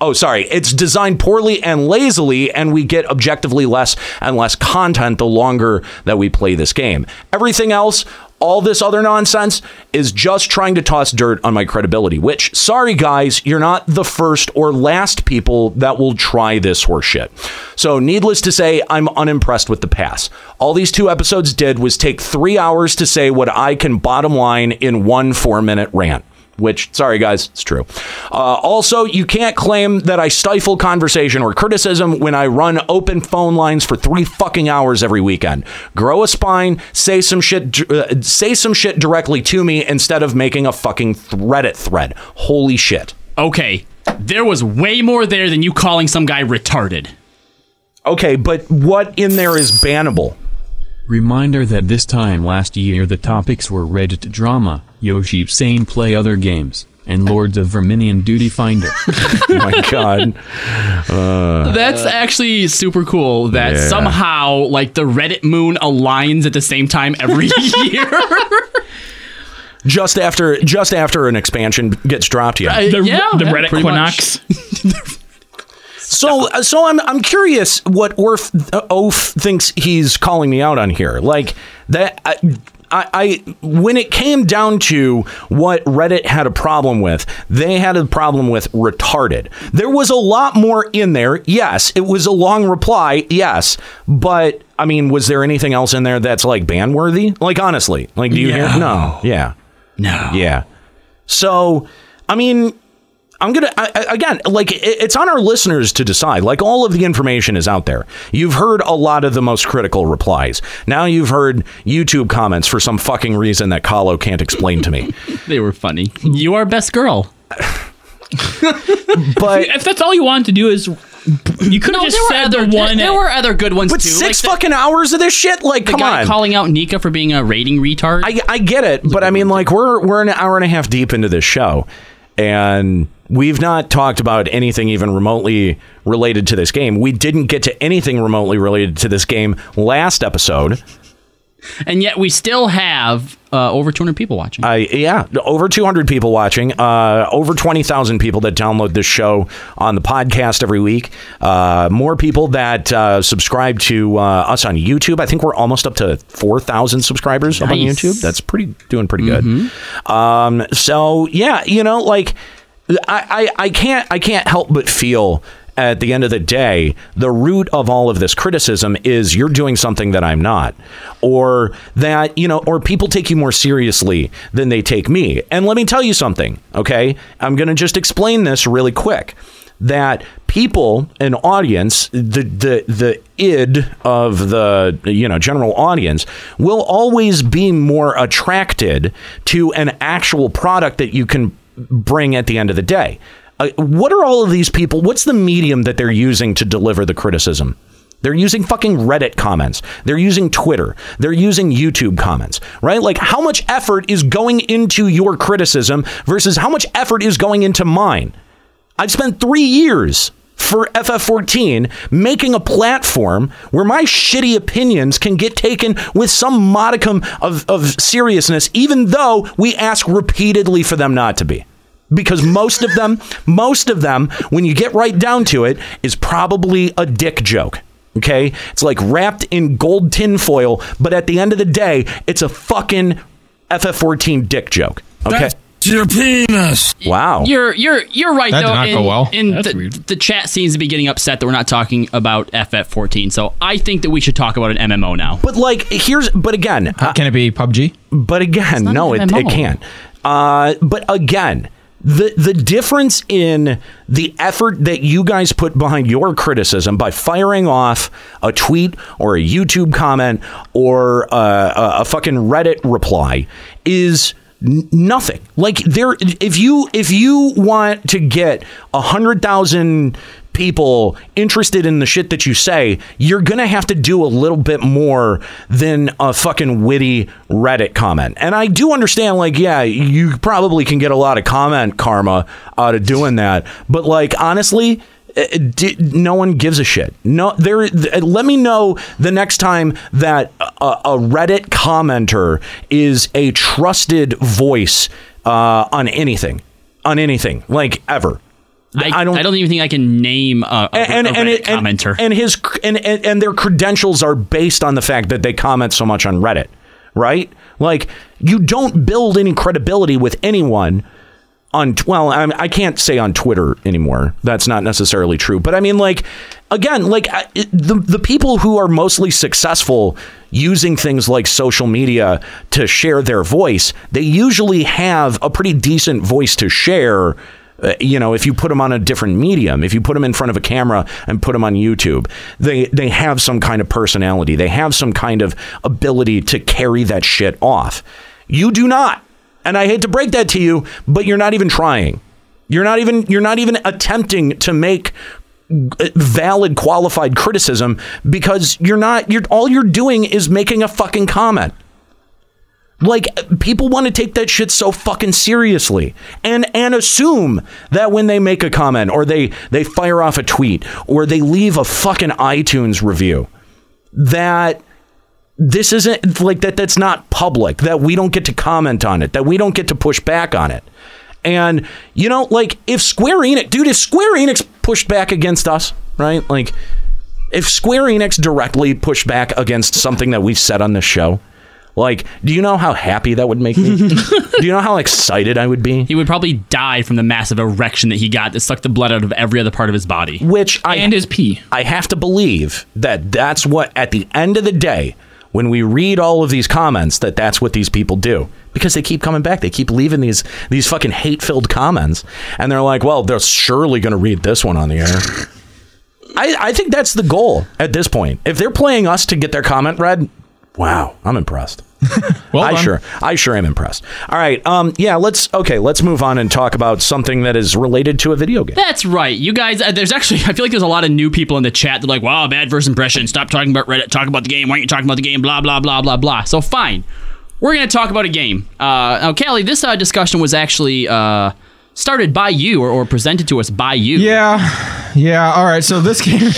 Speaker 7: oh sorry it's designed poorly and lazily and we get objectively less and less content the longer that we play this game everything else all this other nonsense is just trying to toss dirt on my credibility which sorry guys you're not the first or last people that will try this horseshit so needless to say i'm unimpressed with the pass all these two episodes did was take three hours to say what i can bottom line in one four minute rant which, sorry guys, it's true. Uh, also, you can't claim that I stifle conversation or criticism when I run open phone lines for three fucking hours every weekend. Grow a spine, say some shit, uh, say some shit directly to me instead of making a fucking Reddit thread. Holy shit.
Speaker 2: Okay, there was way more there than you calling some guy retarded.
Speaker 7: Okay, but what in there is bannable?
Speaker 9: Reminder that this time last year the topics were Reddit drama, Yoshi saying play other games, and Lords of Verminion Duty Finder. oh
Speaker 7: my god.
Speaker 2: That's actually super cool that
Speaker 9: Yeah.
Speaker 2: somehow like the Reddit moon aligns at the same time every year.
Speaker 7: Just after, just after an expansion gets dropped, yeah.
Speaker 2: Right, The- yeah, the yeah, Reddit pretty much.
Speaker 7: So, uh, so I'm I'm curious what Orf uh, Oaf thinks he's calling me out on here. Like that, I, I, I when it came down to what Reddit had a problem with, they had a problem with retarded. There was a lot more in there. Yes, it was a long reply. Yes, but I mean, was there anything else in there that's like ban worthy? Like honestly, like do you hear? No. Yeah.
Speaker 2: No.
Speaker 7: Yeah. So, I mean, I'm gonna I, I- again, like it- it's on our listeners to decide. Like all of the information is out there. You've heard a lot of the most critical replies. Now you've heard YouTube comments for some fucking reason that Kahlo can't explain to me.
Speaker 2: they were funny. You are best girl.
Speaker 7: But
Speaker 8: if that's all you wanted to do is, you could have
Speaker 2: No,
Speaker 8: just
Speaker 2: there were
Speaker 8: said
Speaker 2: other-
Speaker 8: the one.
Speaker 2: there were other good ones, But too, six like the-
Speaker 7: fucking hours of this shit. Like,
Speaker 2: the
Speaker 7: come
Speaker 2: guy
Speaker 7: on.
Speaker 2: calling out Nika for being a rating retard.
Speaker 7: I, I get it, but I mean, like we're we're an hour and a half deep into this show, and we've not talked about anything even remotely related to this game. We didn't get to anything remotely related to this game last episode.
Speaker 2: And yet we still have uh, over 200 people watching.
Speaker 7: I yeah, over 200 people watching, uh, over 20,000 people that download this show on the podcast every week, uh, more people that uh, subscribe to uh, us on YouTube. I think we're almost up to 4,000 subscribers up on
Speaker 16: Nice.
Speaker 7: YouTube. That's pretty doing pretty good. Um, so yeah, you know, like I, I I can't I can't help but feel. At the end of the day, the root of all of this criticism is you're doing something that I'm not, or that, you know, or people take you more seriously than they take me. And let me tell you something, okay? I'm going to just explain this really quick that people an audience the the the id of the you know general audience will always be more attracted to an actual product that you can bring at the end of the day uh, what are all of these people what's the medium that they're using to deliver the criticism they're using fucking Reddit comments. They're using Twitter. They're using YouTube comments, right? Like, how much effort is going into your criticism versus how much effort is going into mine? I've spent three years for FF14 making a platform where my shitty opinions can get taken with some modicum of, of seriousness, even though we ask repeatedly for them not to be. Because most of them, most of them, when you get right down to it, is probably a dick joke. Okay? It's like wrapped in gold tinfoil, but at the end of the day, it's a fucking FF14 dick joke. Okay.
Speaker 2: That's
Speaker 7: your penis. Wow.
Speaker 2: You're you're you're right
Speaker 7: That did
Speaker 2: though.
Speaker 7: not
Speaker 2: and,
Speaker 7: go well.
Speaker 2: and
Speaker 7: That's
Speaker 2: the, the chat seems to be getting upset that we're not talking about FF14. So I think that we should talk about an MMO now.
Speaker 7: But like, here's. But again,
Speaker 1: can it be PUBG?
Speaker 7: But again, no,
Speaker 2: an
Speaker 7: it, it
Speaker 2: MMO.
Speaker 7: can't. Uh, but again, the the difference in the effort that you guys put behind your criticism by firing off a tweet or a YouTube comment or uh, a, a fucking Reddit reply is N- nothing. Like there, if you if you want to get a hundred thousand people interested in the shit that you say, you're gonna have to do a little bit more than a fucking witty Reddit comment. And I do understand, like, yeah, you probably can get a lot of comment karma out of doing that, but like, honestly. Uh, d- no one gives a shit. No, there. th- let me know the next time that a, a Reddit commenter is a trusted voice uh, on anything, on anything, like ever.
Speaker 2: I, I don't. I don't even think I can name a, a,
Speaker 7: And
Speaker 2: a
Speaker 7: and,
Speaker 2: Reddit
Speaker 7: it- and
Speaker 2: commenter.
Speaker 7: and his cr- and, and and their credentials are based on the fact that they comment so much on Reddit, right? Like you don't build any credibility with anyone on tw- well I, mean, I can't say on twitter anymore that's not necessarily true but i mean like again like I, it- the, the people who are mostly successful using things like social media to share their voice they usually have a pretty decent voice to share uh, you know if you put them on a different medium if you put them in front of a camera and put them on youtube they they have some kind of personality they have some kind of ability to carry that shit off you do not and I hate to break that to you, but you're not even trying. You're not even you're not even attempting to make uh, valid qualified criticism because you're not you're all you're doing is making a fucking comment. Like people want to take that shit so fucking seriously and and assume that when they make a comment or they they fire off a tweet or they leave a fucking iTunes review that this isn't like that that's not public that we don't get to comment on it that we don't get to push back on it and you know like if square enix dude if square enix pushed back against us right like if square enix directly pushed back against something that we've said on this show like do you know how happy that would make me do you know how excited i would be
Speaker 2: he would probably die from the massive erection that he got that sucked the blood out of every other part of his body.
Speaker 7: Which I
Speaker 2: and his pee.
Speaker 7: I have to believe that that's what at the end of the day when we read all of these comments that that's what these people do because they keep coming back they keep leaving these these fucking hate-filled comments and they're like well they're surely going to read this one on the air I, I think that's the goal at this point if they're playing us to get their comment read wow i'm impressed well i sure i sure am impressed all right um yeah let's okay let's move on and talk about something that is related to a video game
Speaker 2: That's right. You guys, uh, there's actually, I feel like there's a lot of new people in the chat. They're like, wow, bad first impression. Stop talking about Reddit. Talk about the game. Why aren't you talking about the game? Blah, blah, blah, blah, blah. So, fine. We're going to talk about a game. Uh, now, Callie, this uh, discussion was actually uh, started by you or, or presented to us by you.
Speaker 1: Yeah. Yeah. All right. So this game.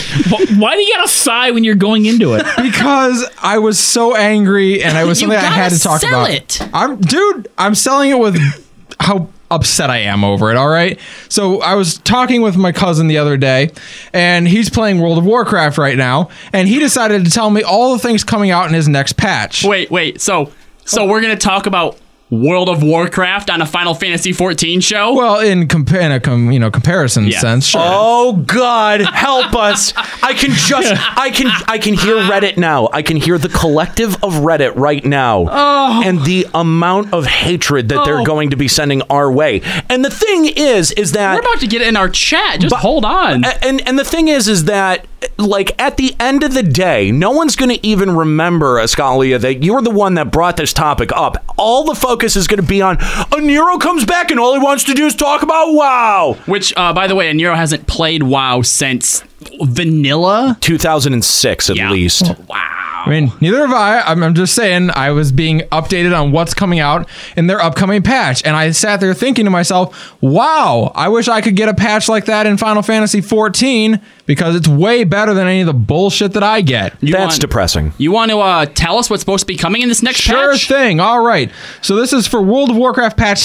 Speaker 8: Why do you gotta sigh when you're going into it?
Speaker 1: because I was so angry and I was
Speaker 8: You
Speaker 1: something I had
Speaker 8: gotta
Speaker 1: to talk
Speaker 8: sell
Speaker 1: about.
Speaker 8: it.
Speaker 1: I'm dude, I'm selling it with how upset I am over it, all right? So I was talking with my cousin the other day and he's playing World of Warcraft right now and he decided to tell me all the things coming out in his next patch.
Speaker 2: Wait, wait. So, so we're going to talk about World of Warcraft on a Final Fantasy 14 show?
Speaker 1: Well, in, compa- in a com- you know comparison sense, sure.
Speaker 7: Oh God, help us! I can just, I can, I can hear Reddit now. I can hear the collective of Reddit right now,
Speaker 2: Oh.
Speaker 7: and the amount of hatred that they're
Speaker 2: Oh.
Speaker 7: going to be sending our way. And the thing is, is that
Speaker 2: We're about to get it in our chat. Just
Speaker 7: but-
Speaker 2: hold on.
Speaker 1: uh,
Speaker 7: a- And and the thing is, is that like at the end of the day, no one's going to even remember Ascalia that you're the one that brought this topic up. All the focus is going to be on. A Nero comes back, and all he wants to do is talk about WoW.
Speaker 2: Which, uh, by the way, Nero hasn't played WoW since vanilla
Speaker 7: 2006 at least.
Speaker 1: I mean, neither have I. I'm, I'm just saying I was being updated on what's coming out in their upcoming patch, and I sat there thinking to myself, "Wow, I wish I could get a patch like that in Final Fantasy 14 because it's way better than any of the bullshit that I get."
Speaker 7: That's
Speaker 2: want-
Speaker 7: depressing.
Speaker 2: You want to uh, tell us what's supposed to be coming in this next
Speaker 1: Sure
Speaker 2: patch?
Speaker 1: thing. All right. So this is for World of Warcraft patch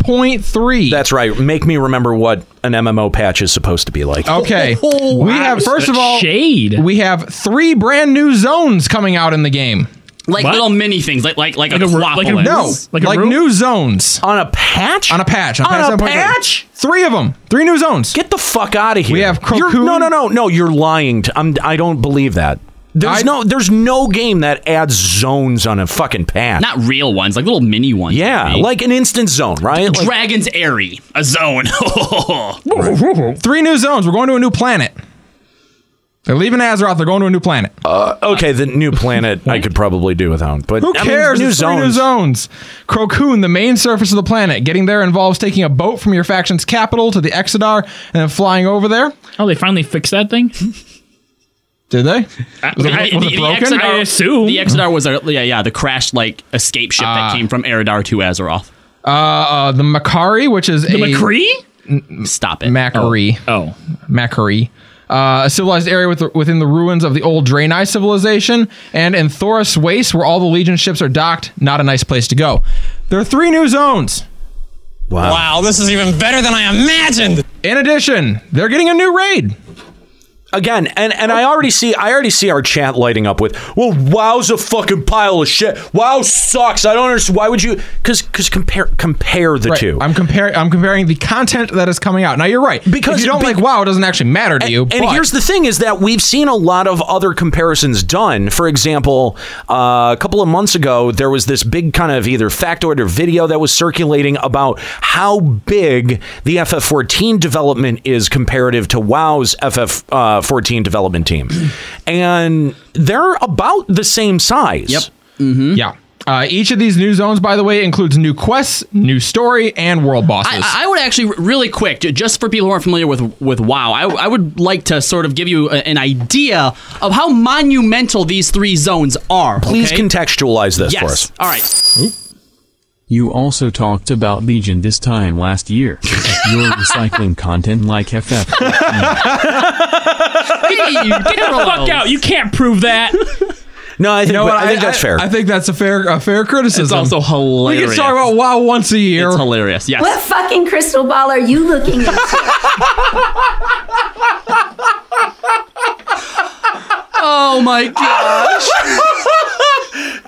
Speaker 1: 7.3.
Speaker 7: That's right. Make me remember what an MMO patch is supposed to be like.
Speaker 1: Okay.
Speaker 8: Oh,
Speaker 1: we have first of all
Speaker 8: shade.
Speaker 1: We have three brand new zones coming out in the game.
Speaker 2: Like little mini things, like like like, a like
Speaker 1: no, like, new zones
Speaker 7: on a patch.
Speaker 1: On a patch.
Speaker 7: On a
Speaker 1: 7.3.
Speaker 7: patch?
Speaker 1: Three of them. Three new zones.
Speaker 7: Get the fuck out of here.
Speaker 1: We have
Speaker 7: You're-
Speaker 1: Cocoon.
Speaker 7: no, no, no, no. You're lying. To, I'm. I don't believe that. There's
Speaker 1: I-
Speaker 7: no. There's no game that adds zones on a fucking patch.
Speaker 2: Not real ones, like little mini ones.
Speaker 7: yeah,
Speaker 2: maybe.
Speaker 7: like an instant zone, right? Like,
Speaker 2: Dragon's Airy, a zone.
Speaker 1: Three new zones. We're going to a new planet. They're leaving Azeroth. They're going to a new planet.
Speaker 7: Uh, okay, the new planet I could probably do without, but
Speaker 1: Who
Speaker 7: I mean,
Speaker 1: cares?
Speaker 7: new
Speaker 1: It's three new zones.
Speaker 7: zones.
Speaker 1: Crocoon, the main surface of the planet. Getting there involves taking a boat from your faction's capital to the Exodar and then flying over there.
Speaker 8: Oh, they finally fixed that thing?
Speaker 1: Did they?
Speaker 2: the, Uh, the- the Exodar, the Exodar was a yeah yeah the crashed like escape ship that came from Eridar to Azeroth.
Speaker 1: Uh, uh, the Macari, which is
Speaker 2: The
Speaker 1: a
Speaker 2: Macri?
Speaker 1: Stop it, Macari.
Speaker 2: Oh,
Speaker 1: Macari. Uh, a civilized area with, within the ruins of the old Draenei civilization, and in Thoris Waste, where all the Legion ships are docked. Not a nice place to go. There are three new zones.
Speaker 7: Wow.
Speaker 1: Wow, this is even better than I imagined. In addition, they're getting a new raid.
Speaker 7: Again, and, and I already see I already see our chat lighting up with well WoW's a fucking pile of shit. WoW sucks. I don't understand why would you because because compare compare the
Speaker 1: Right.
Speaker 7: two.
Speaker 1: I'm comparing. I'm comparing the content that is coming out. Now you're right because you don't like WoW. It doesn't actually matter to you.
Speaker 7: And
Speaker 1: but-
Speaker 7: here's the thing: is that we've seen a lot of other comparisons done. For example, uh, a couple of months ago, there was this big kind of either factoid or video that was circulating about how big the FF14 development is comparative to WoW's FF14 development team, and they're about the same size. Yep.
Speaker 1: Mm-hmm. Yeah. Uh, each of these new zones, by the way, includes new quests, new story, and world bosses.
Speaker 2: I, I would actually really quick ju- just for people who aren't familiar with with WoW, I, I would like to sort of give you a- an idea of how monumental these three zones are.
Speaker 7: Please
Speaker 2: okay?
Speaker 7: contextualize this
Speaker 2: yes.
Speaker 7: for us.
Speaker 2: All right.
Speaker 9: You also talked about Legion this time last year. You're recycling content like FF.
Speaker 8: Get the fuck out. You can't prove that.
Speaker 7: No, I think,
Speaker 1: know what?
Speaker 7: I think that's fair.
Speaker 1: I think that's a fair a fair criticism.
Speaker 2: It's also hilarious.
Speaker 1: We can talk about WoW once a year. It's
Speaker 2: hilarious. Yes.
Speaker 16: What fucking crystal ball are you looking
Speaker 2: Oh my
Speaker 7: gosh.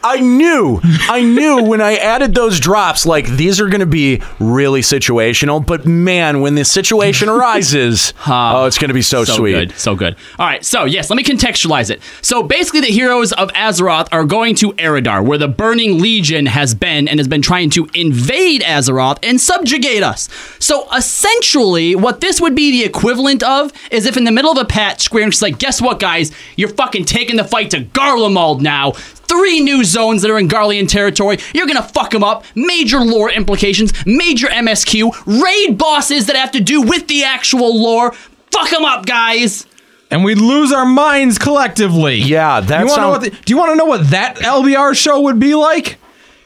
Speaker 7: I knew, I knew when I added those drops, like these are going to be really situational. But man, when the situation arises, oh, it's going to be so,
Speaker 2: So
Speaker 7: sweet,
Speaker 2: good, so good. All right, so yes, let me contextualize it. So basically, the heroes of Azeroth are going to Eridar, where the Burning Legion has been and has been trying to invade Azeroth and subjugate us. So essentially, what this would be the equivalent of is if in the middle of a patch, Square Enix is like, guess what, guys? You're fucking taking the fight to Garlemald now. Three new zones that are in Garlean territory. You're gonna fuck them up. Major lore implications, major MSQ, raid bosses that have to do with the actual lore. Fuck them up, guys.
Speaker 1: and we lose our minds collectively. Yeah,
Speaker 7: that
Speaker 1: You wanna know
Speaker 7: sound-
Speaker 1: what the- do you want to know what that LBR show would be like?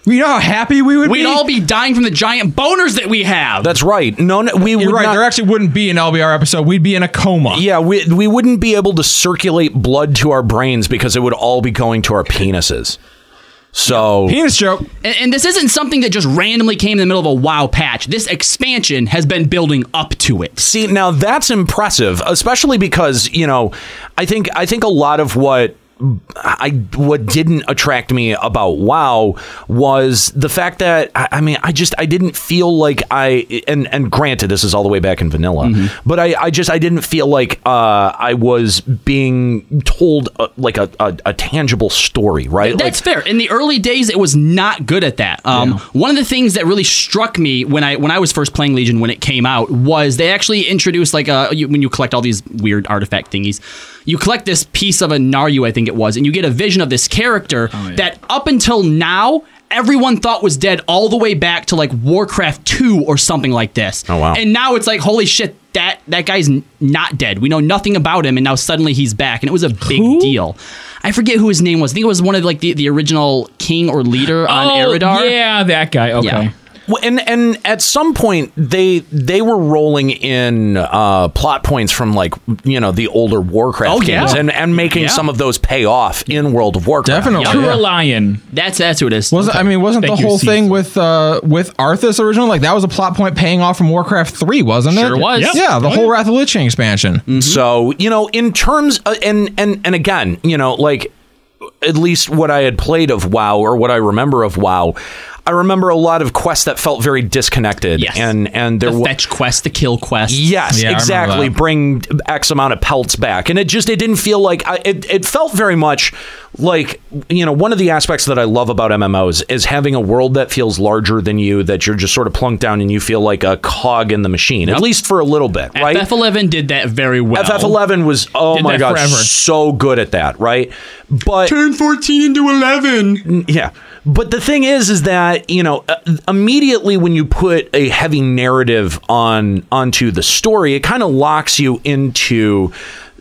Speaker 1: You know how happy we would
Speaker 2: We'd
Speaker 1: be.
Speaker 2: all be dying from the giant boners that we have.
Speaker 7: That's right. No, no we
Speaker 1: You're
Speaker 7: would
Speaker 1: right.
Speaker 7: not-
Speaker 1: there actually wouldn't be an LBR episode. We'd be in a coma.
Speaker 7: Yeah, we we wouldn't be able to circulate blood to our brains because it would all be going to our penises. So
Speaker 1: penis joke.
Speaker 2: And, and this isn't something that just randomly came in the middle of a WoW patch. This expansion has been building up to it.
Speaker 7: See, now that's impressive, especially because you know, I think I think a lot of what I what didn't attract me about WoW was the fact that I, I mean I just I didn't feel like I and and granted this is all the way back in vanilla, but I I just I didn't feel like uh, I was being told uh like a, a a tangible story, right? Like,
Speaker 2: That's fair. In the early days, it was not good at that. Um, One of the things that really struck me when I when I was first playing Legion when it came out was they actually introduced like a, you, when you collect all these weird artifact thingies, you collect this piece of a Naru, I think it was, and you get a vision of this character
Speaker 7: Oh,
Speaker 2: that up until now. Everyone thought was dead all the way back to like Warcraft 2 or something like this. Oh
Speaker 7: wow.
Speaker 2: And now it's like holy shit that that guy's n- not dead. We know nothing about him and now suddenly he's back and it was a big deal. I forget who his name was. I think it was one of like the, the original king or leader on
Speaker 8: Oh,
Speaker 2: Eridar.
Speaker 8: yeah, that guy. Okay.
Speaker 7: Well, and and at some point they they were rolling in uh, plot points from like you know the older Warcraft
Speaker 2: Oh,
Speaker 7: games
Speaker 2: yeah.
Speaker 7: and and making
Speaker 2: Yeah.
Speaker 7: some of those pay off in World of Warcraft.
Speaker 1: Definitely. Yeah. True
Speaker 8: Lion.
Speaker 2: That's that's who it is.
Speaker 1: Wasn't I mean wasn't
Speaker 7: Thank
Speaker 1: the
Speaker 7: you,
Speaker 1: whole
Speaker 7: Steve.
Speaker 1: thing with uh with Arthas originally like that was a plot point paying off from Warcraft 3, wasn't it?
Speaker 7: Sure was. Mm. Yep.
Speaker 1: Yeah, the
Speaker 7: Oh,
Speaker 1: whole Wrath of Lich King expansion.
Speaker 7: So you know, in terms uh, and and and again, you know, like at least what I had played of WoW or what I remember of WoW, I remember a lot of quests that felt very disconnected. Yes. And and there the fetch
Speaker 2: quest, the kill quest.
Speaker 7: Yes,
Speaker 2: Yeah, I remember
Speaker 7: exactly.
Speaker 2: that.
Speaker 7: Bring X amount of pelts back, and it just it didn't feel like I, it. It felt very much like you know one of the aspects that I love about MMOs is having a world that feels larger than you, that you're just sort of plunked down, and you feel like a cog in the machine, at least for a little bit, right?
Speaker 2: FF11 did that very well.
Speaker 7: FF11 was oh
Speaker 2: Did
Speaker 7: my
Speaker 2: that
Speaker 7: gosh,
Speaker 2: forever.
Speaker 7: so good at that, right? But
Speaker 2: turn 14 into 11.
Speaker 7: Yeah. But the thing is is that, you know, uh, immediately when you put a heavy narrative on onto the story, it kind of locks you into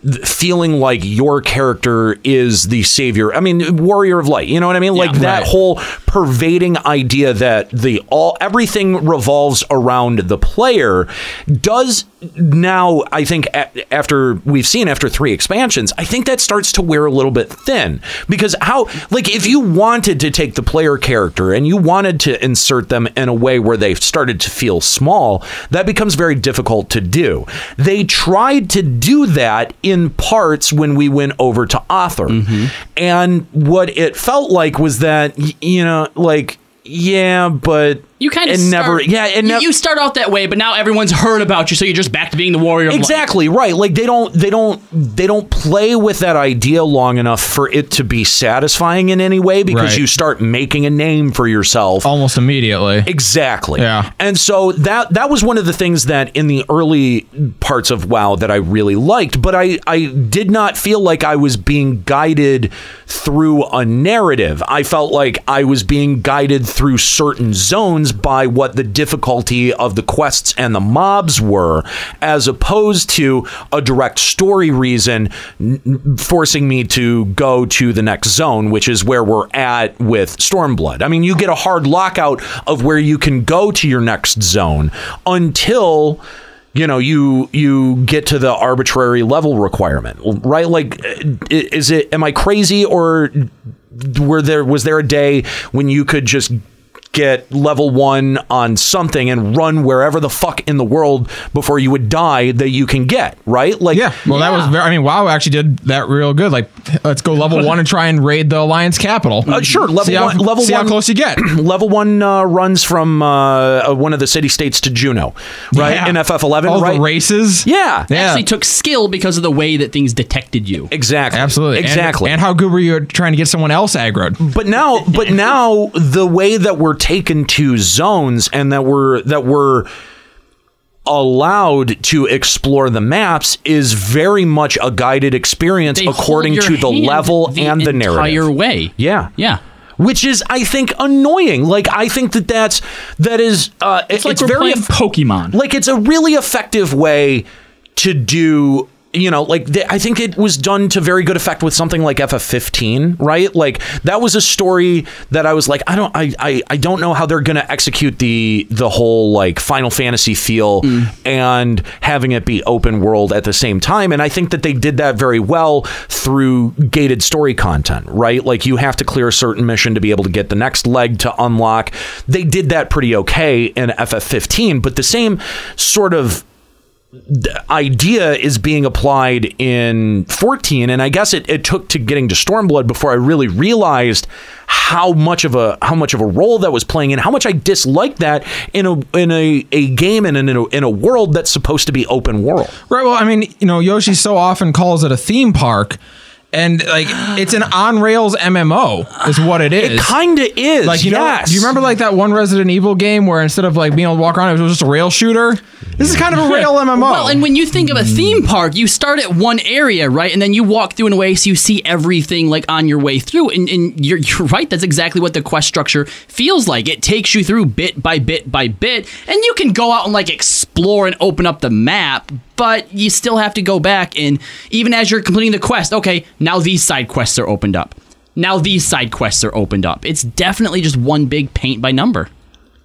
Speaker 7: th- feeling like your character is the savior. I mean, warrior of light, you know what I mean? Like that
Speaker 2: right.
Speaker 7: whole pervading idea that the all everything revolves around the player does now I think a- after we've seen after 3 expansions I think that starts to wear a little bit thin because how like if you wanted to take the player character and you wanted to insert them in a way where they started to feel small that becomes very difficult to do they tried to do that in parts when we went over to author
Speaker 2: Mm-hmm.
Speaker 7: and what it felt like was that y- you know like yeah but
Speaker 2: You kind of
Speaker 7: it never yeah it never
Speaker 2: You start out that way, but now everyone's heard about you, so you're just back to being the warrior. Of light.
Speaker 7: exactly right like they don't they don't they don't play with that idea long enough for it to be satisfying in any way because
Speaker 1: Right.
Speaker 7: you start making a name for yourself
Speaker 1: almost immediately
Speaker 7: exactly
Speaker 1: Yeah.
Speaker 7: and so that that was one of the things that in the early parts of wow that i really liked but i i did not feel like i was being guided through a narrative i felt like i was being guided through certain zones by what the difficulty of the quests and the mobs were as opposed to a direct story reason n- n- forcing me to go to the next zone which is where we're at with stormblood i mean you get a hard lockout of where you can go to your next zone until you know you you get to the arbitrary level requirement right like i- is it am i crazy or were there was there a day when you could just get level one on something and run wherever the fuck in the world before you would die that you can get, right? Like, yeah.
Speaker 1: Well, that was very. I mean, WoW actually did that real good. Like, let's go level one and try and raid the Alliance capital.
Speaker 7: Uh, sure, level
Speaker 1: See how-
Speaker 7: one. Level
Speaker 1: see
Speaker 7: one.
Speaker 1: how close you get.
Speaker 7: level one uh, runs from uh, uh, one of the city states to Juno, right?
Speaker 2: Yeah.
Speaker 7: In FF eleven,
Speaker 2: All the
Speaker 7: right?
Speaker 1: races.
Speaker 7: Yeah.
Speaker 2: It actually took skill because of the way that things detected you.
Speaker 7: Exactly.
Speaker 1: Absolutely. And-
Speaker 7: Exactly.
Speaker 1: And, how good were you at trying to get someone else aggroed?
Speaker 7: But now, but now the way that we're taken to zones and that we're that we're allowed to explore the maps is very much a guided experience
Speaker 2: They hold
Speaker 7: according
Speaker 2: your
Speaker 7: to the
Speaker 2: hand
Speaker 7: level
Speaker 2: the
Speaker 7: and the narrative.
Speaker 2: entire way.
Speaker 7: Yeah.
Speaker 2: Yeah.
Speaker 7: Which is, I think, annoying. Like, I think that that's that is. Uh, it's,
Speaker 2: like we're
Speaker 7: very
Speaker 2: playing Pokemon.
Speaker 7: Like, it's a really effective way to do. You know, like th- I think it was done to very good effect with something like FF15, right? Like that was a story that I was like, I don't, I, I, I don't know how they're gonna execute the the whole like Final Fantasy feel and having it be open world at the same time. And I think that they did that very well through gated story content, right? Like you have to clear a certain mission to be able to get the next leg to unlock. They did that pretty okay in FF15, but the same sort of the idea is being applied in 14 and i guess it, it took to getting to stormblood before i really realized how much of a how much of a role that was playing and how much i disliked that in a in a, a game and in a, in a world that's supposed to be open world
Speaker 1: Right. Well, I mean, you know, Yoshi so often calls it a theme park. And like it's an on rails MMO is what it is. It
Speaker 7: kinda is.
Speaker 1: Like you
Speaker 7: yes.
Speaker 1: know, do you remember like that one Resident Evil game where instead of like being able to walk around, it was just a rail shooter? This is kind of a rail MMO.
Speaker 2: Well, and when you think of a theme park, you start at one area, right? And then you walk through in a way so you see everything like on your way through. And, and you're, you're right. That's exactly what the quest structure feels like. It takes you through bit by bit by bit. And you can go out and like explore and open up the map, but you still have to go back. And even as you're completing the quest, okay, now these side quests are opened up. Now these side quests are opened up. It's definitely just one big paint by number.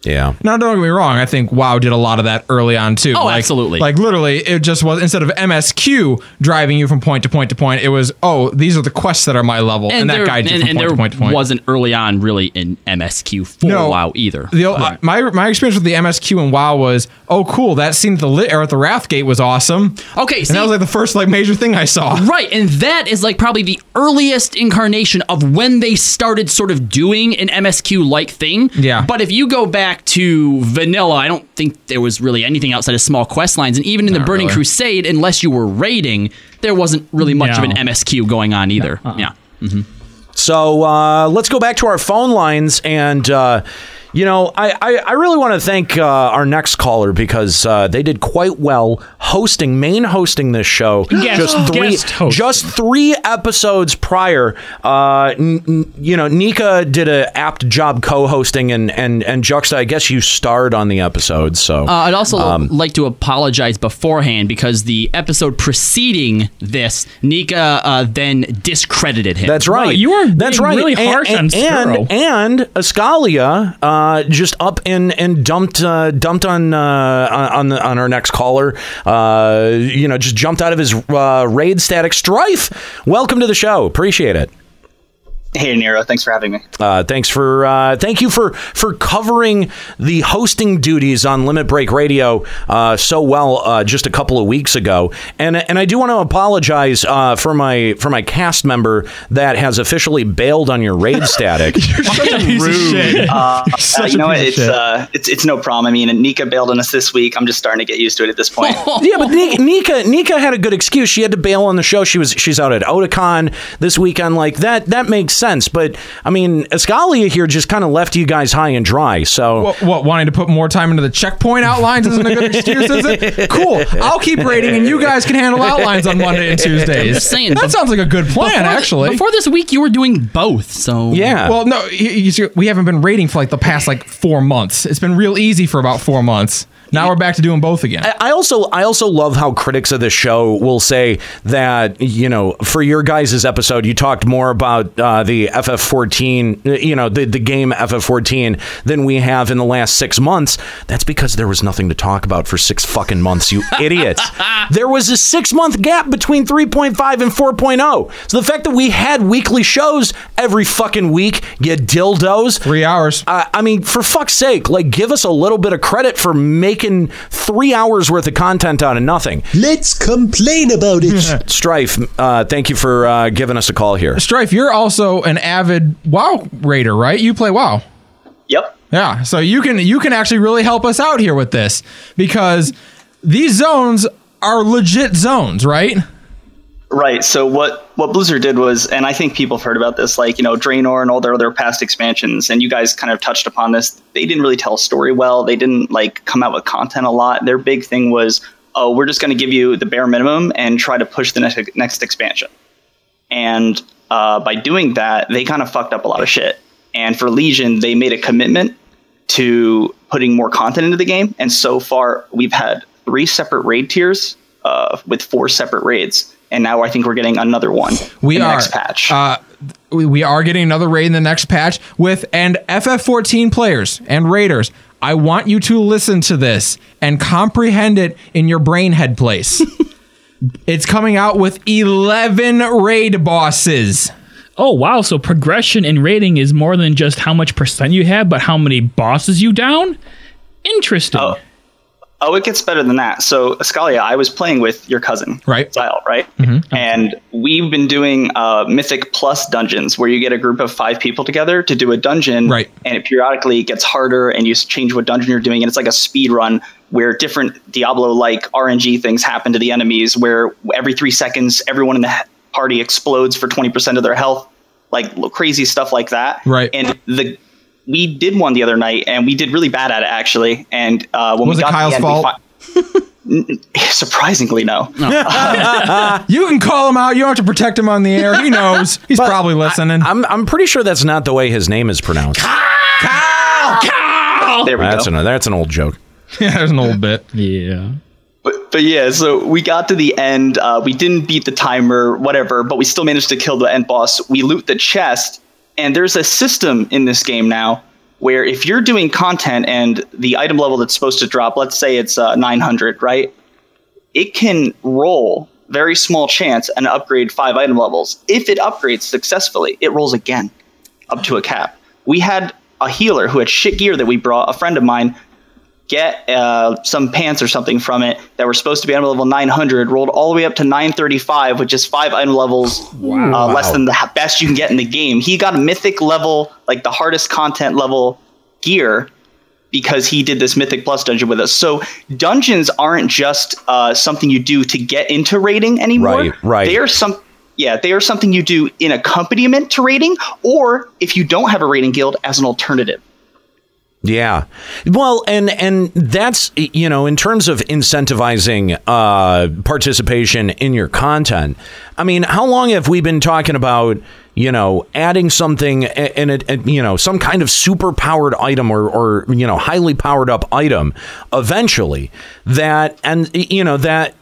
Speaker 7: Yeah.
Speaker 1: Now, don't get me wrong. I think WoW did a lot of that early on too.
Speaker 2: Oh,
Speaker 1: like,
Speaker 2: absolutely.
Speaker 1: Like literally, it just was instead of MSQ driving you from point to point to point, it was oh, these are the quests that are my level, and, that
Speaker 2: there,
Speaker 1: guides you
Speaker 2: and,
Speaker 1: from
Speaker 2: and
Speaker 1: point
Speaker 2: there
Speaker 1: to point to point.
Speaker 2: wasn't early on really an MSQ for
Speaker 1: No.
Speaker 2: WoW either.
Speaker 1: The, uh, my my experience with the MSQ and WoW was oh cool that scene at the lit or at the Wrathgate was awesome.
Speaker 2: Okay,
Speaker 1: and that was like the first like major thing I saw.
Speaker 2: Oh, Right, and that is like probably the earliest incarnation of when they started sort of doing an MSQ like thing. Yeah. But if you go back to vanilla, I don't think there was really anything outside of small quest lines. And even in the
Speaker 8: Not
Speaker 2: Burning
Speaker 8: really.
Speaker 2: Crusade, unless you were raiding, there wasn't really much of an
Speaker 7: No.
Speaker 2: MSQ going on either.
Speaker 1: Uh-uh.
Speaker 2: Yeah.
Speaker 7: So uh, let's go back to our phone lines. And, uh, you know, I, I, I really want to thank uh, our next caller because uh, they did quite well hosting, main hosting this show.
Speaker 8: Guest-
Speaker 7: just three,
Speaker 8: guest hosting.
Speaker 7: just three episodes prior. Uh, n- n- you know, Nika did a apt job co-hosting, and and and Juxta. I guess you starred on the episode, so
Speaker 2: Uh, I'd also
Speaker 7: Um,
Speaker 2: like to apologize beforehand because the episode preceding this, Nika uh, then discredited him.
Speaker 7: That's right. That's right. And- and, and, and Ascalia uh, just up and and dumped uh, dumped on uh, on on the, on our next caller. Uh, you know, just jumped out of his uh, raid static strife. Welcome to the show. Appreciate it.
Speaker 14: Hey Nero, thanks for having me.
Speaker 7: Uh, thanks for uh, thank you for for covering the hosting duties on Limit Break Radio uh, so well uh, just a couple of weeks ago, and and I do want to apologize uh, for my for my cast member that has officially bailed on your raid static.
Speaker 14: Uh,
Speaker 7: Such
Speaker 14: uh,
Speaker 7: a
Speaker 14: you know what?
Speaker 7: piece of
Speaker 14: It's
Speaker 7: shit.
Speaker 14: uh, it's it's no problem. I mean, and Nika bailed on us this week. I'm just starting to get used to it at this point.
Speaker 7: yeah, but Nika, Nika Nika had a good excuse. She had to bail on the show. She was she's out at Otakon this weekend. Like that that makes sense. But I mean, Escalia here just kind of left you guys high and dry. So
Speaker 1: What, what wanting to put more time into the checkpoint outlines isn't a good excuse, is it? Cool. I'll keep rating, and you guys can handle outlines on Monday and Tuesdays.
Speaker 2: I'm just saying,
Speaker 1: that
Speaker 2: bef-
Speaker 1: sounds like a good plan,
Speaker 2: before-
Speaker 1: actually.
Speaker 2: Before this week, you were doing both, so
Speaker 1: Well, no, you, you see, we haven't been rating for like the past like four months. It's been real easy for about four months. Now we're back to doing both again.
Speaker 7: I I also I also love how critics of the show will say that you know for your guys' episode you talked more about uh, the FF14 uh, you know the the game FF14 than we have in the last six months. That's because there was nothing to talk about for six fucking months. You idiots! there was a six month gap between 3.5 and 4.0. So the fact that we had weekly shows every fucking week, you dildos,
Speaker 1: three hours.
Speaker 7: Uh, I mean, for fuck's sake, like give us a little bit of credit for making three hours worth of content out of nothing.
Speaker 11: Let's complain about it.
Speaker 7: Strife, uh, thank you for uh, giving us a call here.
Speaker 1: Strife, you're also an avid WoW raider, right? You play WoW.
Speaker 14: Yep.
Speaker 1: Yeah. So you can you can actually really help us out here with this because these zones are legit zones, right?
Speaker 14: Right. So what what Blizzard did was, and I think people have heard about this, like you know Draenor and all their other past expansions, and you guys kind of touched upon this. They didn't really tell a story well. They didn't like come out with content a lot. Their big thing was, oh, we're just going to give you the bare minimum and try to push the next next expansion. And uh, by doing that, they kind of fucked up a lot of shit. And for Legion, they made a commitment to putting more content into the game. And so far, we've had three separate raid tiers uh, with four separate raids. And now I think we're getting another one.
Speaker 1: We
Speaker 14: in the
Speaker 1: are
Speaker 14: next patch.
Speaker 1: Uh, we, we are getting another raid in the next patch with and FF14 players and raiders. I want you to listen to this and comprehend it in your brain head place. it's coming out with 11 raid bosses.
Speaker 8: Oh wow! So progression in rating is more than just how much percent you have, but how many bosses you down. Interesting.
Speaker 14: Oh, it gets better than that. So, Ascalia, I was playing with your cousin,
Speaker 1: right?
Speaker 14: Zyle, right?
Speaker 1: Mm-hmm.
Speaker 14: And we've been doing uh, Mythic Plus dungeons where you get a group of five people together to do a dungeon, right? And it periodically gets harder, and you s- change what dungeon you're doing, and it's like a speed run where different Diablo-like RNG things happen to the enemies, where every three seconds everyone in the h- party explodes for twenty percent of their health, like l- crazy stuff like that,
Speaker 1: Right.
Speaker 14: And the we did one the other night, and we did really bad at it actually. And uh, when
Speaker 1: Was
Speaker 14: we
Speaker 1: it
Speaker 14: got to the
Speaker 1: Kyle's
Speaker 14: end, we
Speaker 1: fault?
Speaker 14: fi- Surprisingly, no.
Speaker 1: you can call him out. You don't have to protect him on the air. He knows. He's probably listening.
Speaker 7: I, am I'm pretty sure that's not the way his name is pronounced.
Speaker 14: There we
Speaker 7: that's
Speaker 14: go.
Speaker 7: An, that's an old joke.
Speaker 1: yeah, there's an old bit.
Speaker 8: Yeah.
Speaker 14: But, but yeah, so we got to the end. Uh, we didn't beat the timer, whatever, but we still managed to kill the end boss. We loot the chest, and there's a system in this game now where if you're doing content and the item level that's supposed to drop, let's say it's uh, 900, right? It can roll very small chance and upgrade five item levels. If it upgrades successfully, it rolls again up to a cap. We had a healer who had shit gear that we brought, a friend of mine, get uh, some pants or something from it that were supposed to be item level 900, rolled all the way up to 935, which is five item levels
Speaker 7: Wow.
Speaker 14: uh, less than the h- best you can get in the game. He got a mythic level, like the hardest content level gear because he did this Mythic Plus dungeon with us. So dungeons aren't just uh, something you do to get into rating anymore.
Speaker 7: Right, right.
Speaker 14: They are some. Yeah, they are something you do in accompaniment to rating, or if you don't have a rating guild, as an alternative.
Speaker 7: Yeah. Well, and and that's you know, in terms of incentivizing uh participation in your content. I mean, how long have we been talking about, you know, adding something a- and it and, you know, some kind of super powered item or or you know, highly powered up item eventually that and you know, that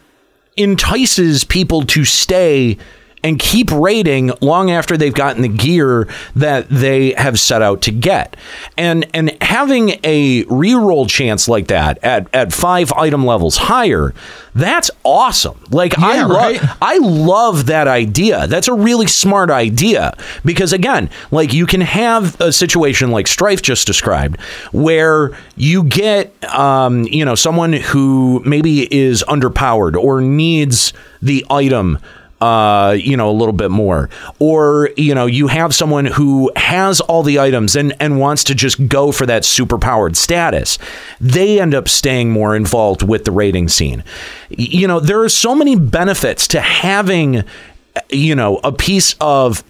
Speaker 7: entices people to stay and keep raiding long after they've gotten the gear that they have set out to get. And and having a reroll chance like that at, at five item levels higher, that's awesome. Like I love I love that idea. That's a really smart idea. Because again, like you can have a situation like Strife just described where you get um, you know, someone who maybe is underpowered or needs the item uh, you know, a little bit more. Or, you know, you have someone who has all the items and, and wants to just go for that superpowered status. They end up staying more involved with the rating scene. Y- You know, there are so many benefits to having, you know, a piece of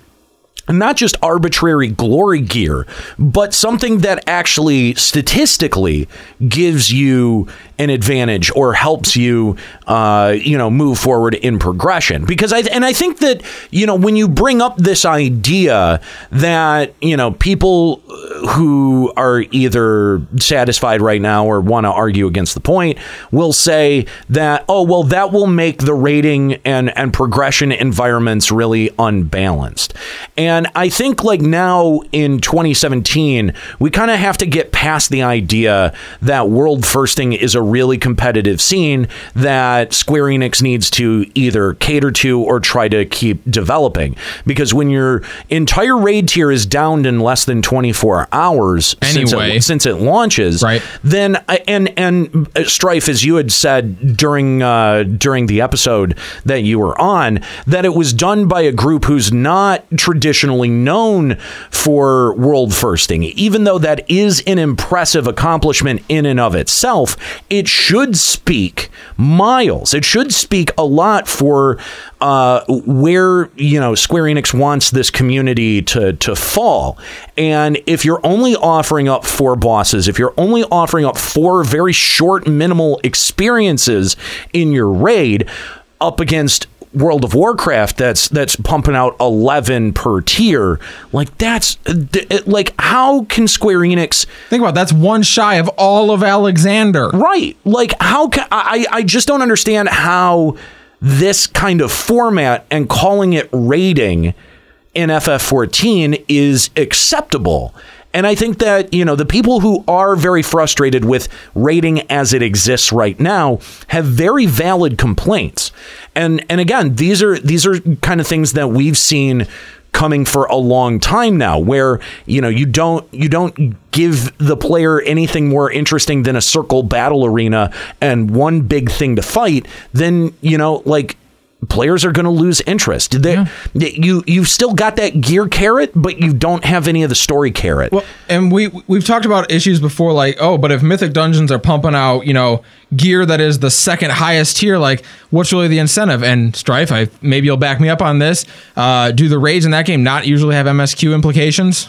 Speaker 7: not just arbitrary glory gear, but something that actually statistically gives you an advantage or helps you, uh, you know, move forward in progression. Because I and I think that you know when you bring up this idea that you know people uh, who are either satisfied right now or want to argue against the point will say that oh well that will make the rating and and progression environments really unbalanced and i think like now in 2017 we kind of have to get past the idea that world firsting is a really competitive scene that square enix needs to either cater to or try to keep developing because when your entire raid tier is downed in less than 24 hours since it-
Speaker 1: Anyway.
Speaker 7: since it launches, right? Then I- and and uh, strife, as you had said during uh, during the episode that you were on, that it was done by a group who's not traditionally known for world firsting, even though that is an impressive accomplishment in and of itself. It should speak miles. It should speak a lot for uh, where you know Square Enix wants this community to to fall. And if you're only offering up four bosses, if you're only offering up four very short, minimal experiences in your raid, up against World of Warcraft that's that's pumping out 11 per tier like that's th- it- like how can Square Enix
Speaker 1: think about it, that's one shy of all of Alexander
Speaker 7: right like how can I I I just don't understand how this kind of format and calling it raiding in FF14 is acceptable and I think that, you know, the people who are very frustrated with rating as it exists right now have very valid complaints. And and again, these are these are kind of things that we've seen coming for a long time now where you know you don't you don't give the player anything more interesting than a circle battle arena and one big thing to fight then you know like players are going to lose interest They- you you've still got that gear carrot but you don't have any of the story carrot
Speaker 1: and we we've talked about issues before like oh but if mythic dungeons are pumping out you know gear that is the second highest tier like what's really the incentive and strife i maybe you'll back me up on this uh, do the raids in that game not usually have msq implications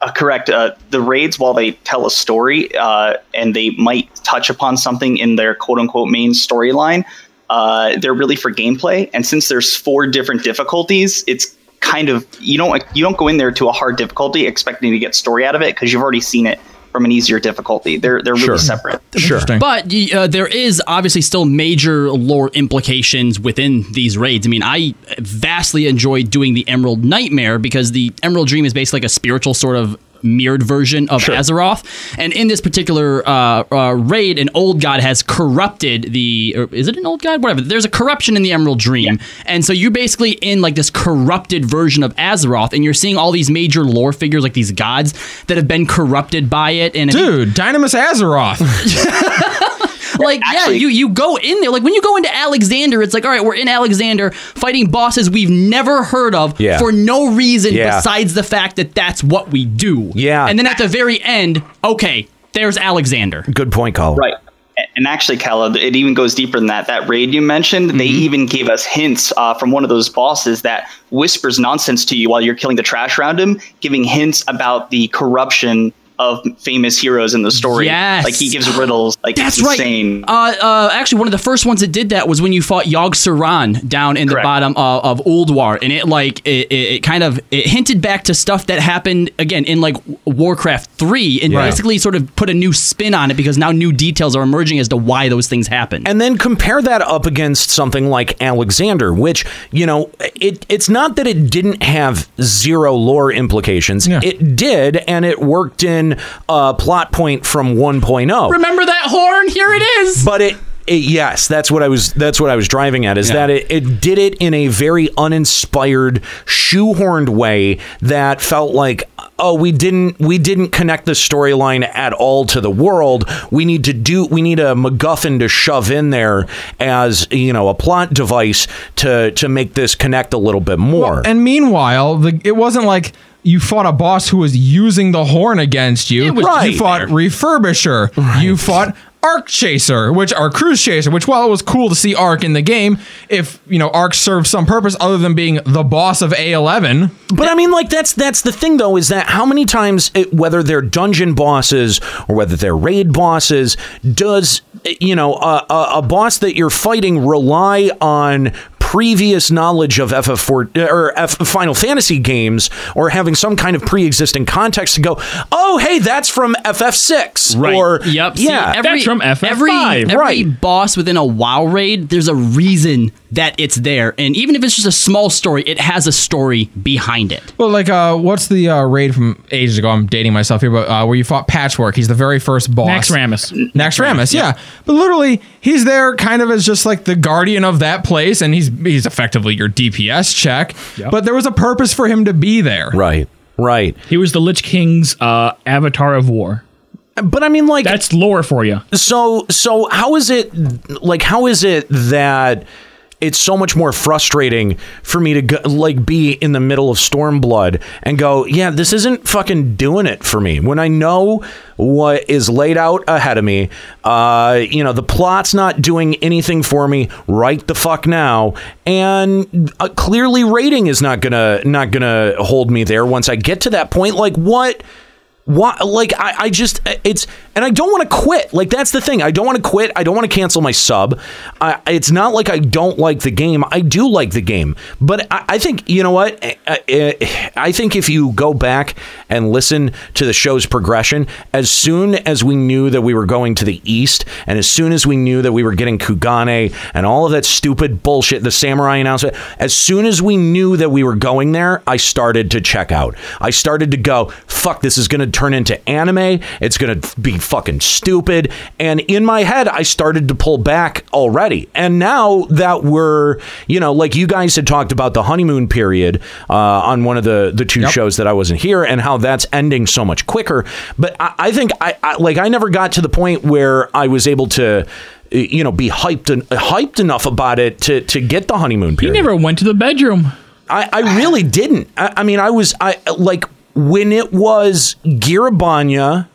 Speaker 14: Uh, correct. Uh, the raids, while they tell a story uh, and they might touch upon something in their quote unquote main storyline, uh, they're really for gameplay. And since there's four different difficulties, it's kind of you don't you don't go in there to a hard difficulty expecting to get story out of it because you've already seen it from an easier difficulty. They're they're really separate.
Speaker 2: But y- uh, there is obviously still major lore implications within these raids. I mean, I vastly enjoyed doing the Emerald Nightmare because the Emerald Dream is basically like a spiritual sort of mirrored version of Azeroth. And in this particular uh, uh, raid, an old god has corrupted the. Or is it an old god? Whatever. There's a corruption in the Emerald Dream, and so you're basically in like this corrupted version of Azeroth, and you're seeing all these major lore figures, like these gods that have been corrupted by it. And
Speaker 1: dude, Dynamis Azeroth.
Speaker 2: like yeah you you go in there like when you go into alexander it's like all right we're in alexander fighting bosses we've never heard of
Speaker 7: Yeah.
Speaker 2: for no reason
Speaker 7: Yeah.
Speaker 2: besides the fact that that's what we do yeah and then at the very end okay there's alexander
Speaker 7: Good point, Colin.
Speaker 14: Right. A- And actually, Kala, it even goes deeper than that. That raid you mentioned, they
Speaker 2: Mm-hmm.
Speaker 14: even gave us hints uh, from one of those bosses that whispers nonsense to you while you're killing the trash around him, giving hints about the corruption of famous heroes in the story.
Speaker 2: Yes.
Speaker 14: Like he gives riddles. Like
Speaker 2: That's
Speaker 14: it's
Speaker 2: right.
Speaker 14: insane.
Speaker 2: Uh, uh, actually, one of the first ones that did that was when you fought Yog Saran down in the bottom uh, of Uldwar, and it like it, it, it kind of it hinted back to stuff that happened again in like Warcraft three, and
Speaker 7: Yeah.
Speaker 2: basically sort of put a new spin on it because now new details are emerging as to why those things happen.
Speaker 7: And then compare that up against something like Alexander, which, you know, it it's not that it didn't have zero lore implications. It did, and it worked in a plot point oh. from 1.0.
Speaker 2: Remember that horn? Here it is.
Speaker 7: But it it- yes, that's what I was. That's what I was driving at. Is that it, it? did it in a very uninspired, shoehorned way that felt like, oh, we didn't we didn't connect the storyline at all to the world. We need to do. We need a MacGuffin to shove in there as you know a plot device to to make this connect a little bit more.
Speaker 1: And meanwhile, the, it wasn't like you fought a boss who was using the horn against you.
Speaker 7: was right
Speaker 1: you fought Refurbisher. You fought Arc Chaser, which are Cruise Chaser, which while it was cool to see Arc in the game, if you know Arc served some purpose other than being the boss of A11.
Speaker 7: But I mean, like that's that's the thing though is that how many times, it, whether they're dungeon bosses or whether they're raid bosses, does you know a, a, a boss that you're fighting rely on previous knowledge of FF4 or F, Final Fantasy games or having some kind of pre-existing context to go, oh hey, that's from FF6
Speaker 2: Right.
Speaker 7: or
Speaker 2: yep. See,
Speaker 7: yeah,
Speaker 2: every, every, every
Speaker 7: right?
Speaker 2: boss within a WoW raid, there's a reason that it's there, and even if it's just a small story, it has a story behind it.
Speaker 1: Well, like, uh, what's the uh, raid from ages ago? I'm dating myself here, but uh, where you fought Patchwork. He's the very first boss.
Speaker 8: Nax Rammus.
Speaker 1: Nax Rammus, yeah. But literally, he's there kind of as just like the guardian of that place, and he's he's effectively your DPS check. But there was a purpose for him to be there.
Speaker 7: Right. Right.
Speaker 8: He was the Lich King's uh, avatar of war.
Speaker 7: But I mean, like
Speaker 8: that's lore for you.
Speaker 7: So so how is it like how is it that it's so much more frustrating for me to go, like be in the middle of Stormblood and go, yeah, this isn't fucking doing it for me. When I know what is laid out ahead of me, uh, you know, the plot's not doing anything for me right the fuck now, and uh, clearly rating is not gonna not gonna hold me there once I get to that point. Like what? Why, like I, I just uh, it's and I don't want to quit. Like that's the thing. I don't want to quit. I don't want to cancel my sub. I, it's not like I don't like the game. I do like the game, but I, I think you know what. I, I- I think if you go back and listen to the show's progression, as soon as we knew that we were going to the east, and as soon as we knew that we were getting Kugane and all of that stupid bullshit, the samurai announcement, as soon as we knew that we were going there, I started to check out. I started to go, fuck, this is going to turn into anime. It's going to be fucking stupid. And in my head, I started to pull back already. And now that we're, you know, like you guys had talked about the honeymoon period uh, on one of the, the two shows that I wasn't here and how that's ending so much quicker. But I, I think I, I, like, I never got to the point where I was able to. uh, You know, be hyped and hyped enough about it to to get the honeymoon period.
Speaker 8: Never went to the bedroom.
Speaker 7: I, I really didn't. I, I mean, I was I like when it was Girabanya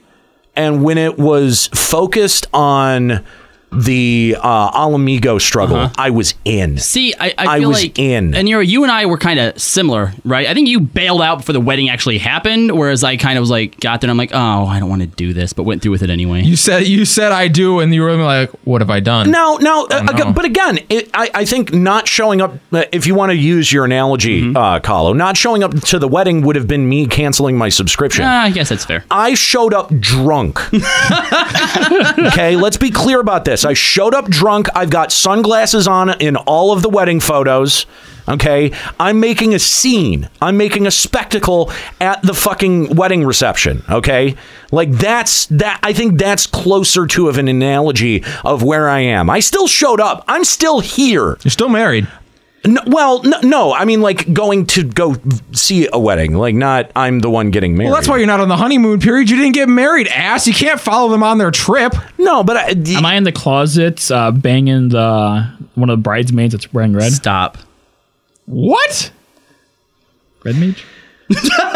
Speaker 7: and when it was focused on the uh, Alamigo struggle, I was in.
Speaker 2: See, I, I, feel
Speaker 7: was
Speaker 2: like,
Speaker 7: in.
Speaker 2: and you you and I were kind of similar, right? I think you bailed out before the wedding actually happened, whereas I kind of was like, got there, and I'm like, oh, I don't want to do this, but went through with it anyway.
Speaker 1: You said you said I do, and you were like, "What have I done?"
Speaker 7: No, no.
Speaker 1: Oh,
Speaker 7: uh, aga-
Speaker 1: no.
Speaker 7: But again, it, I, I think not showing up, uh, if you want to use your analogy, uh, Kahlo, not showing up to the wedding would have been me canceling my subscription.
Speaker 2: Ah, I guess that's fair.
Speaker 7: I showed up drunk. okay, let's be clear about this. I showed up drunk. I've got sunglasses on in all of the wedding photos. Okay, I'm making a scene. I'm making a spectacle at the fucking wedding reception. Okay, like that's that. I think that's closer to of an analogy of where I am. I still showed up. I'm still here. You're
Speaker 1: still married.
Speaker 7: No, well, no, no, I mean like going to go see a wedding, like not I'm the one getting married.
Speaker 1: Well, that's why you're not on the honeymoon period. You didn't get married, ass. You can't follow them on their trip.
Speaker 7: No, but I,
Speaker 8: Am I in the closets uh, banging the one of the bridesmaids that's wearing red?
Speaker 2: Stop.
Speaker 1: What?
Speaker 8: Red mage.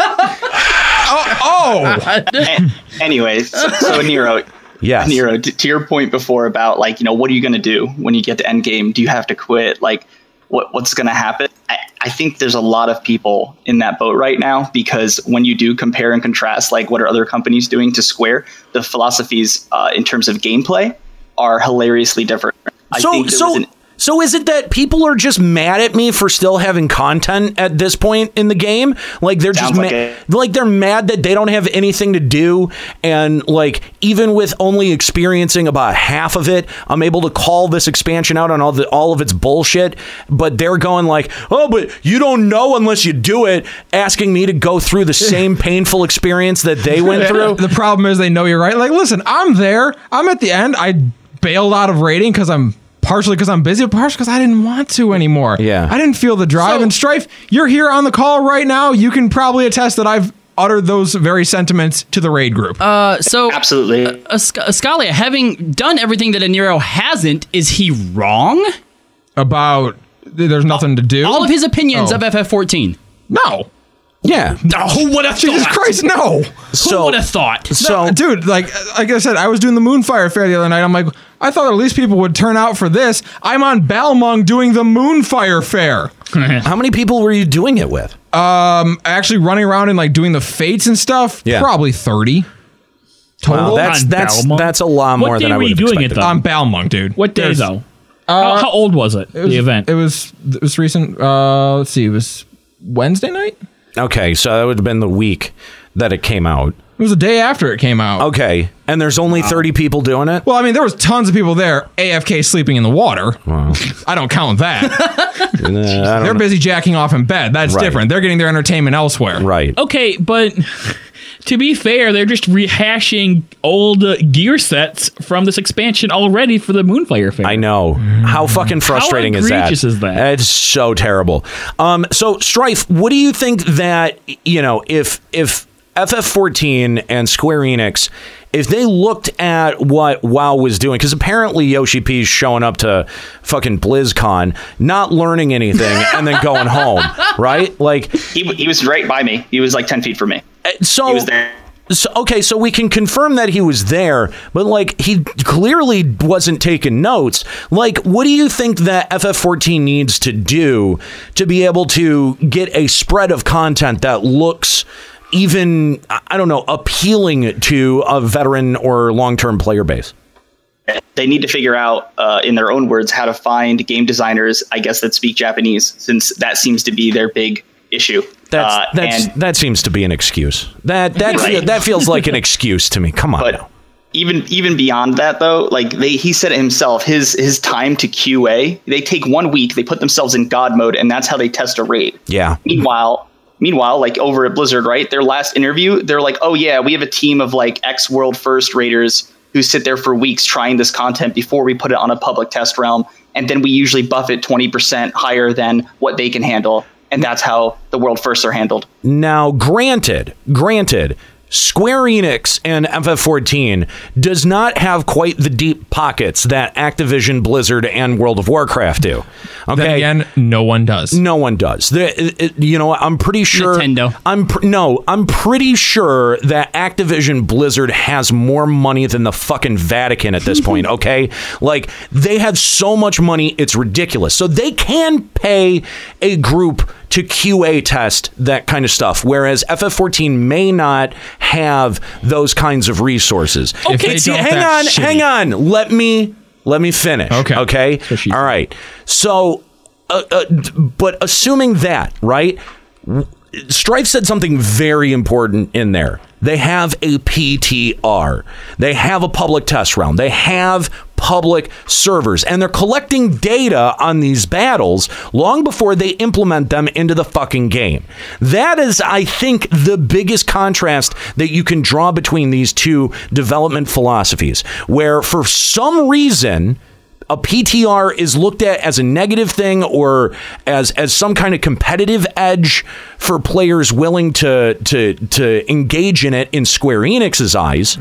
Speaker 1: oh, oh.
Speaker 14: Anyways, so, so Nero.
Speaker 7: Yes.
Speaker 14: Nero, t- to your point before about like, you know, what are you going to do when you get to endgame? Do you have to quit? Like, what, what's going to happen? I, I think there's a lot of people in that boat right now because when you do compare and contrast, like, what are other companies doing to Square, the philosophies uh, in terms of gameplay are hilariously different. I
Speaker 7: so
Speaker 14: think there was
Speaker 7: so
Speaker 14: an
Speaker 7: so is it that people are just mad at me for still having content at this point in the game? Like they're just
Speaker 14: Sounds like
Speaker 7: ma- like they're mad that they don't have anything to do and like even with only experiencing about half of it, I'm able to call this expansion out on all the all of its bullshit, but they're going like, "Oh, but you don't know unless you do it," asking me to go through the same painful experience that they went through.
Speaker 1: The problem is they know you're right. Like, listen, I'm there. I'm at the end. I bailed out of rating because I'm partially because I'm busy, but partially because I didn't want to anymore. Yeah. I didn't feel the drive and strife. You're here on the call right now. You can probably attest that I've uttered those very sentiments to the raid group.
Speaker 2: Uh, so
Speaker 14: absolutely,
Speaker 2: Ascalia, having done everything that Aniro hasn't, is he wrong?
Speaker 1: About there's nothing to do.
Speaker 2: All of his opinions
Speaker 1: Oh.
Speaker 2: of FF14.
Speaker 1: No. Yeah.
Speaker 2: No, who would have
Speaker 1: Jesus
Speaker 2: thought?
Speaker 1: Christ, no.
Speaker 2: who would have thought?
Speaker 1: No, dude, like like I said, I was doing the Moonfire Fair the other night. I'm like, I thought at least people would turn out for this. I'm on Balmung doing the Moonfire Fair.
Speaker 7: How many people were you doing it with?
Speaker 1: Um, actually running around and like doing the fates and stuff.
Speaker 7: Yeah.
Speaker 1: probably thirty. Total.
Speaker 7: Wow, that's that's that's a lot more than I would have expected.
Speaker 1: On Balmung, dude.
Speaker 8: What day
Speaker 1: Um, There's-
Speaker 8: though?
Speaker 1: Uh,
Speaker 8: how, how old was it?
Speaker 1: It was,
Speaker 8: the event.
Speaker 1: It was it was recent. Uh, let's see. It was Wednesday night.
Speaker 7: Okay, so that would have been the week that it came out.
Speaker 1: It was the day after it came out.
Speaker 7: Okay, and there's only 30 people doing it?
Speaker 1: Well, I mean, there was tons of people there. AFK sleeping in the water.
Speaker 7: Wow.
Speaker 1: I don't count that.
Speaker 7: Uh, I don't
Speaker 1: They're
Speaker 7: know.
Speaker 1: busy jacking off in bed. That's
Speaker 7: Right.
Speaker 1: different. They're getting their entertainment elsewhere.
Speaker 7: Right.
Speaker 8: Okay, but to be fair, they're just rehashing old uh, gear sets from this expansion already for the Moonfire Fair.
Speaker 7: I know. How fucking frustrating is that?
Speaker 8: egregious is that?
Speaker 7: It's so terrible. Um, so Strife, what do you think that you know if if FF14 and Square Enix if they looked at what WoW was doing because apparently Yoshi P's showing up to fucking BlizzCon, not learning anything, and then going home, right? Like
Speaker 14: he, w- he was right by me. He was like 10 feet from me.
Speaker 7: so
Speaker 14: he was there.
Speaker 7: So, okay, so we can confirm that he was there, but like he clearly wasn't taking notes. Like, what do you think that FF14 needs to do to be able to get a spread of content that looks even, I I don't know, appealing to a veteran or long term player base?
Speaker 14: they need to figure out, uh, in their own words, how to find game designers, I guess, that speak Japanese, since that seems to be their big issue.
Speaker 7: That's,
Speaker 14: Uh,
Speaker 7: that's,
Speaker 14: and
Speaker 7: that seems to be an excuse. That that fe-
Speaker 14: Right.
Speaker 7: that feels like an excuse to me. Come on. now.
Speaker 14: even even beyond that, though, like they, he said it himself, his his time to QA, they take one week, they put themselves in God mode, and that's how they test a raid.
Speaker 7: Yeah.
Speaker 14: Meanwhile, meanwhile, like over at Blizzard, right? Their last interview, they're like, "Oh yeah, we have a team of like ex world first raiders who sit there for weeks trying this content before we put it on a public test realm, and then we usually buff it twenty percent higher than what they can handle, and that's how the world firsts are handled."
Speaker 7: Now, granted, granted, Square Enix and FF14 does not have quite the deep pockets that Activision, Blizzard, and World of Warcraft do. Okay.
Speaker 1: again, no one does.
Speaker 7: No one does. The- it- it- you know, I'm pretty sure. Nintendo. I'm pr- no, I'm pretty sure that Activision Blizzard has more money than the fucking Vatican at this point. Okay, like they have so much money, it's ridiculous. So they can pay a group to QA test that kind of stuff, whereas FF14 may not have those kinds of resources.
Speaker 1: If they
Speaker 7: See,
Speaker 1: don't,
Speaker 7: hang on,
Speaker 1: that's
Speaker 7: hang
Speaker 1: shitty.
Speaker 7: on. Let me let me finish. Okay. Okay. All right. So, uh, uh, d- but assuming that, right? W- Strife said something very important in there They have a PTR. They have a public test round. They have public servers and they're collecting data on these battles long before they implement them into the fucking game. That is I think the biggest contrast that you can draw between these two development philosophies where for some reason a PTR is looked at as a negative thing or as as some kind of competitive edge for players willing to to to engage in it in Square Enix's eyes.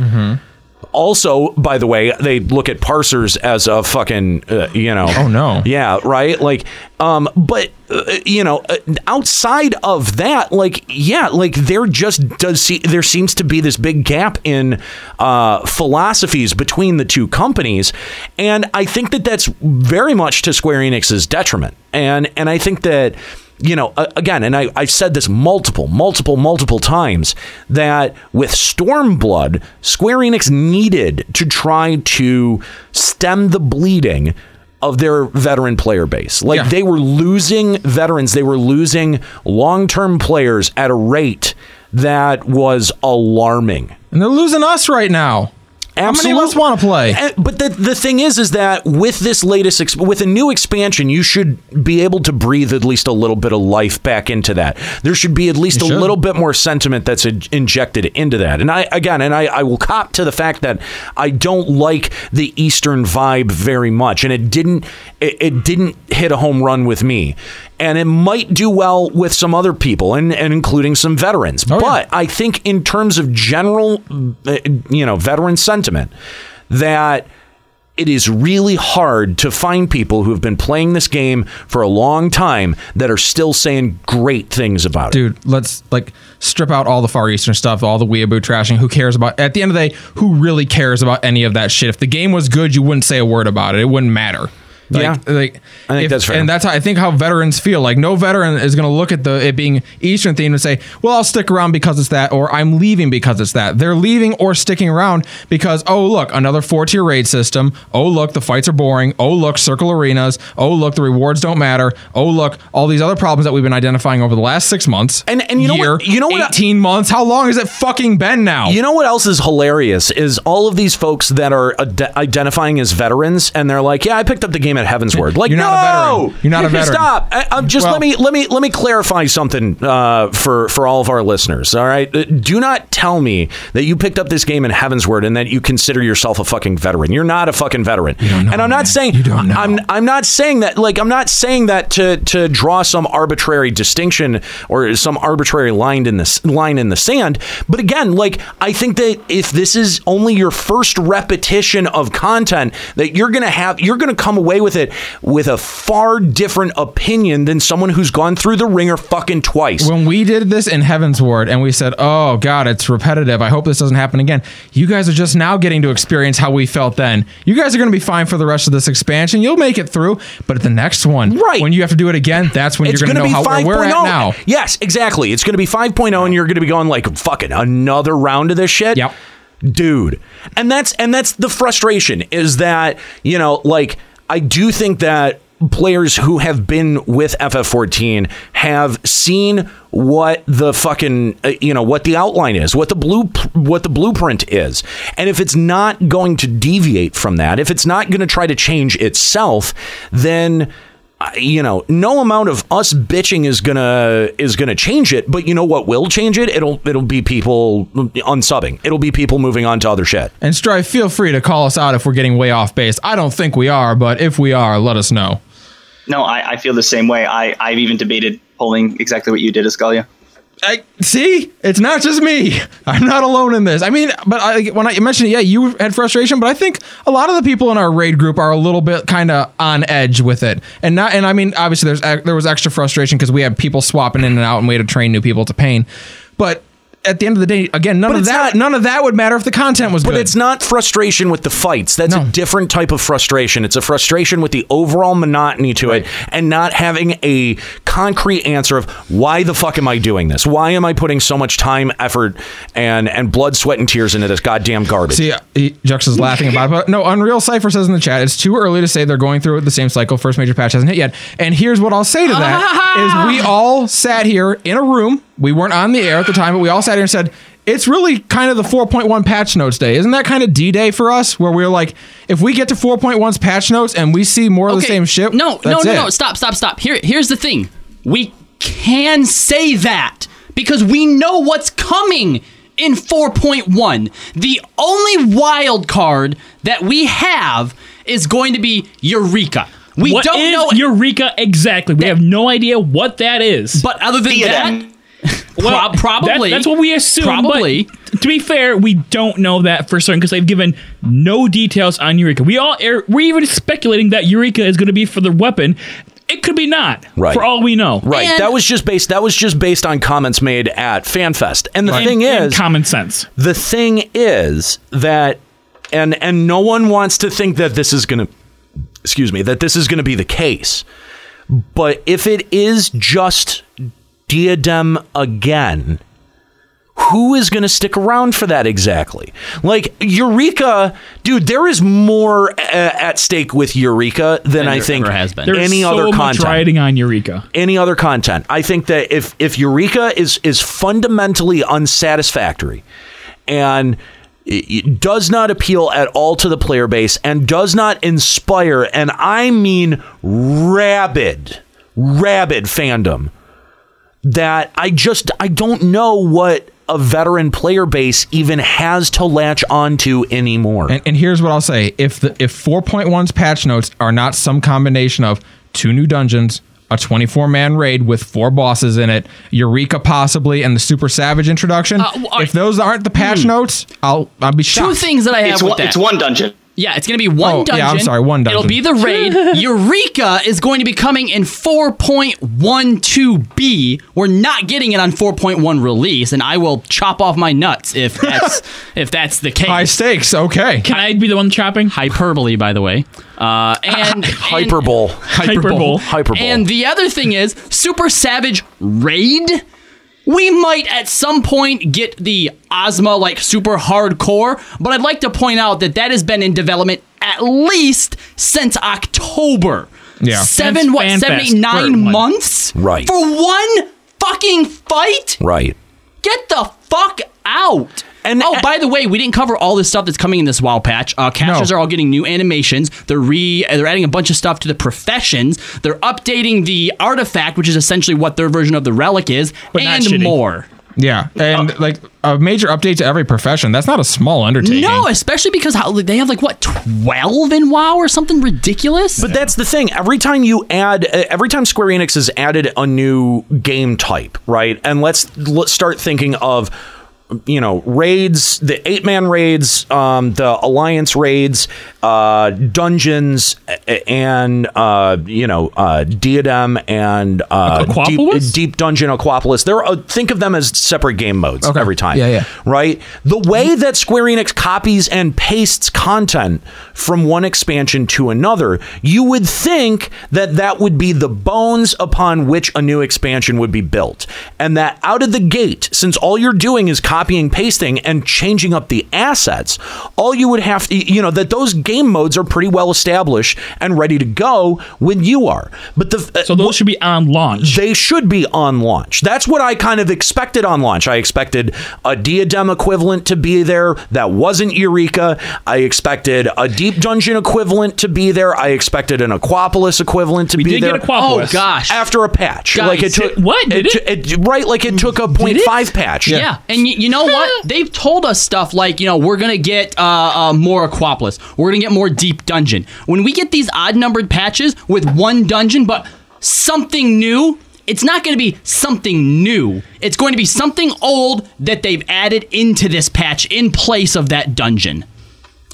Speaker 7: Also, by the way, they look at parsers as a fucking uh, you know. Oh no. Yeah, right? Like um but uh, you know, uh, outside of that, like yeah, like there just does see there seems to be this big gap in uh, philosophies between the two companies, and I think that that's very much to Square Enix's detriment, and and I think that you know a- again, and I, I've said this multiple, multiple, multiple times that with Stormblood, Square Enix needed to try to stem the bleeding of their veteran player base. Like they were losing veterans, they were losing long term players at a rate that was alarming.
Speaker 1: And they're losing us right now.
Speaker 7: Absolutely.
Speaker 1: How many of us want to play?
Speaker 7: And- but the, the thing is, is that with this latest, exp- with a new expansion, you should be able to breathe at least a little bit of life back into that. There should be at least a little bit more sentiment that's in- injected into that. And I, again, and I, I will cop to the fact that I don't like the Eastern vibe very much. And it didn't, it, it didn't hit a home run with me. And it might do well with some other people, and, and including some veterans. but I think, in terms of general, uh, you know, veteran sentiment, that it is really hard to find people who have been playing this game for a long time that are still saying great things about it.
Speaker 1: Dude, let's like strip out all the Far Eastern stuff, all the weeaboo trashing. Who cares about? At the end of the day, who really cares about any of that shit? If the game was good, you wouldn't say a word about it. It wouldn't matter. Like,
Speaker 7: Yeah.
Speaker 1: like
Speaker 7: I think
Speaker 1: if-
Speaker 7: that's fair.
Speaker 1: And that's how I think how veterans feel. Like no veteran is going to look at the it being Eastern themed and say, "Well, I'll stick around because it's that," or "I'm leaving because it's that." They're leaving or sticking around because, oh look, another four tier raid system. Oh look, the fights are boring. Oh look, circle arenas. Oh look, the rewards don't matter. Oh look, all these other problems that we've been identifying over the last six months and and
Speaker 7: you know what-
Speaker 1: year,
Speaker 7: you know what I-
Speaker 1: eighteen months. How long has it fucking been now?
Speaker 7: You know what else is hilarious is all of these folks that are ad- identifying as veterans and they're like, "Yeah, I picked up the game at Heaven's Word." Like,
Speaker 1: You're
Speaker 7: no,
Speaker 1: not a veteran. You're not a veteran.
Speaker 7: Stop. I, I'm just let me let me let me clarify something uh, for for all of our listeners. All right, Uh, do not tell me that you picked up this game in Heaven's Word and that you consider yourself a fucking veteran. You're not a fucking veteran. and I'm not saying I'm I'm not saying that like I'm not saying that to to draw some arbitrary distinction or some arbitrary line in this line in the sand. But again, like I think that if this is only your first repetition of content, that you're gonna have you're gonna come away with it with a far different opinion than someone who's gone through the ringer fucking twice.
Speaker 1: When we did this in Heaven's Ward and we said, oh, God, it's repetitive. I hope this doesn't happen again. You guys are just now getting to experience how we felt then. You guys are going to be fine for the rest of this expansion. You'll make it through. But at the next one, right. when you have to do it again, that's when
Speaker 7: it's
Speaker 1: you're going to know
Speaker 7: be oh.
Speaker 1: how where
Speaker 7: 5.0.
Speaker 1: we're at now.
Speaker 7: Yes, exactly. It's going to be 5.0 and you're going to be going like fucking another round of this shit. Yep. Dude. And that's and that's the frustration is that, you know, like I do think that players who have been with FF14 have seen what the fucking uh, you know what the outline is, what the blue what the blueprint is. And if it's not going to deviate from that, if it's not going to try to change itself, then I- you know, no amount of us bitching is gonna is gonna change it. But you know what will change it? It'll it'll be people unsubbing. It'll be people moving on to other shit.
Speaker 1: And Strive, feel free to call us out if we're getting way off base. I don't think we are, but if we are, let us know.
Speaker 14: No, I, I feel the same way. I, I've even debated pulling exactly what you did, Escalia.
Speaker 1: I see. It's not just me. I'm not alone in this. I mean, but I, when I mentioned it, yeah, you had frustration, but I think a lot of the people in our raid group are a little bit kind of on edge with it, and not. And I mean, obviously, there's ac- there was extra frustration because we had people swapping in and out, and we had to train new people to pain. But at the end of the day, again, none of that none of that would matter if the content was
Speaker 7: But
Speaker 1: good.
Speaker 7: it's not frustration with the fights. That's a different type of frustration. It's a frustration with the overall monotony to it and not having a concrete answer of why the fuck am I doing this? Why am I putting so much time, effort, and and blood, sweat, and tears into this goddamn garbage?
Speaker 1: See, he- Jux is laughing about it. But no, Unreal Cipher says in the chat, it's too early to say they're going through the same cycle. First major patch hasn't hit yet. And here's what I'll say to that is we all sat here in a room. We weren't on the air at the time, but we all sat here and said, it's really kind of the 4.1 patch notes day. Isn't that kind of D Day for us where we're like, if we get to 4.1's patch notes and we see more of the same shit?
Speaker 2: No, no,
Speaker 1: that's
Speaker 2: no,
Speaker 1: it.
Speaker 2: no. Stop, stop, stop. Here, here's the thing. We can say that because we know what's coming in 4.1. The only wild card that we have is going to be Eureka. We
Speaker 8: What
Speaker 2: don't
Speaker 8: is
Speaker 2: know
Speaker 8: Eureka exactly. We have no idea what that is.
Speaker 2: But other than that,
Speaker 8: well,
Speaker 2: prob- probably
Speaker 8: that- that's what we assume. but
Speaker 2: Probably.
Speaker 8: to be fair, we don't know that for certain because they've given no details on Eureka. We all er, we're even speculating that Eureka is going to be for the weapon. It could be not.
Speaker 7: Right.
Speaker 8: For all we know.
Speaker 7: Right. that was just based that was just based on comments made at FanFest. And the
Speaker 8: Right.
Speaker 7: thing is
Speaker 8: And- and common sense.
Speaker 7: The thing is that and and no one wants to think that this is going to excuse me, that this is going to be the case. But if it is just diadem again, who is going to stick around for that exactly? Like Eureka, dude, there is more uh, at stake with Eureka than
Speaker 8: Than
Speaker 7: I
Speaker 8: there
Speaker 7: think
Speaker 8: ever has been. There's
Speaker 7: any
Speaker 8: so
Speaker 7: other
Speaker 8: much
Speaker 7: content
Speaker 8: riding on Eureka.
Speaker 7: any other content. I think that if if Eureka is is fundamentally unsatisfactory and it- it does not appeal at all to the player base and does not inspire and I mean rabid rabid fandom that I just I don't know what a veteran player base even has to latch onto anymore.
Speaker 1: And, and here's what I'll say: if the if 4.1's patch notes are not some combination of two new dungeons, a 24 man raid with four bosses in it, Eureka possibly, and the Super Savage introduction,
Speaker 2: Uh,
Speaker 1: if those aren't the patch notes, I'll I'll be shocked.
Speaker 2: Hmm. two things that I have
Speaker 1: It's
Speaker 2: with
Speaker 1: one-
Speaker 2: that.
Speaker 1: it's one dungeon.
Speaker 2: Yeah, it's gonna be one
Speaker 1: Oh,
Speaker 2: dungeon.
Speaker 1: yeah, I'm sorry, one
Speaker 2: It'll
Speaker 1: dungeon.
Speaker 2: be the raid. Eureka is going to be coming in 4.12b. We're not getting it on 4.1 release, and I will chop off my nuts if that's if that's the case. High
Speaker 1: stakes. Okay.
Speaker 8: Can I be the one chopping?
Speaker 2: Hyperbole, by the way. Uh, and
Speaker 7: hyperbole.
Speaker 2: Hyperbole.
Speaker 7: Hyperbole.
Speaker 2: And the other thing is Super Savage Raid. We might at some point get the Ozma like super hardcore, but I'd like to point out that that has been in development at least since October.
Speaker 7: Yeah.
Speaker 2: Seven,
Speaker 7: Since
Speaker 2: what,
Speaker 7: FanFest,
Speaker 2: seven, eight, nine
Speaker 7: third one.
Speaker 2: months?
Speaker 7: Right.
Speaker 2: For one fucking fight?
Speaker 7: Right.
Speaker 2: Get the fuck out. And oh, by the way, we didn't cover all this stuff that's coming in this WoW patch. Uh, casters are all getting new animations. They're re they're adding a bunch of stuff to the professions. They're updating the artifact, which is essentially what their version of the relic is, and more.
Speaker 1: Yeah, and
Speaker 2: Uh,
Speaker 1: like a major update to every profession. That's not a small undertaking.
Speaker 2: No, especially because how they have like what twelve in WoW or something ridiculous.
Speaker 7: But that's the thing. Every time you add, uh, every time Square Enix has added a new game type, right? And let's, let's start thinking of, you know, raids, the eight man raids, um, the alliance raids, uh, dungeons, a- and uh, you know, uh, diadem and uh,
Speaker 8: Aquapolis?
Speaker 7: Deep, deep dungeon Aquapolis. There, are, think of them as separate game modes
Speaker 1: Okay.
Speaker 7: every time
Speaker 1: Yeah, yeah.
Speaker 7: right? The way that Square Enix copies and pastes content from one expansion to another, you would think that that would be the bones upon which a new expansion would be built. And that out of the gate, since all you're doing is copying, pasting, and changing up the assets, all you would have to, you know, that those game modes are pretty well established and ready to go when you are. But the uh,
Speaker 8: so those should be on launch.
Speaker 7: They should be on launch. That's what I kind of expected on launch. I expected a diadem equivalent to be there that wasn't Eureka. I expected a deep dungeon equivalent to be there. I expected an Aquapolis equivalent to be
Speaker 8: did
Speaker 7: there.
Speaker 8: get Aquapolis. Oh, gosh.
Speaker 7: After a patch,
Speaker 8: Guys,
Speaker 7: like it took
Speaker 8: what?
Speaker 7: It,
Speaker 8: Did Mm.
Speaker 7: took- it- right, like it took a .5 patch.
Speaker 2: Yeah, and y- you know what? They've told us stuff like, you know, we're gonna get uh, uh, more Aquapolis. We're gonna get more Deep Dungeon. When we get these odd numbered patches with one dungeon, but something new. It's not going to be something new. It's going to be something old that they've added into this patch in place of that dungeon.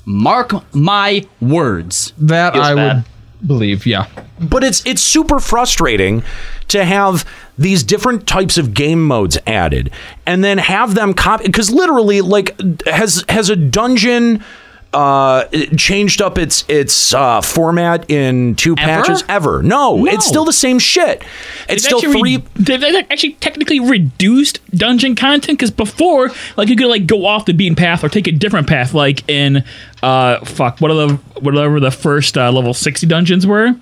Speaker 2: Mark my words.
Speaker 1: That I would believe. Yeah.
Speaker 7: but it's it's super frustrating to have these different types of game modes added and then have them copy because literally like has has a dungeon uh it changed up its its uh format in two patches ever no, it's still the same shit it's still
Speaker 8: actually
Speaker 7: three
Speaker 8: re- they've they've actually technically reduced dungeon content because before, like you could like go off the beaten path or take a different path, like in uh fuck what are the whatever the first uh, level sixty dungeons were,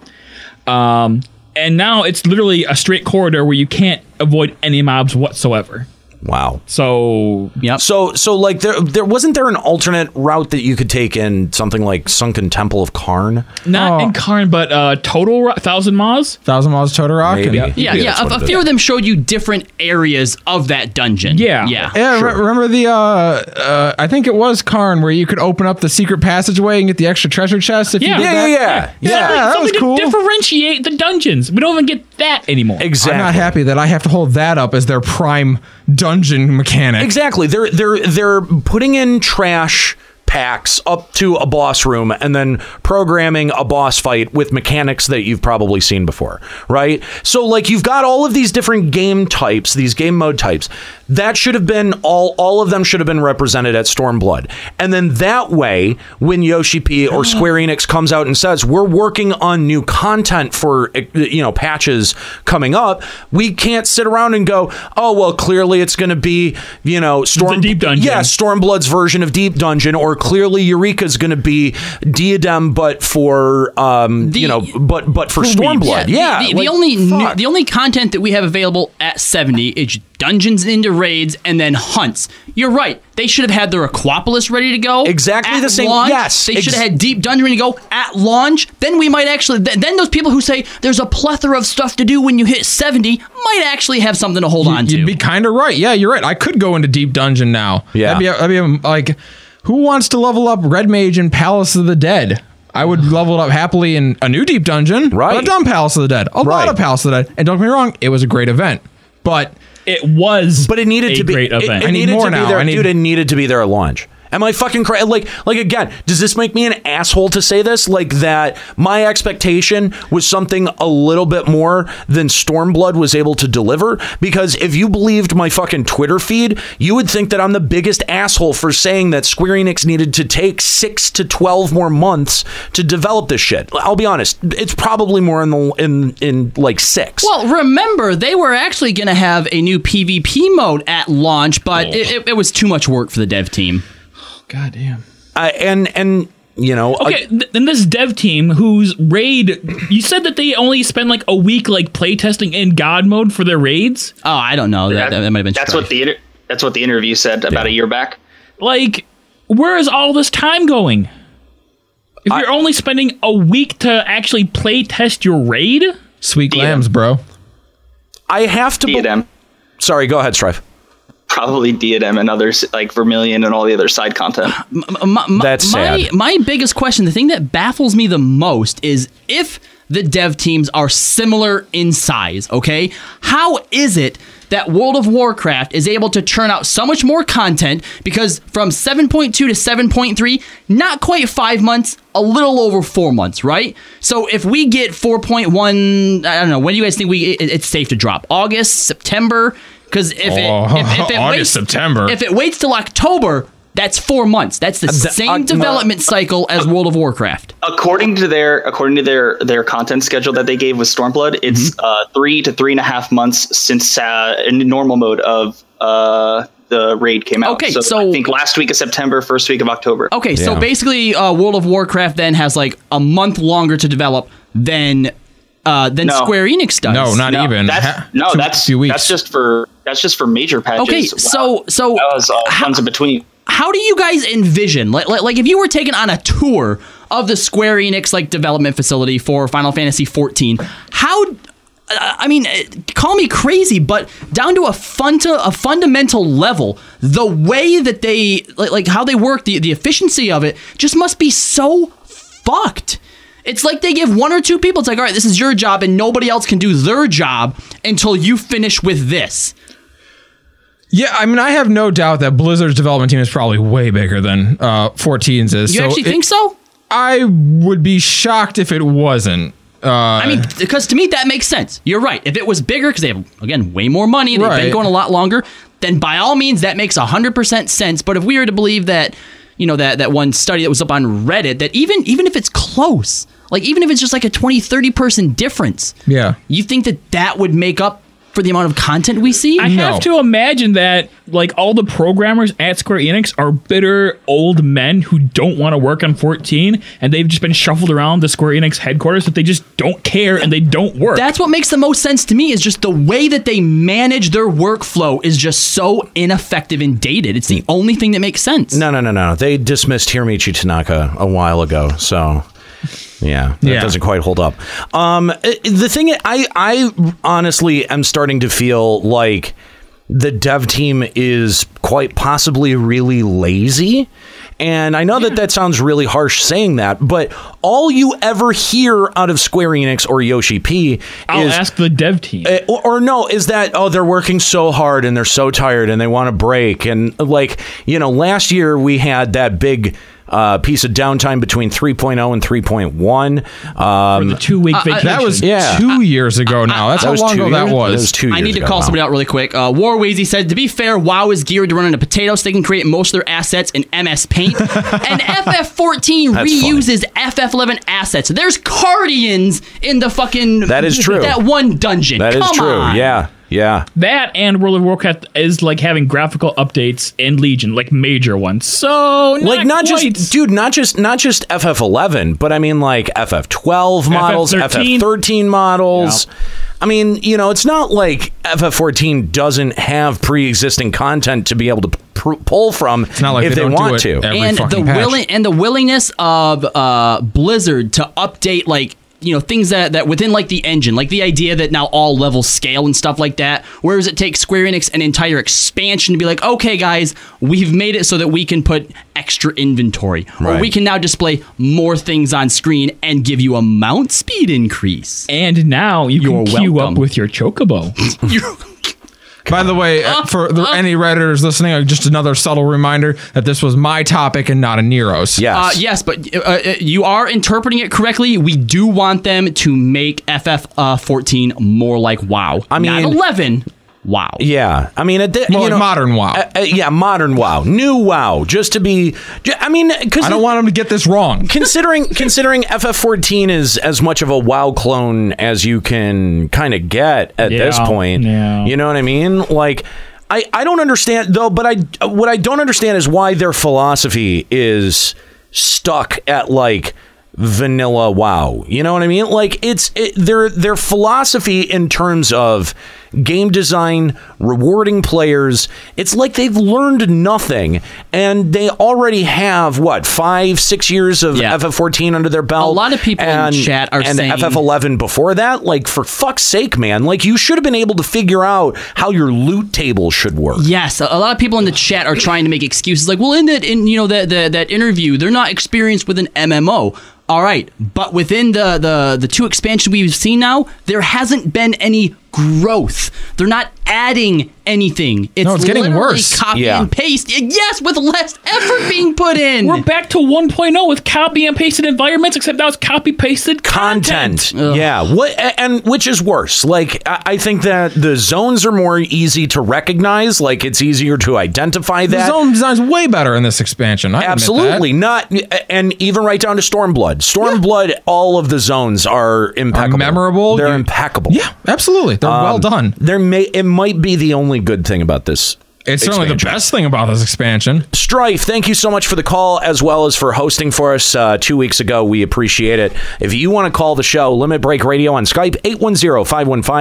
Speaker 8: um and now it's literally a straight corridor where you can't avoid any mobs whatsoever.
Speaker 7: Wow.
Speaker 8: So yeah.
Speaker 7: So so like there there wasn't there an alternate route that you could take in something like Sunken Temple of Karn?
Speaker 1: Oh.
Speaker 8: Not in Karn, but uh, Total Ro- Thousand Maws.
Speaker 1: Thousand Maws Total Rock.
Speaker 7: Maybe.
Speaker 2: Yeah, yeah. A, a few of them showed you different areas of that dungeon. Yeah, yeah.
Speaker 1: Yeah, re- remember the uh, uh, I think it was Karn where you could open up the secret passageway and get the extra treasure chest if you did that. yeah,
Speaker 8: Something-
Speaker 1: that was
Speaker 8: something to
Speaker 1: cool.
Speaker 8: differentiate the dungeons. We don't even get that anymore.
Speaker 1: I'm not happy that I have to hold that up as their prime dungeon mechanic.
Speaker 7: Exactly. They're they're they're putting in trash packs up to a boss room and then programming a boss fight with mechanics that you've probably seen before, right? So like you've got all of these different game types, these game mode types. That should have been all all of them should have been represented at Stormblood. And then that way when Yoshi P or Square Enix comes out and says, "We're working on new content for you know patches coming up," we can't sit around and go, "Oh, well, clearly it's going to be, you know, Storm Deep Dungeon." Yeah, Stormblood's version of Deep Dungeon or clearly Eureka's going to be Diadem but for um, you know, but but for Stormblood. Yeah.
Speaker 2: The, the- the
Speaker 7: like-
Speaker 2: only new, the only content that we have available at seventy is dungeons into raids and then hunts. You're right. They should have had their Aquapolis ready to go. Exactly
Speaker 7: the same-
Speaker 2: Launch.
Speaker 7: yes,
Speaker 2: They
Speaker 7: ex-
Speaker 2: should have had deep dungeon ready to go at launch. Then we might actually. Th- then those people who say there's a plethora of stuff to do when you hit seventy might actually have something to hold on to.
Speaker 1: You'd be kind of right. Yeah, you're right. I could go into deep dungeon now. Yeah, that'd be, that'd be um, like, who wants to level up red mage in Palace of the Dead? I would level it up happily in a new deep dungeon, right? A dumb Palace of the Dead, a lot of Palace of the Dead. And don't get me wrong, it was a great event, but
Speaker 8: it was,
Speaker 1: but it needed
Speaker 7: needed to be it- It,
Speaker 1: I need
Speaker 7: needed
Speaker 1: more
Speaker 7: to be
Speaker 1: now.
Speaker 7: there,
Speaker 1: I need
Speaker 7: dude. It needed to be there at launch. Am I fucking cra- like like again? Does this make me an asshole to say this? Like that my expectation was something a little bit more than Stormblood was able to deliver. Because if you believed my fucking Twitter feed, you would think that I'm the biggest asshole for saying that Square Enix needed to take six to twelve more months to develop this shit. I'll be honest, it's probably more in the in in like six.
Speaker 2: Well, remember they were actually going to have a new PvP mode at launch,
Speaker 7: Oh.
Speaker 2: but it, it, it was too much work for the dev team.
Speaker 8: God damn.
Speaker 7: I, and and you know, I-
Speaker 8: Okay, th- then this dev team whose raid you said that they only spend like a week like playtesting in god mode for their raids?
Speaker 2: Oh, I don't know. That, that, that might have been.
Speaker 14: That's what the inter- that's what the interview said about a year back.
Speaker 8: Like where is all this time going? If you're only spending a week to actually play test your raid?
Speaker 1: Sweet lambs, bro.
Speaker 7: I have to
Speaker 14: Diadem.
Speaker 7: Sorry, go ahead, Strife.
Speaker 14: Probably Diadem and others like Vermilion and all the other side content.
Speaker 7: That's
Speaker 2: My, my biggest question, the thing that baffles me the most is if the dev teams are similar in size, okay? How is it that World of Warcraft is able to churn out so much more content because from 7.2 to 7.3, not quite five months, a little over four months, right? So if we get 4.1, I don't know, when do you guys think we it- it's safe to drop? August, September? Because if, it-
Speaker 1: Oh,
Speaker 2: if, if it
Speaker 1: August,
Speaker 2: waits-
Speaker 1: September.
Speaker 2: if it waits till October, that's four months. That's the
Speaker 14: The-
Speaker 2: same
Speaker 14: uh,
Speaker 2: development cycle as World of Warcraft.
Speaker 14: According to their according to their their content schedule that they gave with Stormblood, it's
Speaker 2: Mm-hmm.
Speaker 14: uh, three to three and a half months since uh, in normal mode of uh, the raid came out.
Speaker 2: Okay,
Speaker 14: so,
Speaker 2: so-
Speaker 14: I think last week of September, first week of October.
Speaker 2: Okay, so basically, uh, World of Warcraft then has like a month longer to develop than uh, than
Speaker 14: No.
Speaker 2: Square Enix does.
Speaker 14: That's, no, that's that's just for that's just for major patches.
Speaker 2: Okay, so- so
Speaker 14: that was all tons in between.
Speaker 2: How do you guys envision like, like like if you were taken on a tour of the Square Enix like development facility for Final Fantasy 14? How uh, I mean, uh, call me crazy, but down to a fun a fundamental level, the way that they like, like how they work, the the efficiency of it just must be so fucked. It's like they give one or two people. It's like, all right, this is your job, and nobody else can do their job until you finish with this.
Speaker 1: Yeah, I mean, I have no doubt that Blizzard's development team is probably way bigger than uh, 14's is.
Speaker 2: You actually
Speaker 1: it-
Speaker 2: think so?
Speaker 1: I would be shocked if it wasn't. Uh,
Speaker 2: I mean, because to me that makes sense. You're right. If it was bigger, because they have again way more money, they've been
Speaker 1: Right.
Speaker 2: going a lot longer. Then by all means, that makes hundred percent sense. But if we were to believe that, you know, that that one study that was up on Reddit, that even even if it's close, like even if it's just like a 20, 30 person difference,
Speaker 1: yeah.
Speaker 2: you think that that would make up for the amount of content we see?
Speaker 8: I have to imagine that like all the programmers at Square Enix are bitter old men who don't want to work on 14 and they've just been shuffled around the Square Enix headquarters that they just don't care and they don't work.
Speaker 2: That's what makes the most sense to me is just the way that they manage their workflow is just so ineffective and dated. It's the only thing that makes sense.
Speaker 7: No, no, no, no. They dismissed Hiramichi Tanaka a while ago, so yeah, that
Speaker 2: Yeah.
Speaker 7: doesn't quite hold up. Um, i- the thing I I honestly am starting to feel like the dev team is quite possibly really lazy. And I know that that sounds really harsh saying that, but all you ever hear out of Square Enix or Yoshi P
Speaker 8: I'll
Speaker 7: is
Speaker 8: ask the dev team.
Speaker 7: uh, or, or no, is that oh they're working so hard and they're so tired and they want a break and like you know last year we had that big. Uh, piece of downtime between 3.0 and 3.1 um,
Speaker 8: two week
Speaker 2: Uh, uh, vacation.
Speaker 1: That was
Speaker 7: yeah.
Speaker 1: two years ago now. That's
Speaker 7: That
Speaker 1: how
Speaker 7: was
Speaker 1: long
Speaker 7: two
Speaker 1: ago that
Speaker 7: years-
Speaker 1: was.
Speaker 7: that was two
Speaker 2: I need to call
Speaker 7: now.
Speaker 2: somebody out really quick. Uh, Warwazy said, to be fair, WoW is geared to run into potatoes. They can create most of their assets in MS Paint. and FF14
Speaker 7: That's
Speaker 2: reuses FF11 assets. There's Cardians in the fucking.
Speaker 7: That is true.
Speaker 2: That one dungeon.
Speaker 7: that is
Speaker 2: Come
Speaker 7: true
Speaker 2: on.
Speaker 7: yeah yeah
Speaker 8: That and World of Warcraft is like having graphical updates and Legion, like major ones. So
Speaker 7: like not just dude not just not just ff11 but i mean like ff12 models
Speaker 8: FF13.
Speaker 7: ff13 models i mean you know it's not like ff14 doesn't have pre-existing content to be able to pr- pull from
Speaker 1: like they
Speaker 7: if they,
Speaker 1: don't do
Speaker 7: want
Speaker 1: it
Speaker 7: to
Speaker 1: every
Speaker 2: and the willing and the willingness of uh, Blizzard to update like you know things that, that within like the engine like the idea that now all levels scale and stuff like that whereas it takes square enix an entire expansion to be like okay guys we've made it so that we can put extra inventory or
Speaker 7: Right.
Speaker 2: we can now display more things on screen and give you a mount speed increase
Speaker 8: and now you
Speaker 2: You're
Speaker 8: can queue up
Speaker 2: welcome.
Speaker 8: with your chocobo.
Speaker 1: By the way, uh, for the, any redditors listening, uh, just another subtle reminder that this was my topic and not a Nero's.
Speaker 2: Uh, yes, but uh, uh, you are interpreting it correctly. We do want them to make FF uh, 14 more like WoW. I
Speaker 7: mean-
Speaker 2: 11. Wow.
Speaker 7: Yeah, I mean, it, did-
Speaker 1: More
Speaker 7: you
Speaker 1: like
Speaker 7: know,
Speaker 1: modern WoW.
Speaker 7: uh, uh, yeah, modern WoW, new WoW, just to be. ju- I mean, because
Speaker 1: I don't want them to get this wrong.
Speaker 7: considering considering FF14 is as much of a WoW clone as you can kind of get at this
Speaker 8: Yeah,
Speaker 7: point.
Speaker 8: yeah.
Speaker 7: You know what I mean? Like I I don't understand though, but I what I don't understand is why their philosophy is stuck at like vanilla wow. You know what I mean? Like it's it, their their philosophy in terms of game design, rewarding players. It's like they've learned nothing and they already have what, 5 6 years of
Speaker 2: Yeah.
Speaker 7: FF14 under their belt.
Speaker 2: A lot of people in
Speaker 7: and,
Speaker 2: chat are
Speaker 7: and
Speaker 2: saying-
Speaker 7: FF11 before that, like for fuck's sake, man, like you should have been able to figure out how your loot table should work.
Speaker 2: Yes, a a lot of people in the chat are trying to make excuses like, well, in that in you know that that that interview, they're not experienced with an MMO. All right, but within the the the two expansions we've seen now, there hasn't been any growth. They're not adding anything. It's,
Speaker 1: No, it's getting
Speaker 2: literally
Speaker 1: worse.
Speaker 2: Copy
Speaker 1: Yeah.
Speaker 2: and paste. Y- Yes, with less effort being put in.
Speaker 8: We're back to 1.0 with copy and pasted environments, except now it's copy pasted
Speaker 7: Content, yeah. What a- and which is worse? Like I I think that the zones are more easy to recognize. Like it's easier to identify
Speaker 1: The
Speaker 7: that.
Speaker 1: zone design's way better in this expansion. I admit that.
Speaker 7: Absolutely not, and even right down to Stormblood. Stormblood, all of the zones are impeccable, memorable. They're impeccable. Yeah,
Speaker 1: absolutely. They're
Speaker 7: Um,
Speaker 1: well done.
Speaker 7: There may it might be the only good thing about this.
Speaker 1: It's certainly the
Speaker 7: expansion.
Speaker 1: best thing about this expansion.
Speaker 7: Strife, thank you so much for the call as well as for hosting for us uh, two weeks ago. We appreciate it. If you want to call the show, Limit Break Radio on Skype,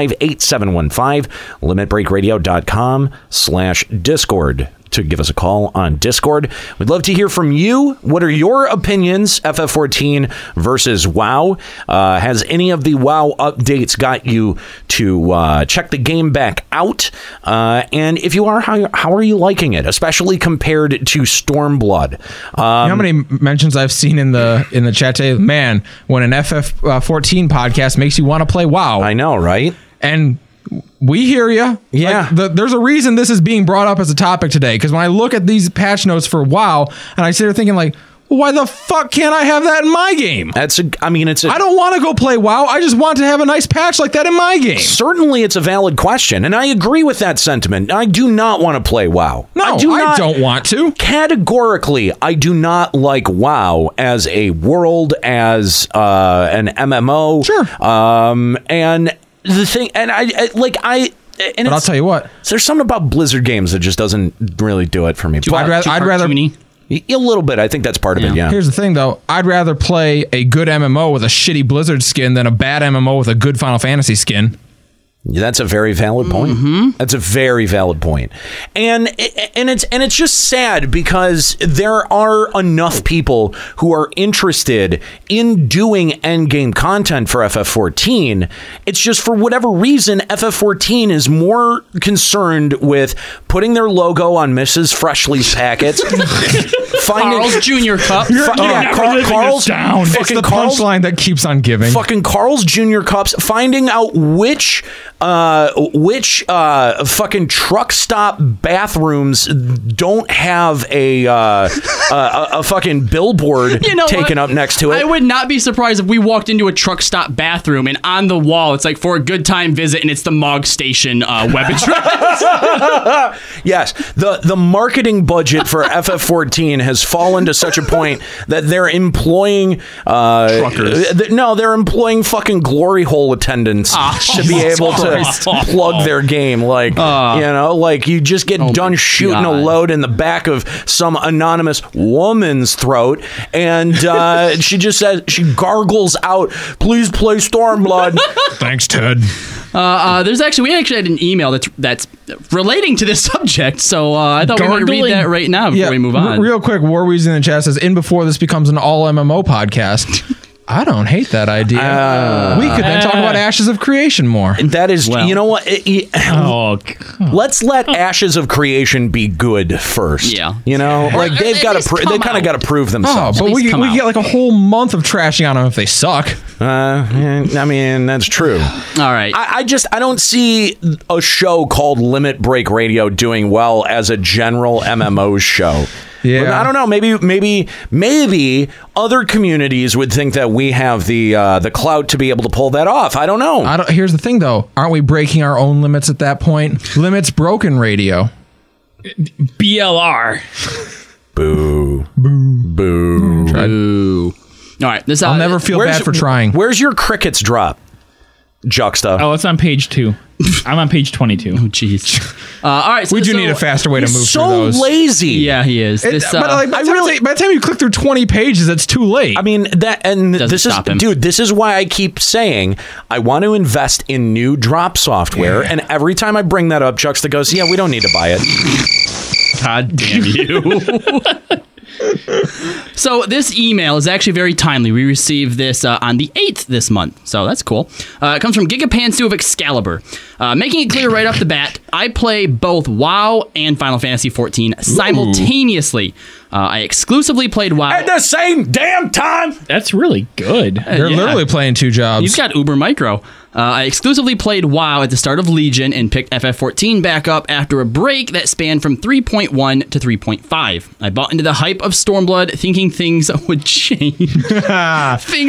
Speaker 7: 810-515-8715, limitbreakradio.com slash Discord to give us a call on Discord. We'd love to hear from you. What are your opinions, FF14 versus WoW? Uh, has any of the WoW updates got you to uh, check the game back out? Uh, and if you are, how, how are you liking it, especially compared to Stormblood? Um,
Speaker 1: you know how many mentions I've seen in the in the chat today? Man, when an FF uh, fourteen podcast makes you want to play WoW, I
Speaker 7: know, right?
Speaker 1: And we hear you.
Speaker 7: Yeah.
Speaker 1: the, there's a reason this is being brought up as a topic today because when I look at these patch notes for WoW, and I sit there thinking like, well, why the fuck can't I have that in my game?
Speaker 7: That's a. I mean, it's. A,
Speaker 1: I don't want to go play WoW. I just want to have a nice patch like that in my game.
Speaker 7: Certainly, it's a valid question, and I agree with that sentiment. I do not want to play WoW.
Speaker 1: No,
Speaker 7: I do
Speaker 1: I
Speaker 7: not.
Speaker 1: don't want to.
Speaker 7: Categorically, I do not like WoW as a world, as uh, an MMO. Sure. Um, and the thing, and I, I like I.
Speaker 1: but I'll tell you what.
Speaker 7: There's something about Blizzard games that just doesn't really do it for me.
Speaker 1: I'd rather- I'd rather-
Speaker 7: Y- a little bit. I think that's part of it. Yeah.
Speaker 1: Here's the thing, though. I'd rather play a good MMO with a shitty Blizzard skin than a bad MMO with a good Final Fantasy skin.
Speaker 7: That's a very valid point. That's a very valid point. And and it's and it's just sad because there are enough people who are interested in doing endgame content for FF14. It's just for whatever reason FF14 is more concerned with putting their logo on Mrs. Freshly's packets. finding
Speaker 2: Carl's Junior Cup.
Speaker 7: Fu- yeah, Carl- Carl's
Speaker 1: It's
Speaker 7: fucking
Speaker 1: the
Speaker 7: Carl's
Speaker 1: punchline that keeps on giving.
Speaker 7: Fucking Carl's Jr. cups, finding out which uh, which uh, fucking truck stop bathrooms don't have a uh, a, a, a fucking billboard
Speaker 2: You know
Speaker 7: taken
Speaker 2: what?
Speaker 7: up next to it.
Speaker 2: I would not be surprised if we walked into a truck stop bathroom and on the wall it's like for a good time visit and it's the Mog Station uh, web address.
Speaker 7: yes, the the marketing budget for FF14 has fallen to such a point that they're employing uh,
Speaker 17: Truckers.
Speaker 7: th- no, they're employing fucking glory hole attendants
Speaker 17: Ah,
Speaker 7: to be
Speaker 17: Jesus
Speaker 7: able
Speaker 17: Christ. Uh.
Speaker 7: to plug their game. Like you know, like you just
Speaker 17: Oh
Speaker 7: get done shooting a load in the back of some anonymous woman's throat, and uh, she just says she gargles out, "Please play Stormblood."
Speaker 1: Thanks, Ted.
Speaker 2: Uh, uh, there's actually we actually had an email that's that's relating to this subject, so uh, I thought we might read
Speaker 1: Gargling-
Speaker 2: that right now before
Speaker 1: Yeah,
Speaker 2: we move
Speaker 1: re-
Speaker 2: on.
Speaker 1: real quick, Warweez in the chat says, "In before this becomes an all MMO podcast." I don't hate that idea.
Speaker 2: Uh,
Speaker 1: we could then talk about Ashes of Creation more.
Speaker 7: That is, you know what? It- it- Let's let Ashes of Creation be good first. Yeah, you know,
Speaker 1: Or
Speaker 7: like
Speaker 1: at
Speaker 7: they've
Speaker 1: least
Speaker 7: got to pr- they've kind of got to prove themselves.
Speaker 1: Oh, but we, we get like a whole month of trashing on them if they suck.
Speaker 7: Uh, I mean, that's true.
Speaker 2: All right.
Speaker 7: I, I just I don't see a show called Limit Break Radio doing well as a general MMO show. Yeah, I don't know. Maybe, maybe, maybe other communities would think that we have the uh, the clout to be able to pull that off. I don't know.
Speaker 1: I don't, here's the thing, though. Aren't we breaking our own limits at that point? Limits broken radio.
Speaker 8: BLR.
Speaker 7: Boo. Boo. Boo.
Speaker 2: Boo. All right. This uh,
Speaker 1: I'll never feel bad for trying.
Speaker 7: Where's your crickets drop? Juxta.
Speaker 8: Oh, it's on page two. I'm on page 22. oh,
Speaker 2: jeez. Uh, all right.
Speaker 1: We do need a faster way to move through those.
Speaker 7: lazy.
Speaker 2: Yeah, he is.
Speaker 1: It-
Speaker 2: This,
Speaker 1: but
Speaker 2: uh,
Speaker 1: like, by, the time, by the time you click through 20 pages, it's too late. I
Speaker 7: mean, that and this is
Speaker 1: stop him.
Speaker 7: dude, this is why I keep saying I want to invest in new drop software and every time I bring that up Juxta goes, "Yeah, we don't need to buy it."
Speaker 2: God damn you. So this email is actually very timely. We received this uh, on the 8th this month, so that's cool. Uh, it comes from Gigapantsu of Excalibur. Uh, making it clear right off the bat, I play both WoW and Final Fantasy XIV simultaneously. Uh, I exclusively played WoW. At
Speaker 7: the same damn time!
Speaker 8: That's really good.
Speaker 1: They're literally playing two jobs.
Speaker 2: He's got Uber Micro. Uh, I exclusively played WoW at the start of Legion and picked FF14 back up after a break that spanned from 3.1 to 3.5. I bought into the hype of Stormblood, thinking things would change. things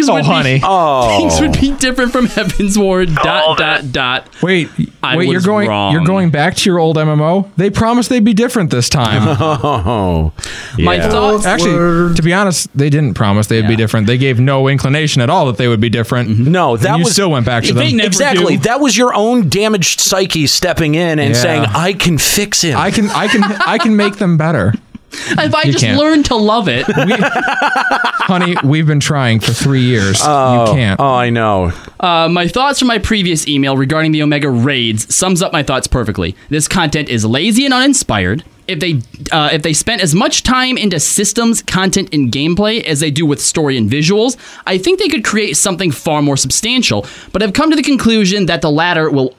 Speaker 1: Oh,
Speaker 2: would
Speaker 1: honey.
Speaker 2: Be,
Speaker 1: Oh.
Speaker 2: Things would be different from Heaven's Ward. Dot dot dot.
Speaker 1: Wait,
Speaker 2: I
Speaker 1: Wait, you're
Speaker 2: was
Speaker 1: going
Speaker 2: wrong.
Speaker 1: you're going back to your old MMO? They promised they'd be different this time.
Speaker 7: Oh.
Speaker 2: My yeah. thoughts
Speaker 1: Actually,
Speaker 2: were-
Speaker 1: to be honest, they didn't promise they'd be different. They gave no inclination at all that they would be different.
Speaker 7: Mm-hmm. No, that
Speaker 1: you
Speaker 7: was
Speaker 1: still went back to
Speaker 7: They-
Speaker 1: them.
Speaker 7: exactly. That was your own damaged psyche stepping in and
Speaker 1: Yeah.
Speaker 7: saying, "I can fix him.
Speaker 1: I can I can I can make them better.
Speaker 2: If I
Speaker 1: You
Speaker 2: just
Speaker 1: can't.
Speaker 2: learned to love it,
Speaker 1: Honey, we've been trying for 3 years. you can't.
Speaker 7: Oh, I know.
Speaker 2: Uh, my thoughts from my previous email regarding the Omega raids sums up my thoughts perfectly. This content is lazy and uninspired. If they uh, if they spent as much time into systems, content, and gameplay as they do with story and visuals, I think they could create something far more substantial. But I've come to the conclusion that the latter will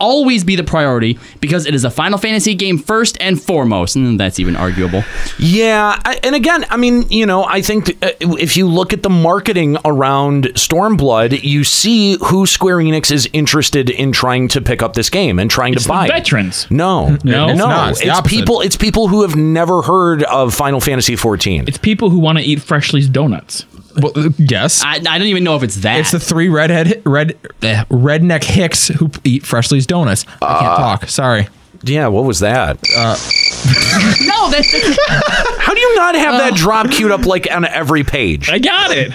Speaker 2: always be the priority because it is a Final Fantasy game first and foremost, and that's even arguable.
Speaker 7: Yeah, I, and again, I mean, you know, I think uh, if you look at the marketing around Stormblood, you see who Square Enix is interested in trying to pick up this game and trying
Speaker 8: It's
Speaker 7: to
Speaker 8: the
Speaker 7: buy. it.
Speaker 8: veterans.
Speaker 7: No,
Speaker 8: No, it's not. It's
Speaker 7: It's,
Speaker 8: the opposite.
Speaker 7: people. It's people who have never heard of Final Fantasy fourteen.
Speaker 8: It's people who want to eat Freshly's donuts.
Speaker 1: Well, uh, yes.
Speaker 2: I, I don't even know if it's that.
Speaker 1: It's the three redhead red eh, redneck hicks who p- eat Freshly's donuts. I
Speaker 7: Uh.
Speaker 1: can't talk. Sorry.
Speaker 7: Yeah, what was that?
Speaker 1: Uh,
Speaker 2: no, that's
Speaker 7: How do you not have that drop queued up like on every page?
Speaker 8: uh, I got it.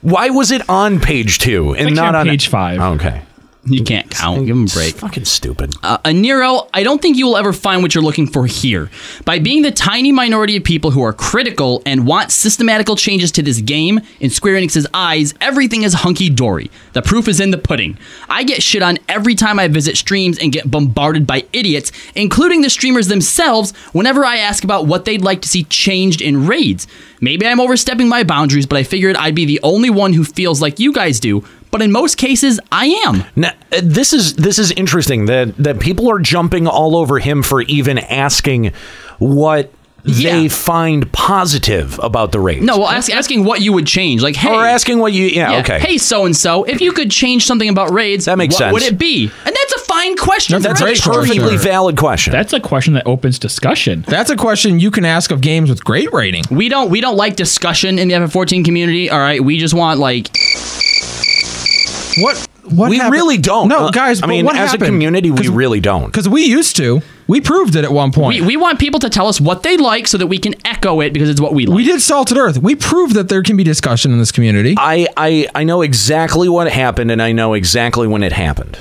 Speaker 7: Why was it on page two and
Speaker 8: It's actually
Speaker 7: not
Speaker 8: on
Speaker 7: on Oh,
Speaker 8: page five?
Speaker 7: Okay.
Speaker 2: You can't count. Give him a break.
Speaker 7: fucking stupid.
Speaker 2: Uh, a Nero, I don't think you will ever find what you're looking for here. By being the tiny minority of people who are critical and want systematical changes to this game, in Square Enix's eyes, everything is hunky dory. The proof is in the pudding. I get shit on every time I visit streams and get bombarded by idiots, including the streamers themselves, whenever I ask about what they'd like to see changed in raids. Maybe I'm overstepping my boundaries, but I figured I'd be the only one who feels like you guys do. But in most cases, I am.
Speaker 7: Now, uh, this is this is interesting that that people are jumping all over him for even asking what they find positive about the raid.
Speaker 2: No, well, ask, asking what you would change, like hey, or
Speaker 7: asking what you, yeah, okay.
Speaker 2: hey, so and so, if you could change something about raids, that
Speaker 7: makes
Speaker 2: what
Speaker 7: sense.
Speaker 2: Would it be? And that's a fine question.
Speaker 7: That's a
Speaker 2: right?
Speaker 7: great Perfectly question. valid question.
Speaker 8: That's a question that opens discussion.
Speaker 1: That's a question you can ask of games with great rating.
Speaker 2: We don't we don't like discussion in the FN14 community. All right, we just want like
Speaker 1: what what
Speaker 7: we
Speaker 1: happened-
Speaker 7: really don't.
Speaker 1: No,
Speaker 7: Uh,
Speaker 1: guys,
Speaker 7: I
Speaker 1: but
Speaker 7: mean,
Speaker 1: what
Speaker 7: as
Speaker 1: happened?
Speaker 7: a community, we really don't.
Speaker 1: Because we used to. We proved it at one point.
Speaker 2: we, we want people to tell us what they like so that we can echo it because it's what we like.
Speaker 1: We did Salted Earth. We proved that there can be discussion in this community.
Speaker 7: I, I I know exactly what happened, and I know exactly when it happened.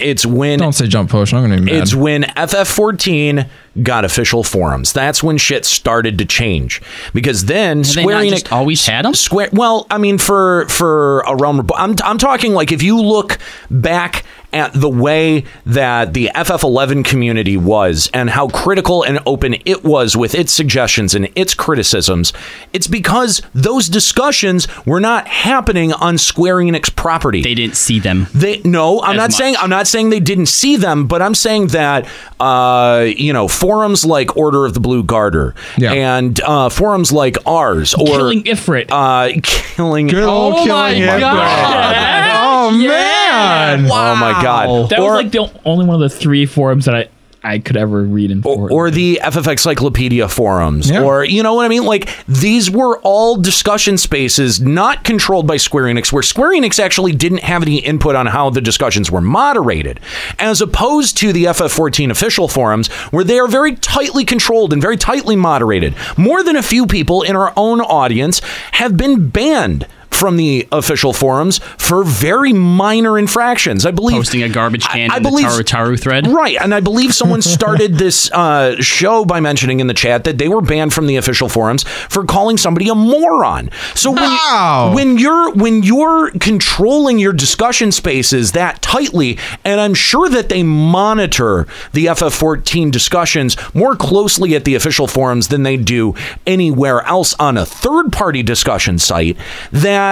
Speaker 7: it's when
Speaker 1: Don't say jump potion. I'm going to be mad.
Speaker 7: It's when FF14 got official forums. That's when shit started to change because then
Speaker 2: they
Speaker 7: Square
Speaker 2: not
Speaker 7: Enix
Speaker 2: just always had them.
Speaker 7: Square. Well, I mean, for for a realm, Reborn- I'm I'm talking like if you look back at the way that the FF11 community was and how critical and open it was with its suggestions and its criticisms, it's because those discussions were not happening on Square Enix property. They
Speaker 2: didn't see them.
Speaker 7: They no,
Speaker 2: As
Speaker 7: I'm not
Speaker 2: much.
Speaker 7: saying I'm not saying they didn't see them, but I'm saying that uh, you know forums like Order of the Blue Garter and uh, forums like ours or
Speaker 8: Killing Ifrit.
Speaker 7: uh, killing.
Speaker 1: Good old
Speaker 7: oh
Speaker 1: killing
Speaker 7: my
Speaker 1: Ifrit.
Speaker 7: god!
Speaker 1: Oh man!
Speaker 7: Oh my god!
Speaker 8: That
Speaker 7: or,
Speaker 8: was like the only one of the three forums that I, I could ever read in.
Speaker 7: or the FF Encyclopedia forums,
Speaker 8: Yeah.
Speaker 7: or you know what I mean? Like these were all discussion spaces not controlled by Square Enix, where Square Enix actually didn't have any input on how the discussions were moderated, as opposed to the FF14 official forums, where they are very tightly controlled and very tightly moderated. More than a few people in our own audience have been banned. From the official forums for very minor infractions, I believe
Speaker 2: Posting a garbage can in the Taru Taru thread,
Speaker 7: right? And I believe someone started this uh, show by mentioning in the chat that they were banned from the official forums for calling somebody a moron. So when, when you're when you're controlling your discussion spaces that tightly, and I'm sure that they monitor the FF14 discussions more closely at the official forums than they do anywhere else on a third party discussion site, that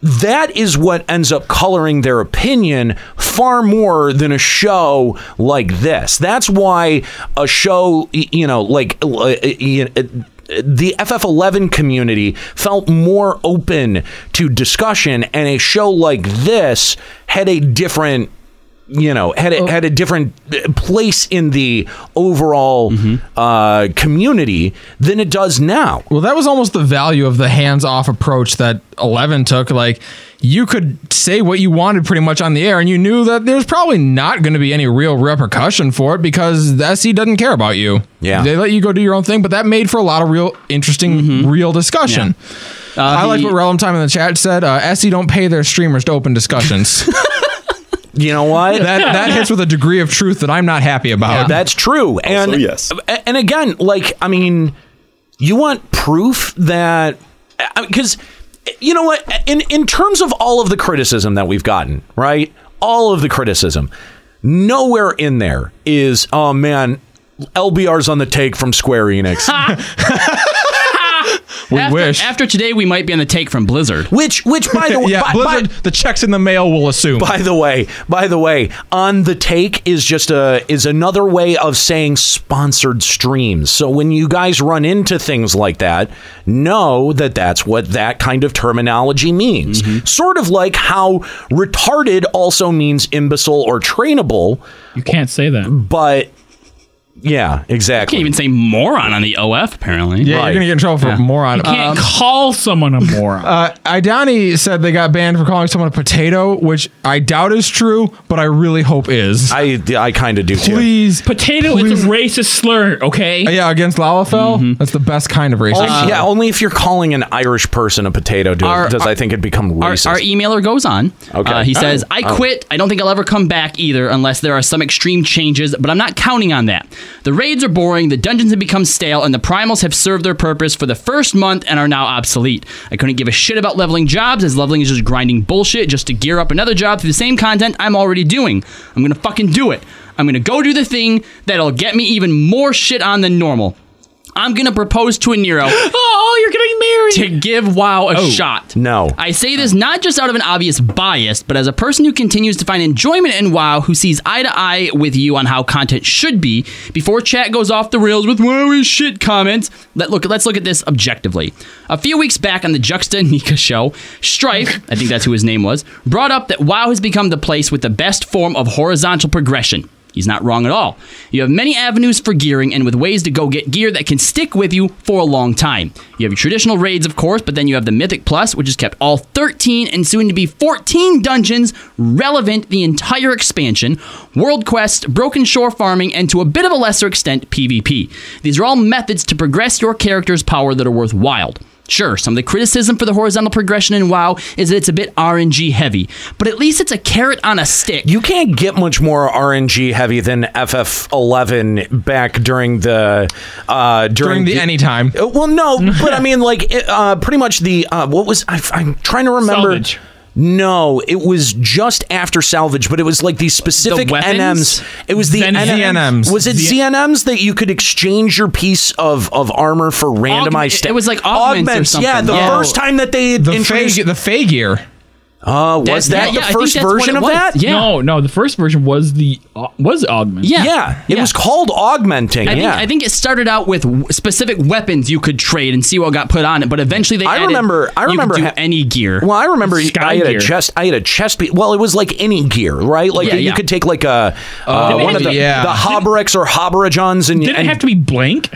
Speaker 7: that is what ends up coloring their opinion far more than a show like this. That's why a show, y- you know, like uh, uh, y- uh, the FF11 community felt more open to discussion, and a show like this had a different. You know, had a, had a different uh, place in the overall uh, community than it does now.
Speaker 1: Well, that was almost the value of the hands-off approach that Eleven took. Like, you could say what you wanted pretty much on the air, and you knew that there's probably not going to be any real repercussion for it because the SE doesn't care about you.
Speaker 7: Yeah.
Speaker 1: they let you go do your own thing, but that made for a lot of real interesting, real discussion. I like
Speaker 2: Mm-hmm. Uh, the-
Speaker 1: what Realm Time in the chat said. Uh, SE don't pay their streamers to open discussions.
Speaker 7: You know what?
Speaker 1: that that hits with a degree of truth that I'm not happy about.
Speaker 7: That's true. And yes. And again, like I mean, you want proof that because you know what? In in terms of all of the criticism that we've gotten, right? All of the criticism. Nowhere in there is oh man, LBR's on the take from Square Enix.
Speaker 2: we after, wish. After today, we might be on the take from Blizzard.
Speaker 7: Which, which, by the way,
Speaker 1: yeah,
Speaker 7: by-
Speaker 1: Blizzard, the checks in the mail will assume.
Speaker 7: By the way, by the way, on the take is just a is another way of saying sponsored streams. So when you guys run into things like that, know that that's what that kind of terminology means. Sort of like how retarded also means imbecile or trainable,
Speaker 8: you can't say that.
Speaker 7: but Yeah, exactly.
Speaker 2: You can't even say moron on the OF, apparently.
Speaker 1: Yeah, you're gonna get in trouble for moron.
Speaker 2: You
Speaker 7: Um,
Speaker 2: can't
Speaker 8: call someone a moron.
Speaker 1: Uh, Idani said they got banned for calling someone a potato, which I doubt is true, but I really hope is.
Speaker 7: I I kind of do too.
Speaker 1: Please, uh,
Speaker 8: potato is a racist slur. Okay.
Speaker 1: yeah, against Lalafell,
Speaker 7: Mm-hmm.
Speaker 1: that's the best kind of racism.
Speaker 7: Only- yeah, only if you're calling an Irish person a potato do,
Speaker 2: Our-
Speaker 7: does
Speaker 2: our-
Speaker 7: I think it become
Speaker 2: Our,
Speaker 7: racist.
Speaker 2: our emailer goes on.
Speaker 7: Okay.
Speaker 2: Uh, he
Speaker 7: Oh,
Speaker 2: says, I
Speaker 7: oh.
Speaker 2: quit. I don't think I'll ever come back either unless there are some extreme changes, but I'm not counting on that. The raids are boring, the dungeons have become stale, and the primals have served their purpose for the first month and are now obsolete. I couldn't give a shit about leveling jobs as leveling is just grinding bullshit just to gear up another job through the same content I'm already doing. I'm going to fucking do it. I'm going to go do the thing that'll get me even more shit on than normal. I'm going to propose to a Nero
Speaker 8: oh, you're getting married.
Speaker 2: to give WoW a shot.
Speaker 7: No.
Speaker 2: I say this not just out of an obvious bias, but as a person who continues to find enjoyment in WoW, who sees eye to eye with you on how content should be, before chat goes off the rails with "wow is shit" comments. Let look. Let's look at this objectively. A few weeks back on the Juxta and Nika show, Strife, I think that's who his name was, brought up that WoW has become the place with the best form of horizontal progression. He's not wrong at all. You have many avenues for gearing and with ways to go get gear that can stick with you for a long time. You have your traditional raids, of course, but then you have the Mythic Plus, which has kept all 13 and soon to be 14 dungeons relevant the entire expansion, world quests, broken shore farming, and to a bit of a lesser extent, PvP. These are all methods to progress your character's power that are worthwhile. Sure, some of the criticism for the horizontal progression in WoW is that it's a bit RNG heavy, but at least it's a carrot on a stick.
Speaker 7: You can't get much more RNG heavy than FF11 back during the uh,
Speaker 1: During
Speaker 7: during,
Speaker 1: the anytime.
Speaker 7: Uh, Well, no, but I mean, like it, uh, pretty much the uh, what was I, I'm trying to remember.
Speaker 8: Salvage.
Speaker 7: No, it was just after salvage, but it was like these specific
Speaker 1: weapons?
Speaker 7: NMs. It was the
Speaker 1: Zen- ZNMs.
Speaker 7: Was it
Speaker 1: Z-
Speaker 7: ZNMs that you could exchange your piece of, of armor for randomized?
Speaker 2: it was like augments or
Speaker 7: Yeah,
Speaker 2: something.
Speaker 7: the
Speaker 2: Yeah.
Speaker 7: first time that they
Speaker 1: the
Speaker 7: introduced
Speaker 1: Fey- the Fey gear.
Speaker 7: Uh, was that, the first version of that?
Speaker 8: No, no. The first version was the uh, was augment.
Speaker 2: Yeah.
Speaker 7: It
Speaker 2: Yeah.
Speaker 7: was called augmenting.
Speaker 2: I think,
Speaker 7: yeah.
Speaker 2: I think it started out with w- specific weapons you could trade and see what got put on it, but eventually they.
Speaker 7: I
Speaker 2: added,
Speaker 7: remember. I
Speaker 2: you could
Speaker 7: remember
Speaker 2: do
Speaker 7: ha-
Speaker 2: any gear.
Speaker 7: Well, I remember.
Speaker 2: Sky
Speaker 7: I had
Speaker 2: gear.
Speaker 7: a chest. I had a chest. Piece. Well, it was like any gear, right? Like
Speaker 2: Yeah,
Speaker 7: you
Speaker 2: yeah.
Speaker 7: could take like a
Speaker 1: Oh,
Speaker 7: uh,
Speaker 8: Didn't it
Speaker 7: one
Speaker 8: have
Speaker 7: of
Speaker 8: to
Speaker 7: the
Speaker 8: be- yeah.
Speaker 7: the Hobrex or Hobrajons, and
Speaker 8: Didn't it
Speaker 7: and,
Speaker 8: have to be blank?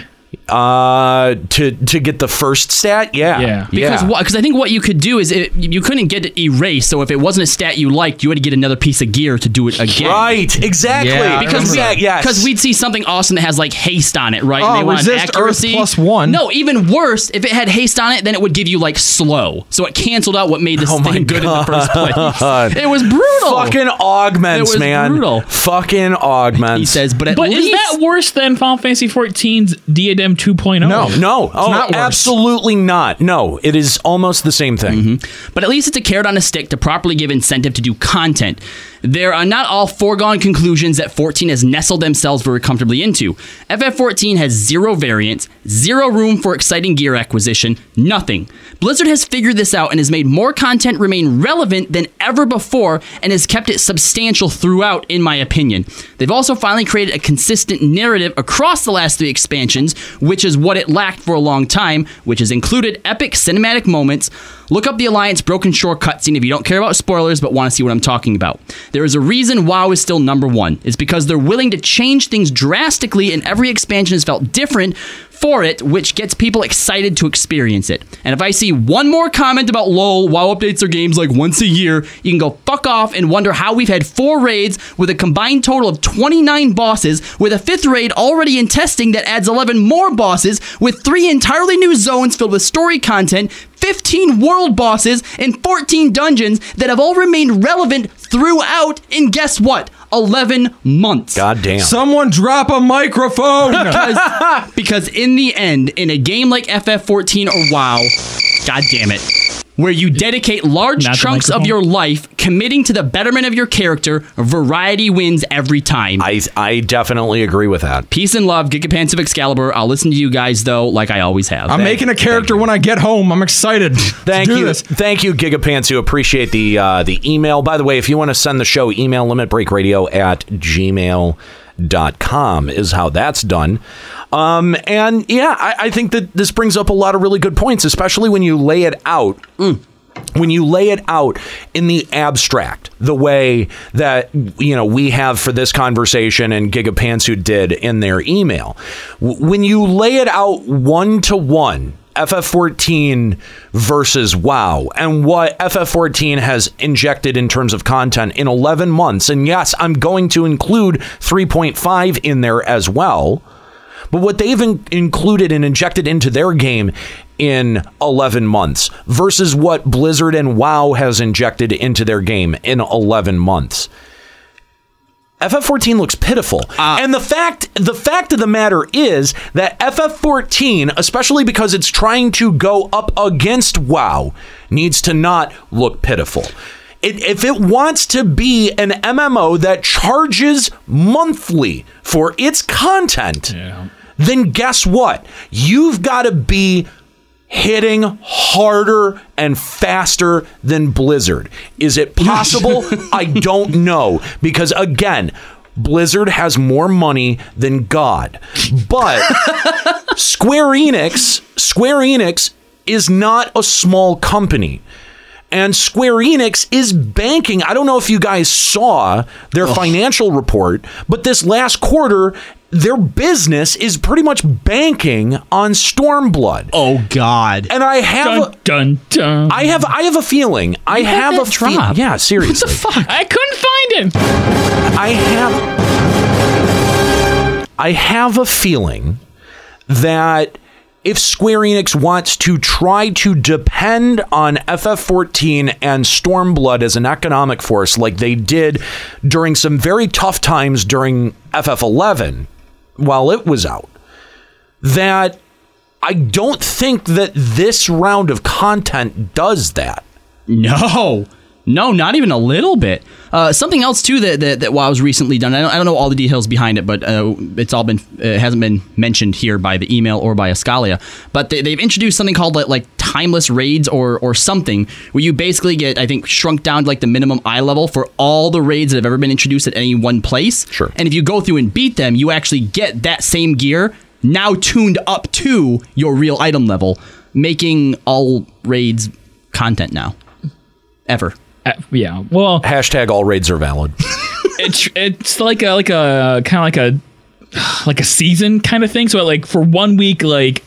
Speaker 7: uh to to get the first stat. Yeah, yeah.
Speaker 2: Because what? Because I think what you could do is it, you couldn't get it erased. So if it wasn't a stat you liked, you had to get another piece of gear to do it again.
Speaker 7: Right. Exactly.
Speaker 1: Yeah, I
Speaker 2: because
Speaker 1: remember
Speaker 2: yeah,
Speaker 1: that. Yes.
Speaker 2: Because we'd see something awesome that has like haste on it, right?
Speaker 1: Oh,
Speaker 2: wanted
Speaker 1: resist Earth plus one.
Speaker 2: No, even worse, if it had haste on it, then it would give you like slow. So it canceled out what made this
Speaker 7: Oh my
Speaker 2: thing good in the first
Speaker 7: God.
Speaker 2: place. It was brutal.
Speaker 7: Fucking augments,
Speaker 2: It was
Speaker 7: man.
Speaker 2: brutal.
Speaker 7: Fucking augments. He says,
Speaker 2: but at
Speaker 8: But is that worse than Final Fantasy XIV's Diadem 2.0?
Speaker 7: No, no, oh,
Speaker 8: not worse.
Speaker 7: absolutely not. No, it is almost the same thing.
Speaker 2: but at least it's a carrot on a stick to properly give incentive to do content. There are not all foregone conclusions that 14 has nestled themselves very comfortably into. FF14 has zero variants, zero room for exciting gear acquisition, nothing. Blizzard has figured this out and has made more content remain relevant than ever before and has kept it substantial throughout, in my opinion. They've also finally created a consistent narrative across the last three expansions, which is what it lacked for a long time, which has included epic cinematic moments. Look up the Alliance Broken Shore cutscene if you don't care about spoilers but want to see what I'm talking about. There is a reason WoW is still number one. It's because they're willing to change things drastically and every expansion has felt different for it, which gets people excited to experience it. And if I see one more comment about LOL, WoW updates their games like once a year, you can go fuck off and wonder how we've had four raids with a combined total of 29 bosses, with a fifth raid already in testing that adds 11 more bosses, with three entirely new zones filled with story content, 15 world bosses, and 14 dungeons that have all remained relevant throughout, and guess what? 11 months.
Speaker 7: God damn.
Speaker 1: Someone drop a microphone.
Speaker 2: because, because in the end, in a game like FF14 or oh, WoW, God damn it, where you dedicate large
Speaker 8: Not the
Speaker 2: chunks of
Speaker 8: microphone.
Speaker 2: your life committing to the betterment of your character, variety wins every time.
Speaker 7: I I definitely agree with that.
Speaker 2: Peace and love, Gigapants of Excalibur. I'll listen to you guys though, like I always have.
Speaker 1: I'm making a character when I get home. I'm excited.
Speaker 7: Thank
Speaker 1: do
Speaker 7: you,
Speaker 1: this.
Speaker 7: thank you, Gigapants. Who appreciate the uh, the email. By the way, if you want to send the show, email limitbreakradio at gmail.com is how that's done. Um, and yeah, I, I think that this brings up a lot of really good points, especially when you lay it out Mm. when you lay it out in the abstract the way that you know we have for this conversation and giga pantsuit did in their email w- when you lay it out one to one FF14 versus WoW and what FF14 has injected in terms of content in 11 months. And yes, I'm going to include 3.5 in there as well. But what they've in- included and injected into their game in 11 months versus what Blizzard and WoW has injected into their game in 11 months. FF14 looks pitiful. and the fact the fact of the matter is that FF14, especially because it's trying to go up against WoW, needs to not look pitiful. It, if it wants to be an MMO that charges monthly for its content, then guess what? You've got to be hitting harder and faster than Blizzard. Is it possible? I don't know. Because again, Blizzard has more money than God. But Square Enix, Square Enix is not a small company. And Square Enix is banking. I don't know if you guys saw their financial report, but this last quarter, their business is pretty much banking on Stormblood. Oh God! And I have dun, dun, I have I have a feeling. I
Speaker 8: You had
Speaker 7: have
Speaker 8: that
Speaker 7: a fe-
Speaker 8: drop.
Speaker 7: Yeah, seriously.
Speaker 8: I couldn't find him.
Speaker 7: I have. I have a feeling that if Square Enix wants to try to depend on FF14 and Stormblood as an economic force, like they did during some very tough times during FF11 while it was out, that I don't think that this round of content does that.
Speaker 2: No. No, not even a little bit. Uh, something else too that that, that WoW's recently done. I don't, I don't know all the details behind it, but uh, it's all been uh, hasn't been mentioned here by the email or by Escalia. But they, they've introduced something called like, like timeless raids or or something, where you basically get I think shrunk down to like the minimum eye level for all the raids that have ever been introduced at any one place. Sure. And if you go through and beat them, you actually get that same gear now tuned up to your real item level, making all raids content now ever.
Speaker 8: Uh, yeah. Well,
Speaker 7: hashtag all raids are valid.
Speaker 8: it's it's like a like a kind of like a like a season kind of thing. So like for one week, like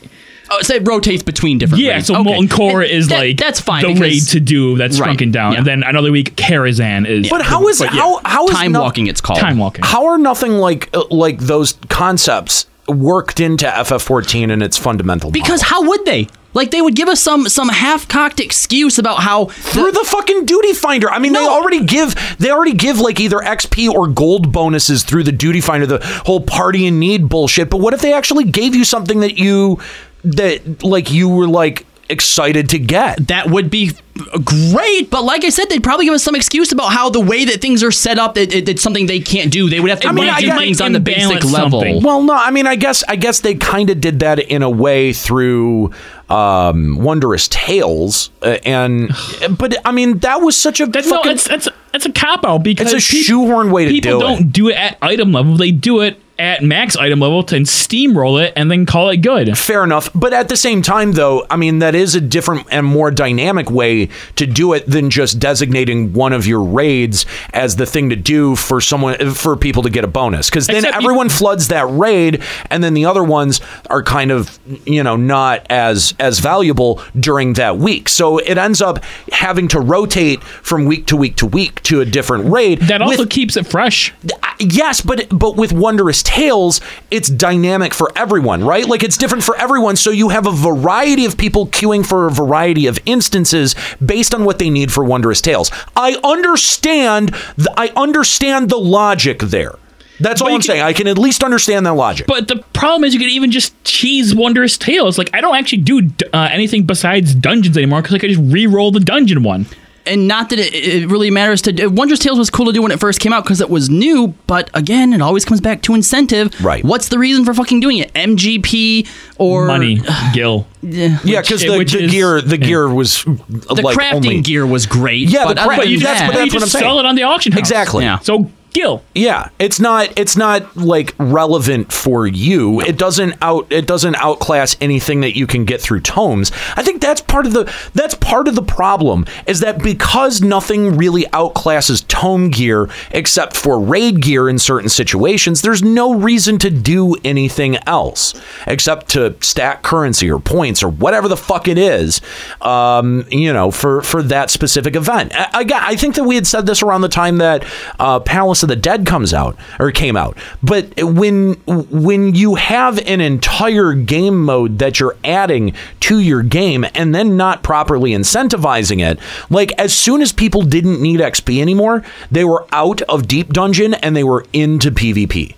Speaker 2: oh, so it rotates between different.
Speaker 8: Yeah,
Speaker 2: raids.
Speaker 8: so
Speaker 2: Okay.
Speaker 8: Molten Core
Speaker 2: And
Speaker 8: is
Speaker 2: that-
Speaker 8: like
Speaker 2: that's fine,
Speaker 8: The
Speaker 2: because-
Speaker 8: raid to do that's
Speaker 2: Right,
Speaker 8: shrunken down, and then another week Karazhan is.
Speaker 7: But how is
Speaker 8: yeah.
Speaker 7: how how is no-
Speaker 8: Time walking.
Speaker 7: How are nothing like uh, like those concepts worked into FF14 and its fundamental?
Speaker 2: Because how would they? Like they would give us some some half cocked excuse about how
Speaker 7: through the, fucking duty finder. I mean, they already give they already give like either XP or gold bonuses through the duty finder, the whole party in need bullshit. But what if they actually gave you something that you that like you were like excited to get?
Speaker 2: That would be great, but like I said, they'd probably give us some excuse about how the way that things are set up, it, it- it's something they can't do. They would have to do
Speaker 7: got-
Speaker 2: things on the basic level.
Speaker 7: Well, no, I mean, I guess I guess they kind of did that in a way through um, Wondrous Tales, uh, and but I mean, that was such a
Speaker 8: That's
Speaker 7: fucking.
Speaker 8: no, it's that's that's a cop out because
Speaker 7: It's a
Speaker 8: peop-
Speaker 7: shoehorn way to
Speaker 8: people
Speaker 7: do it.
Speaker 8: don't do it at item level. They do it at max item level to steamroll it and then call it good.
Speaker 7: Fair enough, but at the same time, though, I mean that is a different and more dynamic way to do it than just designating one of your raids as the thing to do for someone for people to get a bonus. Because then
Speaker 8: Except you-
Speaker 7: everyone floods that raid, and then the other ones are kind of you know not as as valuable during that week. So it ends up having to rotate from week to week to week to a different raid. That
Speaker 8: also keeps it fresh.
Speaker 7: Yes, but but with Wondrous Tales, it's dynamic for everyone, right? Like it's different for everyone, so you have a variety of people queuing for a variety of instances based on what they need for Wondrous Tales. I understand th- I understand the logic there. That's all I'm saying. I can at least understand that logic.
Speaker 8: But the problem is, you could even just cheese Wondrous Tales. Like, I don't actually do uh, anything besides dungeons anymore because I could just re-roll the dungeon one.
Speaker 2: and not that it, it really matters to do. Wondrous Tales was cool to do when it first came out because it was new, but again, it always comes back to incentive. Right. What's the reason for fucking doing it? MGP or
Speaker 8: Money, Gil.
Speaker 2: Yeah,
Speaker 7: yeah, because the,
Speaker 8: which
Speaker 7: the
Speaker 8: is-
Speaker 7: gear the gear was
Speaker 2: the
Speaker 7: like
Speaker 2: crafting
Speaker 7: only,
Speaker 2: gear was great.
Speaker 7: Yeah,
Speaker 2: but,
Speaker 7: but-
Speaker 2: other
Speaker 7: but
Speaker 2: than
Speaker 7: you-
Speaker 2: that,
Speaker 7: that's- but that's what I'm saying.
Speaker 8: the auction house.
Speaker 7: Exactly.
Speaker 8: So skill.
Speaker 7: Yeah, it's not it's not like relevant for you. It doesn't out it doesn't outclass anything that you can get through tomes. I think that's part of the that's part of the problem is that because nothing really outclasses tome gear except for raid gear in certain situations, there's no reason to do anything else except to stack currency or points or whatever the fuck it is. Um, you know, for for that specific event. I, I got I think that we had said this around the time that uh, Palace of the Dead comes out or came out. But when when you have an entire game mode that you're adding to your game and then not properly incentivizing it, like as soon as people didn't need XP anymore, they were out of deep dungeon and they were into PvP.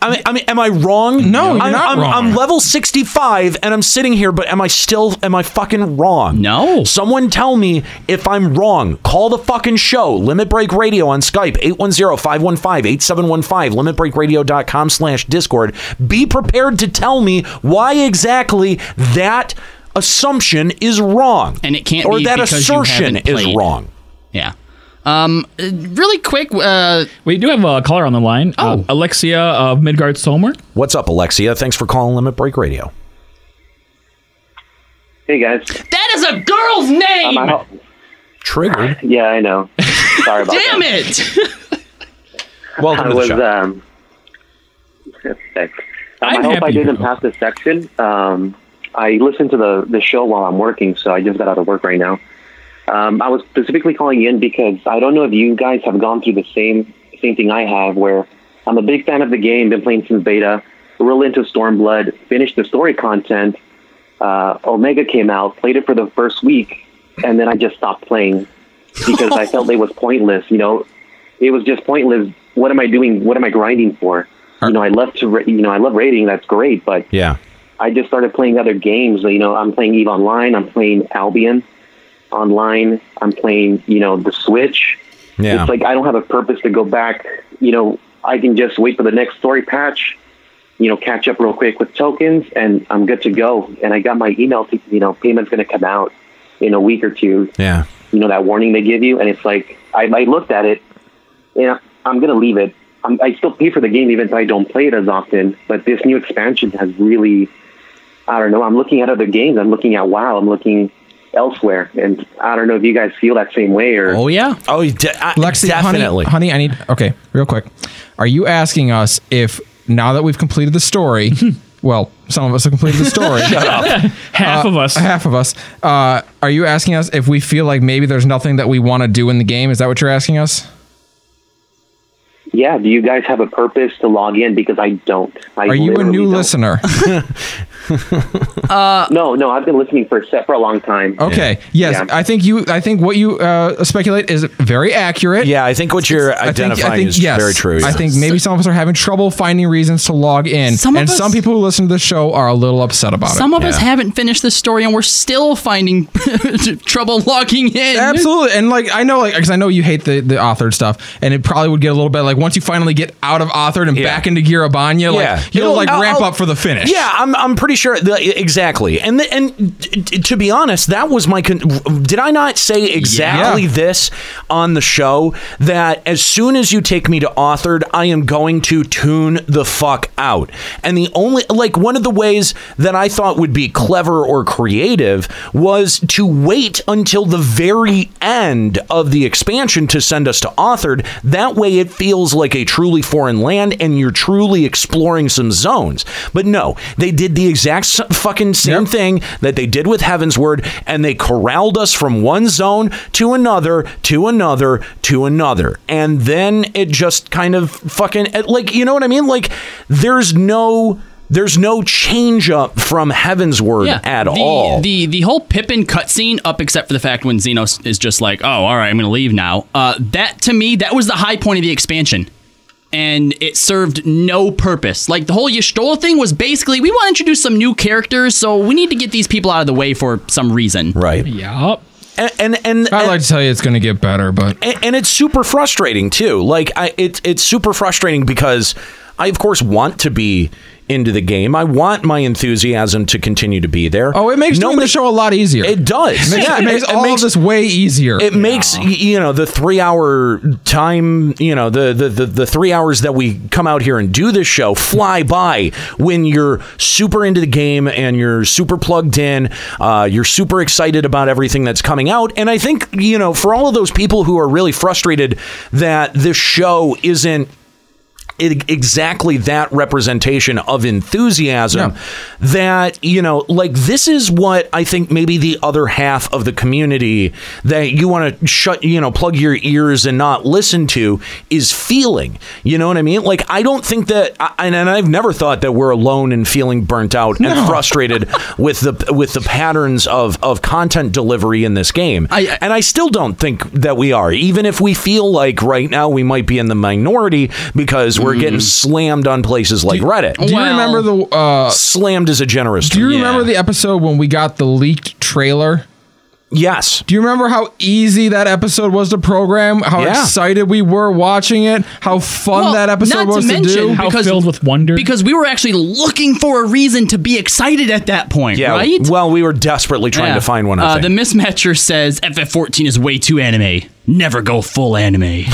Speaker 7: I mean, I mean, am I wrong?
Speaker 1: No, you're
Speaker 7: I'm,
Speaker 1: not
Speaker 7: I'm,
Speaker 1: wrong.
Speaker 7: I'm level 65 and I'm sitting here, but am I still, am I fucking wrong? No. Someone tell me if I'm wrong. Call the fucking show. Limit Break Radio on Skype, 810-515-8715, limitbreakradio.com slash Discord. Be prepared to tell me why exactly that assumption is wrong. And it
Speaker 2: can't
Speaker 7: Or
Speaker 2: be
Speaker 7: that
Speaker 2: because you
Speaker 7: assertion
Speaker 2: haven't
Speaker 7: is
Speaker 2: played.
Speaker 7: wrong.
Speaker 2: Yeah. Um, uh, really quick. Uh,
Speaker 8: we do have a caller on the line. Oh, Alexia of Midgard Solmer.
Speaker 7: What's up, Alexia? Thanks for calling Limit Break Radio.
Speaker 14: Hey guys.
Speaker 2: That is a girl's name.
Speaker 7: Triggered.
Speaker 14: Yeah, I know. Sorry about
Speaker 2: Damn
Speaker 14: that.
Speaker 2: it!
Speaker 7: Welcome
Speaker 14: I
Speaker 7: to the
Speaker 14: was,
Speaker 7: show.
Speaker 14: Um, thanks. Um, I
Speaker 8: I'm
Speaker 14: hope
Speaker 8: happy
Speaker 14: I
Speaker 8: you
Speaker 14: didn't pass this section. Um, I listen to the, the show while I'm working, so I just got out of work right now. Um, I was specifically calling in because I don't know if you guys have gone through the same same thing I have, where I'm a big fan of the game, been playing since beta, real into Stormblood, finished the story content. Uh, Omega came out, played it for the first week, and then I just stopped playing because I felt it was pointless. You know, it was just pointless. What am I doing? What am I grinding for? You know, I love to, ra- you know, I love raiding. That's great, but
Speaker 7: Yeah.
Speaker 14: I just started playing other games. You know, I'm playing Eve Online. I'm playing Albion Online. I'm playing, you know, the Switch.
Speaker 7: Yeah.
Speaker 14: It's like I don't have a purpose to go back. You know, I can just wait for the next story patch. You know, catch up real quick with tokens, and I'm good to go. And I got my email. To, you know, payment's going to come out in a week or two
Speaker 7: Yeah.
Speaker 14: you know that warning they give you, and it's like I, I looked at it, and I'm gonna leave it. I'm, I still pay for the game even though I don't play it as often. But this new expansion has really, I don't know. I'm looking at other games. I'm looking at WoW. I'm looking elsewhere, and I don't know if you guys feel that same way or.
Speaker 7: Oh yeah. Oh, de- I-
Speaker 1: Lexi, honey,
Speaker 7: definitely.
Speaker 1: honey, I need. Okay, real quick. Are you asking us if now that we've completed the story? well, some of us have completed the story.
Speaker 8: Shut up. Half
Speaker 1: Uh,
Speaker 8: of us.
Speaker 1: Half of us. Uh, are you asking us if we feel like maybe there's nothing that we want to do in the game? Is that what you're asking us?
Speaker 14: Yeah. Do you guys have a purpose to log in? Because I don't. I
Speaker 1: are you a
Speaker 14: literally
Speaker 1: new
Speaker 14: don't.
Speaker 1: listener?
Speaker 14: no, no. I've been listening for set for a long time.
Speaker 1: Okay. Yes, I think you. I think what you uh, speculate is very accurate.
Speaker 7: Yeah, I think what you're identifying is very true,
Speaker 1: I
Speaker 7: yeah.
Speaker 1: think maybe some of us are having trouble finding reasons to log in,
Speaker 2: Some of
Speaker 1: and
Speaker 2: us-
Speaker 1: some people who listen to the show are a little upset about it.
Speaker 2: Some of us haven't finished this story, and we're still finding trouble logging in.
Speaker 1: Absolutely, and like I know, like because I know you hate the the authored stuff, and it probably would get a little bit like once you finally get out of authored and back into Girabanya, like
Speaker 7: Yeah.
Speaker 1: you'll
Speaker 7: It'll-
Speaker 1: like
Speaker 7: I'll-
Speaker 1: ramp
Speaker 7: I'll-
Speaker 1: up for the finish.
Speaker 7: Yeah, I'm, I'm pretty sure the, exactly. And the, and t- t- to be honest, that was my con- did I not say exactly this on the show that as soon as you take me to authored, I am going to tune the fuck out. And the only like one of the ways that I thought would be clever or creative was to wait until the very end of the expansion to send us to authored. That way it feels like a truly foreign land and you're truly exploring some zones. But no, they did the exact s- fucking same thing that they did with Heaven's Word and they corralled us from one zone to another to another to another. And then it just kind of fucking it- like you know what I mean? Like there's no there's no change up from Heaven's Word at
Speaker 2: the,
Speaker 7: all.
Speaker 2: The the whole Pippin cutscene, up except for the fact when Xenos is just like, oh, all right, I'm gonna leave now. Uh, that to me, that was the high point of the expansion, and it served no purpose. Like the whole Yashtola thing was basically, we want to introduce some new characters, so we need to get these people out of the way for some reason.
Speaker 7: Right.
Speaker 8: Yup.
Speaker 7: And and, and
Speaker 1: I'd like to tell you it's going to get better, but
Speaker 7: and, and it's super frustrating too. Like I, it's it's super frustrating because I of course want to be into the game. I want my enthusiasm to continue to be there.
Speaker 1: Oh, it makes doing the show a lot easier.
Speaker 7: It does.
Speaker 1: It makes,
Speaker 7: Yeah,
Speaker 1: it makes
Speaker 7: it- it
Speaker 1: all
Speaker 7: makes-
Speaker 1: of this way easier.
Speaker 7: It makes y- you know the three hour time, you know the, the the the three hours that we come out here and do this show fly by when you're super into the game and you're super plugged in. Uh, you're super excited about everything that's coming out, and I think you know for all of those people who are really frustrated that this show isn't it, e-, exactly that representation of enthusiasm that you know like this is what i think maybe the other half of the community that you want to shut you know plug your ears and not listen to is feeling you know what i mean like i don't think that I- and, and i've never thought that we're alone in feeling burnt out and frustrated with the with the patterns of of content delivery in this game and i still don't think that we are even if we feel like right now we might be in the minority because we're getting slammed on places like reddit
Speaker 1: Do you remember the uh,
Speaker 7: slammed is a generous
Speaker 1: Do you remember the episode when we got the leaked trailer?
Speaker 7: Yes.
Speaker 1: Do you remember how easy that episode was to program? How
Speaker 18: Yeah.
Speaker 1: excited we were watching it? How fun
Speaker 18: Well,
Speaker 1: that episode
Speaker 18: not
Speaker 1: was
Speaker 18: to
Speaker 1: to,
Speaker 18: mention,
Speaker 1: do?
Speaker 18: because- How filled with
Speaker 1: wonder.
Speaker 18: Because we were actually looking for a reason to be excited at that point,
Speaker 7: yeah
Speaker 18: right?
Speaker 7: well we were desperately trying
Speaker 18: Yeah.
Speaker 7: to find one I
Speaker 18: Uh,
Speaker 7: think.
Speaker 18: the mismatcher says FF14 is way too anime. Never go full anime.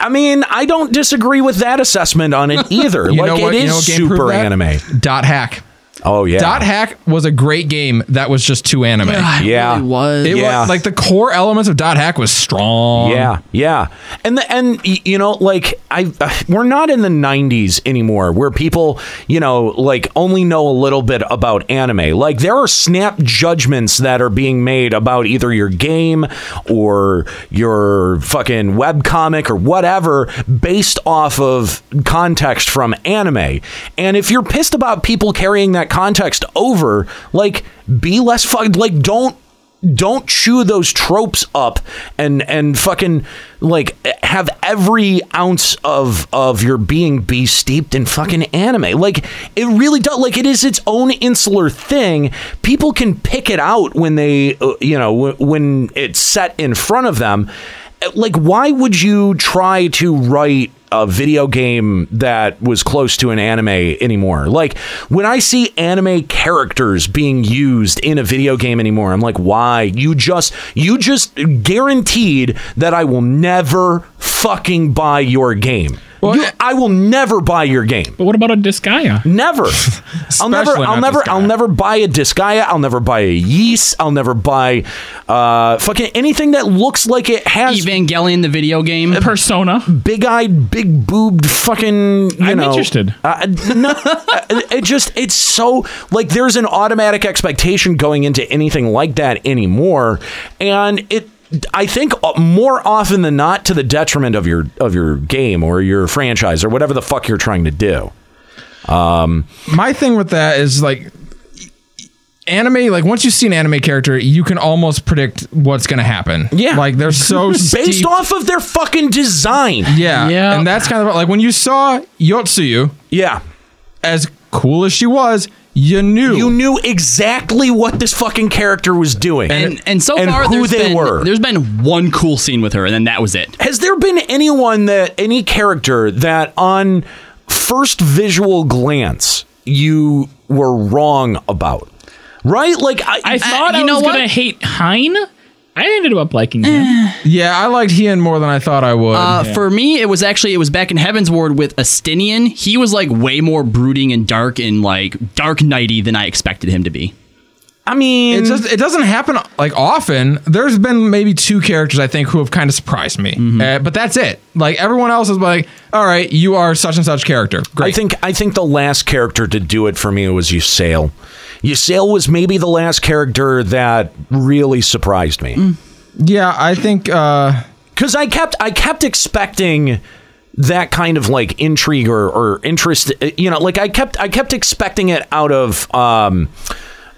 Speaker 7: I mean, I don't disagree with that assessment on it either.
Speaker 1: You know
Speaker 7: like
Speaker 1: what-
Speaker 7: it
Speaker 1: you
Speaker 7: is
Speaker 1: know what game proved
Speaker 7: super
Speaker 1: that?
Speaker 7: anime.
Speaker 1: Dot hack.
Speaker 7: Oh yeah.
Speaker 1: Dot hack was a great game that was just too anime.
Speaker 7: Yeah, it Yeah. really was.
Speaker 1: It
Speaker 7: Yeah.
Speaker 1: was like the core elements of Dot hack was strong.
Speaker 7: Yeah, yeah, and the, and y- you know, like I, we're not in the '90s anymore, where people, you know, like only know a little bit about anime. Like there are snap judgments that are being made about either your game or your fucking webcomic or whatever based off of context from anime. And if you're pissed about people carrying that context over, like be less fucked. Like don't don't chew those tropes up and and fucking like have every ounce of of your being be steeped in fucking anime like it really does like it is its own insular thing people can pick it out when they uh, you know w- when it's set in front of them like why would you try to write a video game that was close to an anime anymore. Like when I see anime characters being used in a video game anymore, I'm like, why? You just you just guaranteed that I will never fucking buy your game. You- I will never buy your game.
Speaker 8: But what about a Disgaea?
Speaker 7: Never. I'll never.
Speaker 8: Especially
Speaker 7: I'll
Speaker 8: not
Speaker 7: never. I'll never buy a Disgaea. I'll never buy a Yeast. I'll never buy uh, fucking anything that looks like it has
Speaker 18: Evangelion, the video game,
Speaker 8: Persona,
Speaker 7: big-eyed, big-boobed, fucking. You
Speaker 8: I'm
Speaker 7: know,
Speaker 8: interested.
Speaker 7: Uh, no, uh, it just it's so like there's an automatic expectation going into anything like that anymore, and it. I think uh, more often than not to the detriment of your of your game or your franchise or whatever the fuck you're trying to do. Um,
Speaker 1: my thing with that is like anime like once you see an anime character you can almost predict what's gonna happen yeah like they're so
Speaker 7: based
Speaker 1: steeped-
Speaker 7: off of their fucking design.
Speaker 1: yeah yeah and that's kind of like when you saw yotsuyu
Speaker 7: yeah
Speaker 1: as cool as she was you knew you
Speaker 7: knew exactly what this fucking character was doing
Speaker 18: and and so
Speaker 7: and
Speaker 18: far
Speaker 7: who
Speaker 18: there's
Speaker 7: they
Speaker 18: been
Speaker 7: were.
Speaker 18: there's been one cool scene with her, and then that was it.
Speaker 7: Has there been anyone that any character that on first visual glance you were wrong about? Right? Like I,
Speaker 8: I thought I, was gonna hate Hein. I ended up liking him.
Speaker 1: yeah i liked hien more than i thought i would
Speaker 18: Uh, For me, it was actually it was back in Heaven's Ward with Astinian. He was like way more brooding and dark and like dark nighty than I expected him to be.
Speaker 7: I mean,
Speaker 1: it just it doesn't happen like often. There's been maybe two characters I think who have kind of surprised me, Uh, but that's it. Like everyone else is like, all right, you are such and such character.
Speaker 7: I think I think the last character to do it for me was Usail. Usail was maybe the last character that really surprised me.
Speaker 8: Mm-hmm.
Speaker 1: Yeah, I think uh, because
Speaker 7: I kept I kept expecting that kind of like uh, intrigue or, or interest. You know, like I kept I kept expecting it out of um,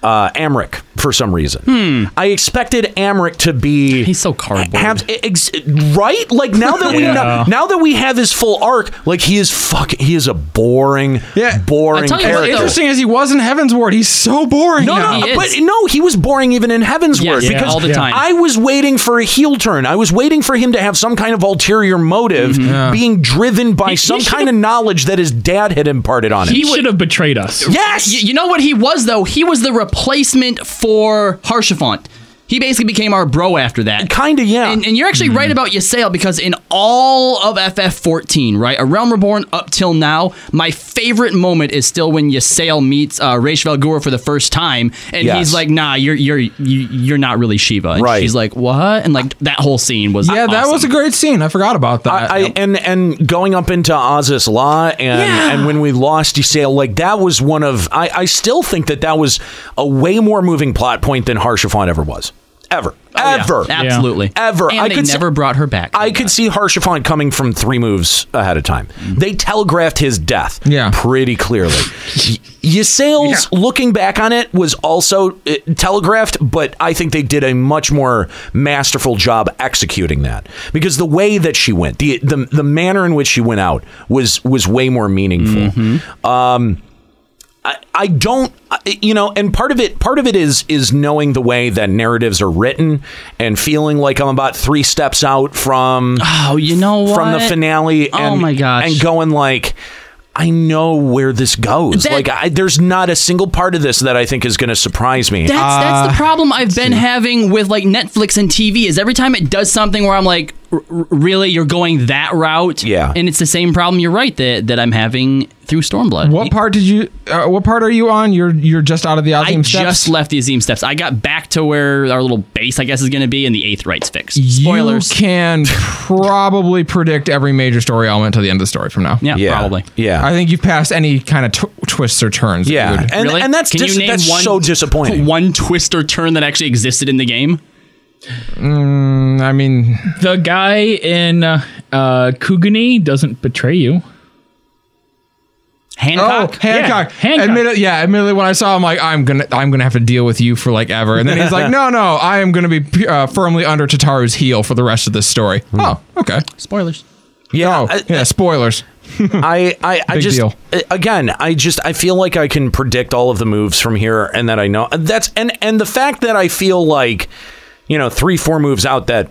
Speaker 7: uh, Amric for some reason. I expected Amric to be Hmm. he's so cardboard, ex- right? Like now that we
Speaker 2: Yeah.
Speaker 7: know, now that we have his full arc, like he is fuck, he is a boring, yeah, boring character.
Speaker 1: as interesting as he was in Heaven's Ward, he's so boring.
Speaker 7: No,
Speaker 1: now.
Speaker 7: no, Uh, but no, he was boring even in Heaven's Word
Speaker 1: Yeah,
Speaker 7: because
Speaker 1: all the time.
Speaker 7: I was waiting for a heel turn. I was waiting for him to have some kind of ulterior motive, being driven by some kind of knowledge that his dad had imparted on him.
Speaker 8: He should have betrayed us.
Speaker 7: Yes.
Speaker 2: You know what he was though? He was the replacement for Harshafont. He basically became our bro after that.
Speaker 7: Kinda, yeah.
Speaker 2: And, and you're actually
Speaker 7: Mm-hmm.
Speaker 2: right about Yasale because in all of FF14, right, A Realm Reborn up till now, my favorite moment is still when Yasale meets uh, Raish Valgur for the first time, and
Speaker 7: Yes.
Speaker 2: he's like, "Nah, you're you're you, you're not really Shiva." And
Speaker 7: Right.
Speaker 2: She's like, "What?" And like that whole scene was
Speaker 7: Yeah, that was
Speaker 1: a great scene. I forgot about that.
Speaker 7: I, And and going up into Oz's Law and and when we lost Ysail, like that was one of I, I still think that that was a way more moving plot point than Harshafon ever was. Ever. ever.
Speaker 2: Oh, absolutely
Speaker 7: Ever.
Speaker 2: And
Speaker 7: I
Speaker 2: they
Speaker 7: could s-
Speaker 2: never brought her back.
Speaker 7: I could see Harshafon coming from three moves ahead of time. They telegraphed his death yeah. pretty clearly. Y- Ysail's looking back on it was also uh, telegraphed, but I think they did a much more masterful job executing that because the way that she went, the the, the manner in which she went out was was way more meaningful. Um, I, I don't I- you know and part of it part of it is is knowing the way that narratives are written and feeling like I'm about 3 steps out from
Speaker 2: Oh, you know
Speaker 7: from the
Speaker 2: what?
Speaker 7: finale
Speaker 2: Oh
Speaker 7: and
Speaker 2: my gosh.
Speaker 7: and going like I know where this goes.
Speaker 2: That-
Speaker 7: like I, there's not a single part of this that I think is going to surprise me.
Speaker 2: That's that's the problem I've been having with like Netflix and TV is every time it does something where I'm like, "R- r- really, you're going that route? Yeah. And it's the same problem. You're right that that I'm having through Stormblood.
Speaker 1: What part did you? Uh, what part are you on? You're you're just out of the
Speaker 2: I
Speaker 1: Ozim steps.
Speaker 2: just left the Azim steps. I got back to where our little base, I guess, is going to be, and the eighth right's fixed. Spoilers.
Speaker 1: You can probably predict every major story element to the end of the story from now.
Speaker 2: Yeah, probably.
Speaker 7: Yeah.
Speaker 1: I think you've passed any kind of tw- twists or turns. that you would-
Speaker 7: and, and that's
Speaker 2: Can you
Speaker 7: dis-
Speaker 2: name
Speaker 7: that's
Speaker 2: one-
Speaker 7: so disappointing.
Speaker 2: One twist or turn that actually existed in the game.
Speaker 1: Mm, I mean,
Speaker 8: the guy in uh, uh, Kugani doesn't betray you.
Speaker 2: Hancock.
Speaker 1: Oh, Hancock. Admit- yeah, admittedly, when I saw him, like I'm gonna, I'm gonna have to deal with you for like ever. And then he's like, No, no, I am gonna be uh, firmly under Tataru's heel for the rest of this story. Oh, okay.
Speaker 2: Spoilers.
Speaker 7: Yeah,
Speaker 1: yeah. Spoilers.
Speaker 7: I, I, I
Speaker 1: Big
Speaker 7: just
Speaker 1: deal.
Speaker 7: uh, again, I just I feel like I can predict all of the moves from here, and that I know and that's and and the fact that I feel like you know three four moves out that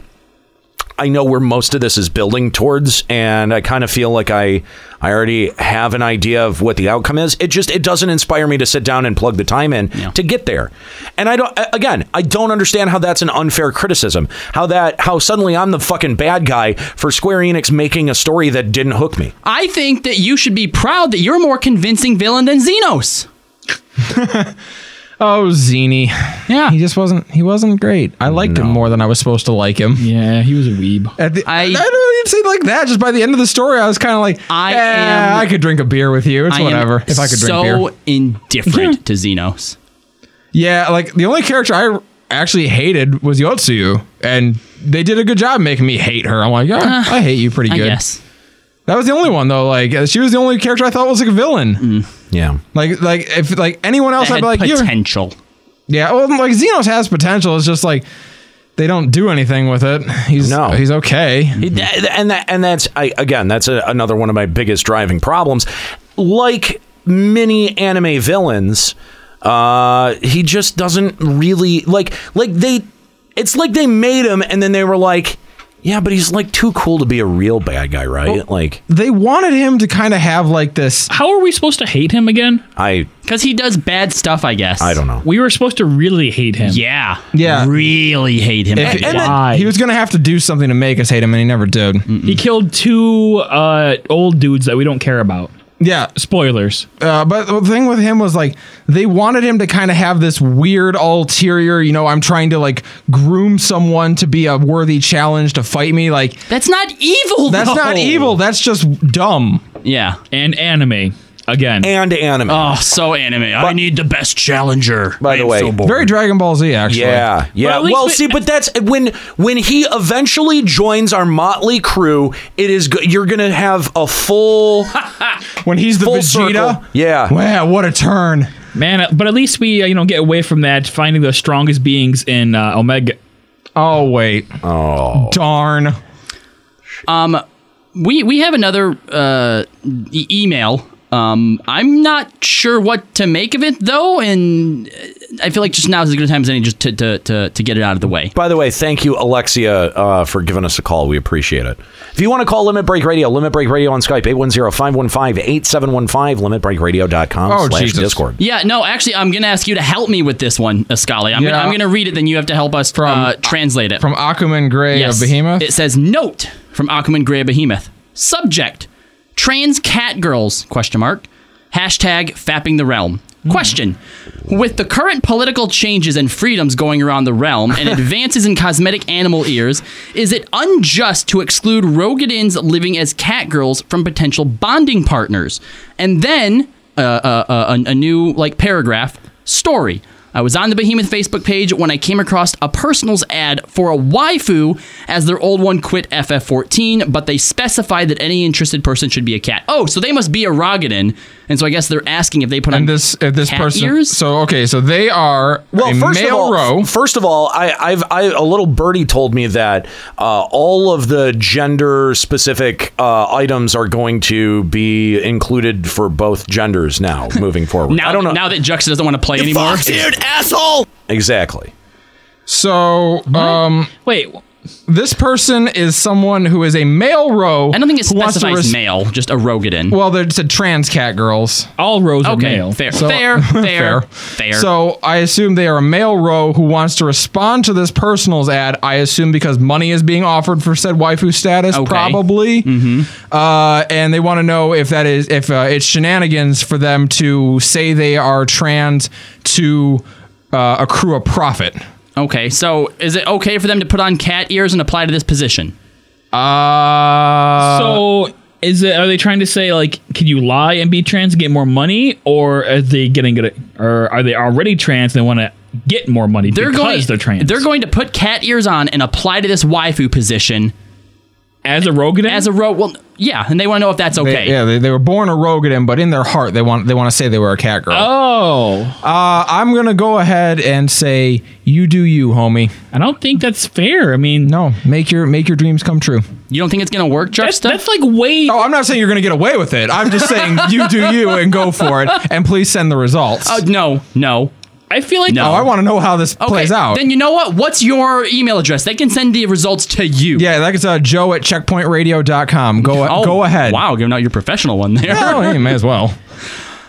Speaker 7: I know where most of this is building towards, and I kind of feel like I I already have an idea of what the outcome is. It just it doesn't inspire me to sit down and plug the time in to get there. And I don't a- again, I don't understand how that's an unfair criticism. How that how suddenly I'm the fucking bad guy for Square Enix making a story that didn't hook me.
Speaker 2: I think that you should be proud that you're a more convincing villain than Xenos.
Speaker 1: Oh, Zini.
Speaker 2: Yeah.
Speaker 1: He just wasn't. He wasn't great. I liked him more than I was supposed to like him.
Speaker 8: Yeah, he was a weeb.
Speaker 1: At the, I, I don't even say it like that. Just by the end of the story, I was kind of like, I
Speaker 2: am-
Speaker 1: I could drink a beer with you. It's
Speaker 2: I am
Speaker 1: whatever. If I could drink
Speaker 2: so
Speaker 1: beer.
Speaker 2: indifferent to Xenos.
Speaker 1: Yeah, like the only character I actually hated was Yotsuyu, and they did a good job making me hate her. I'm like, yeah,
Speaker 2: Uh,
Speaker 1: I hate you pretty
Speaker 2: I
Speaker 1: good.
Speaker 2: guess.
Speaker 1: That was the only one though. Like uh, she was the only character I thought was like a villain.
Speaker 7: Yeah.
Speaker 1: Like like if like anyone else,
Speaker 2: Mm-hmm. That
Speaker 1: I'd be like
Speaker 2: had
Speaker 1: you're-
Speaker 2: potential.
Speaker 1: Yeah, well, like Xenos has potential. It's just like they don't do anything with it. He's no. he's okay.
Speaker 7: Th- and that and that's I, again that's a, another one of my biggest driving problems like many anime villains uh he just doesn't really like like they it's like they made him and then they were like yeah but he's like too cool to be a real bad guy right like
Speaker 1: They wanted him to kind of have like this.
Speaker 8: How are we supposed to hate him again?
Speaker 7: i
Speaker 2: Because he does bad stuff, I guess. I don't
Speaker 7: know.
Speaker 8: We were supposed to really hate him.
Speaker 2: Yeah.
Speaker 1: Yeah.
Speaker 2: Really hate him.
Speaker 1: If-
Speaker 2: Why?
Speaker 1: and then he was going to have to do something to make us hate him, and he never did.
Speaker 8: He killed two uh, old dudes that we don't care about.
Speaker 1: Yeah.
Speaker 8: Spoilers.
Speaker 1: Uh, but the thing with him was like they wanted him to kind of have this weird ulterior, you know, I'm trying to like groom someone to be a worthy challenge to fight me. Like
Speaker 2: That's not evil.
Speaker 1: that's
Speaker 8: though.
Speaker 1: not e- evil. That's just dumb.
Speaker 2: Yeah.
Speaker 8: And anime again.
Speaker 7: And anime.
Speaker 2: Oh, so anime. I need the best challenger.
Speaker 7: By the way,
Speaker 1: very Dragon Ball Z actually.
Speaker 7: Yeah, yeah. Well, see, but that's when when he eventually joins our motley crew. It is go- you're gonna have a full
Speaker 1: when he's the
Speaker 7: full
Speaker 1: Vegeta?
Speaker 7: circle. Yeah,
Speaker 1: Wow, what a turn.
Speaker 8: Man, but at least we uh, you know get away from that finding the strongest beings in uh, Omega.
Speaker 1: Oh wait.
Speaker 7: Oh.
Speaker 1: Darn.
Speaker 2: Um, we we have another uh, e- email. Um, I'm not sure what to make of it though, and uh, I feel like just now is as good a time as any just to to, to, to get it out of the way.
Speaker 7: By the way, thank you, Alexia, uh, for giving us a call. We appreciate it. If you want to call Limit Break Radio, Limit Break Radio on Skype, 810-515-8715, limitbreakradio.com
Speaker 2: Oh,
Speaker 7: slash
Speaker 2: Jesus.
Speaker 7: Discord.
Speaker 2: Yeah, no, actually, I'm gonna ask you to help me with this one, Ascali. I'm,
Speaker 1: Yeah.
Speaker 2: gonna, I'm gonna read it, then you have to help us uh, translate it.
Speaker 1: From Akuman Gray of Behemoth.
Speaker 2: It says note from Aquaman Gray of Behemoth. Subject: Trans cat girls? Question mark. Hashtag fapping the realm.
Speaker 1: Hmm.
Speaker 2: Question: With the current political changes and freedoms going around the realm and advances in cosmetic animal ears, is it unjust to exclude Rogadins living as cat girls from potential bonding partners? And then uh, uh, uh, a, a new like paragraph story. I was on the Behemoth Facebook page when I came across a personals ad for a waifu as their old one quit FF14, but they specified that any interested person should be a cat. Oh, so they must be a Rogadin, and so I guess they're asking if they put on this
Speaker 1: this
Speaker 2: cat
Speaker 1: person.
Speaker 2: ears?
Speaker 1: So okay, so they are
Speaker 7: Well,
Speaker 1: a
Speaker 7: first
Speaker 1: male
Speaker 7: of all,
Speaker 1: row.
Speaker 7: first of all, I, I've I, a little birdie told me that uh, all of the gender specific uh, items are going to be included for both genders now moving forward.
Speaker 2: Now, I don't know. Now that Juxta doesn't want to play anymore,
Speaker 19: fox-eared asshole.
Speaker 7: Exactly.
Speaker 1: So um
Speaker 8: wait.
Speaker 1: This person is someone who is a male row. I don't think it
Speaker 2: specifies male, just a Rogadin.
Speaker 1: Well, they're just a trans cat girls.
Speaker 8: All rows
Speaker 2: are Okay, male. fair. Fair, fair, fair.
Speaker 1: So I assume they are a male row who wants to respond to this personals ad. I assume because money is being offered for said waifu status,
Speaker 2: Okay.
Speaker 1: probably. Mm-hmm. Uh, and they want to know if that is if uh, it's shenanigans for them to say they are trans to uh, accrue a profit.
Speaker 2: Okay, so is it okay for them to put on cat ears and apply to this position?
Speaker 1: Uh,
Speaker 8: so is it? Are they trying to say like, can you lie and be trans and get more money, or are they getting it? Or are they already trans and they want to get more money
Speaker 2: They're
Speaker 8: because
Speaker 2: going.
Speaker 8: they're trans?
Speaker 2: They're going to put cat ears on and apply to this waifu position
Speaker 8: as a Rogadin.
Speaker 2: As a ro. Well, yeah, and they want to know if that's okay.
Speaker 1: They, yeah, they, they were born a Rogadin, but in their heart, they want they want to say they were a cat girl.
Speaker 8: Oh,
Speaker 1: uh, I'm gonna go ahead and say you do you, homie.
Speaker 8: I don't think that's fair. I mean,
Speaker 1: no, make your make your dreams come true.
Speaker 2: You don't think it's gonna work, Juxta?
Speaker 8: That's, like way.
Speaker 1: Oh, I'm not saying you're gonna get away with it. I'm just saying you do you and go for it, and please send the results.
Speaker 2: Oh no, no.
Speaker 8: I feel like
Speaker 1: Oh, I want to know how this
Speaker 2: Okay,
Speaker 1: plays out.
Speaker 2: Then you know what? What's your email address? They can send the results to you.
Speaker 1: yeah, that is uh, Joe at checkpointradio.com. Go
Speaker 2: Oh,
Speaker 1: go ahead.
Speaker 2: Wow, giving out your professional one there.
Speaker 1: Oh, you may as well.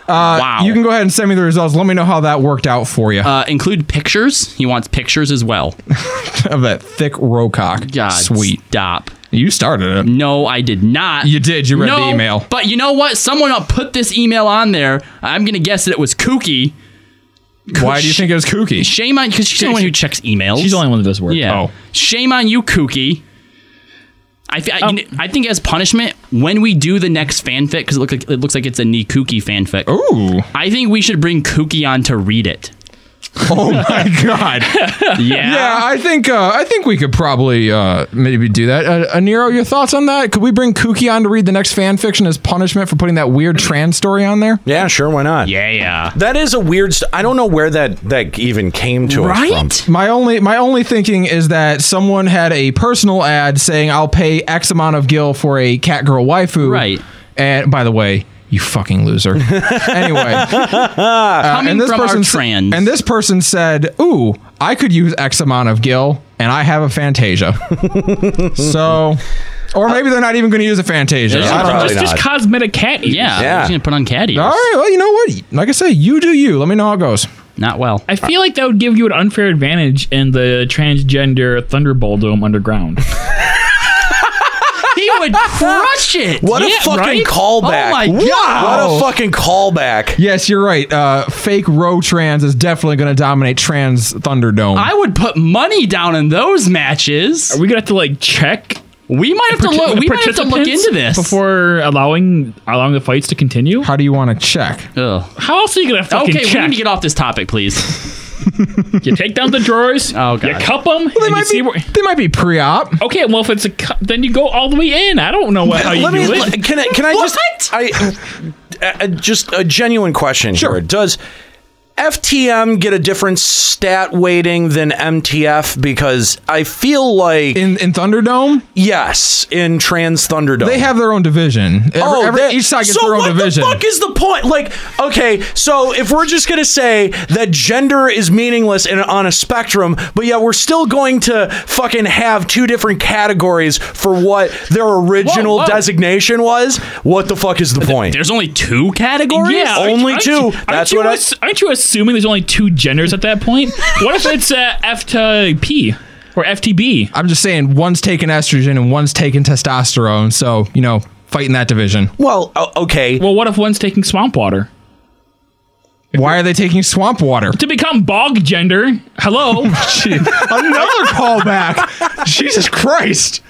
Speaker 1: Uh,
Speaker 2: Wow.
Speaker 1: You can go ahead and send me the results. Let me know how that worked out for you.
Speaker 2: Uh, include pictures. He wants pictures as well.
Speaker 1: of that thick rocock.
Speaker 2: God,
Speaker 1: Sweet.
Speaker 2: Stop.
Speaker 1: You started it.
Speaker 2: No, I did not.
Speaker 1: You did. You read
Speaker 2: no,
Speaker 1: the email.
Speaker 2: But you know what? Someone put this email on there. I'm gonna guess that it was kooky.
Speaker 1: Why do you think it was kooky?
Speaker 2: Shame on because she's the only one who checks emails.
Speaker 8: She's the only one that does work.
Speaker 2: Yeah.
Speaker 8: Oh.
Speaker 2: Shame on you, kooky. I, fe- I- you
Speaker 8: Um,
Speaker 2: kn- I think as punishment, when we do the next fanfic, because it, look like, it looks like it's a Nee Kooky fanfic.
Speaker 1: Ooh.
Speaker 2: I think we should bring Kooky on to read it.
Speaker 1: Oh my god.
Speaker 2: Yeah.
Speaker 1: Yeah, I think uh, I think we could probably uh, maybe do that. Uh, uh, Nero, your thoughts on that? Could we bring Kooky on to read the next fan fiction as punishment for putting that weird trans story on there?
Speaker 7: Yeah, sure, why not?
Speaker 2: Yeah, yeah.
Speaker 7: That is a weird. St- I don't know where that that even came to us from.
Speaker 1: My only my only thinking is that someone had a personal ad saying I'll pay X amount of gil for a cat girl waifu. Right. And by the way, you fucking loser. anyway, uh,
Speaker 2: Coming from our
Speaker 1: s- and this person said, "Ooh, I could use X amount of gil, and I have a Fantasia." so, or maybe they're not even going to use a Fantasia.
Speaker 2: They're
Speaker 1: I
Speaker 2: just-
Speaker 1: don't know.
Speaker 2: just- just
Speaker 8: cosmetic cat ears.
Speaker 2: Yeah, yeah. She's gonna put on cat ears.
Speaker 1: All right. Well, you know what? Like I say, you do you. Let me know how it goes.
Speaker 2: Not well.
Speaker 8: I feel like that would give you an unfair advantage in the transgender Thunderball Dome underground.
Speaker 2: he would crush it.
Speaker 7: What
Speaker 8: Yeah,
Speaker 7: a fucking
Speaker 8: right?
Speaker 7: callback!
Speaker 8: Oh my
Speaker 7: Wow.
Speaker 8: God.
Speaker 7: What a fucking callback!
Speaker 1: Yes, you're right. Uh, fake row trans is definitely going to dominate trans Thunderdome.
Speaker 2: I would put money down in those matches. Are
Speaker 8: we gonna have to like check?
Speaker 2: We might have to
Speaker 8: Parti-
Speaker 2: look. We might have to look
Speaker 8: participants
Speaker 2: into this
Speaker 8: before allowing allowing the fights to continue.
Speaker 1: How do you want to check?
Speaker 2: Ugh.
Speaker 8: How else are you gonna fucking
Speaker 2: Okay, we
Speaker 8: check?
Speaker 2: need to get off this topic, please.
Speaker 8: you take down the drawers.
Speaker 2: Oh
Speaker 8: You
Speaker 2: god.
Speaker 8: cup them.
Speaker 1: they, might be, they might be pre-op.
Speaker 8: Okay, well if it's a cup, then you go all the way in. I don't know what, how you
Speaker 7: Let
Speaker 8: do
Speaker 7: me-
Speaker 8: it.
Speaker 7: Can I? Can I just? I uh, uh, just a genuine question here. Does FTM get a different stat weighting than MTF because I feel like
Speaker 1: in in Thunderdome.
Speaker 7: Yes, in Trans Thunderdome,
Speaker 1: They have their own division. Every, every-
Speaker 7: Oh. that-
Speaker 1: each side gets
Speaker 7: so
Speaker 1: their own
Speaker 7: what
Speaker 1: division.
Speaker 7: the fuck is the point? Like, okay, so if we're just gonna say that gender is meaningless in, on a spectrum, but yet we're still going to fucking have two different categories for what their original
Speaker 2: Whoa, whoa.
Speaker 7: designation was, what the fuck is the point?
Speaker 2: There's only two categories.
Speaker 8: Yeah, aren't-
Speaker 7: only
Speaker 8: aren't
Speaker 7: two.
Speaker 8: you-
Speaker 7: That's
Speaker 8: aren't you
Speaker 7: what I.
Speaker 8: ass- Aren't you assuming there's only two genders at that point? what if it's uh, F to P or FTB?
Speaker 1: I'm just saying, one's taking estrogen and one's taking testosterone. So you know, fighting that division.
Speaker 7: Well, okay.
Speaker 8: Well, what if one's taking swamp water?
Speaker 1: Why are they taking swamp water?
Speaker 8: To become bog gender. Hello.
Speaker 1: Another callback. Jesus Christ.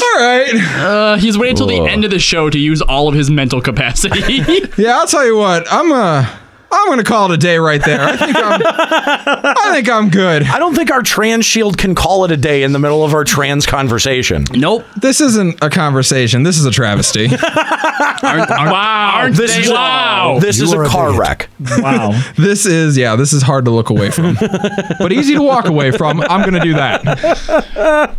Speaker 1: All right.
Speaker 2: Uh, he's waiting till
Speaker 1: Whoa.
Speaker 2: the end of the show to use all of his mental capacity.
Speaker 1: yeah, I'll tell you what. I'm uh, I'm gonna call it a day right there. I think I'm, I think I'm good.
Speaker 7: I don't think our trans shield can call it a day in the middle of our trans conversation.
Speaker 2: Nope.
Speaker 1: This isn't a conversation. This is a travesty.
Speaker 8: wow.
Speaker 7: this is
Speaker 1: wow.
Speaker 7: A, this
Speaker 1: You
Speaker 7: is
Speaker 1: are
Speaker 7: a
Speaker 1: a
Speaker 7: car
Speaker 1: bigot.
Speaker 7: wreck.
Speaker 8: Wow.
Speaker 1: this is yeah. This is hard to look away from, but easy to walk away from. I'm gonna do that.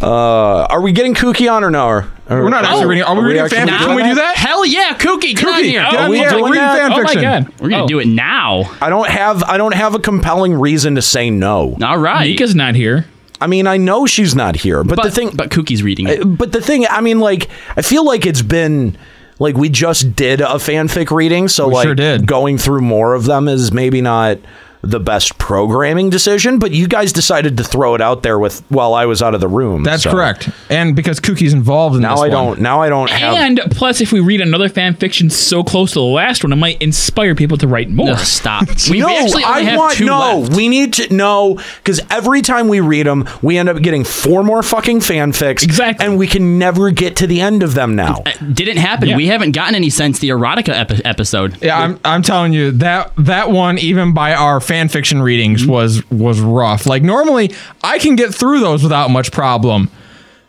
Speaker 7: Uh, are we getting kooky on or no? Or,
Speaker 1: We're not actually reading- are we reading
Speaker 7: Oh, actually
Speaker 1: fan-
Speaker 7: doing
Speaker 1: can we do that?
Speaker 2: Hell yeah, Kookie, come on
Speaker 7: Kookie,
Speaker 2: here.
Speaker 7: get on
Speaker 2: we
Speaker 7: here.
Speaker 2: doing
Speaker 7: We're reading
Speaker 2: that?
Speaker 7: fan
Speaker 2: oh
Speaker 7: fiction.
Speaker 2: my god, we're gonna
Speaker 7: Oh.
Speaker 2: do it now.
Speaker 7: I don't have I don't have a compelling reason to say no.
Speaker 2: All right,
Speaker 8: Nika's not here.
Speaker 7: I mean, I know she's not here, but, the
Speaker 2: But-
Speaker 7: thing,
Speaker 2: but Kookie's reading it.
Speaker 7: Uh, But the thing, I mean, like, I feel like it's been like we just did a fanfic reading, so like
Speaker 1: sure did.
Speaker 7: going through more of them is maybe not the best programming decision. But you guys decided to throw it out there with while I was out of the room.
Speaker 1: That's
Speaker 7: so
Speaker 1: correct. And because Kookie's involved in
Speaker 7: Now
Speaker 1: this
Speaker 7: I
Speaker 1: one.
Speaker 7: don't. Now I don't have.
Speaker 8: And plus, if we read another fan fiction so close to the last one, it might inspire people to write more.
Speaker 2: No, stop. We
Speaker 7: no,
Speaker 2: actually only
Speaker 7: I
Speaker 2: have
Speaker 7: want
Speaker 2: two
Speaker 7: no.
Speaker 2: left.
Speaker 7: We need to no because every time we read them, we end up getting four more fucking fanfics. Exactly, and we can never get to the end of them now.
Speaker 2: Didn't happen. We haven't gotten any since the erotica epi- episode.
Speaker 1: Yeah, I'm, I'm telling you that that one even by our fan fiction readings
Speaker 2: Mm-hmm.
Speaker 1: was was rough. Like normally I can get through those without much problem.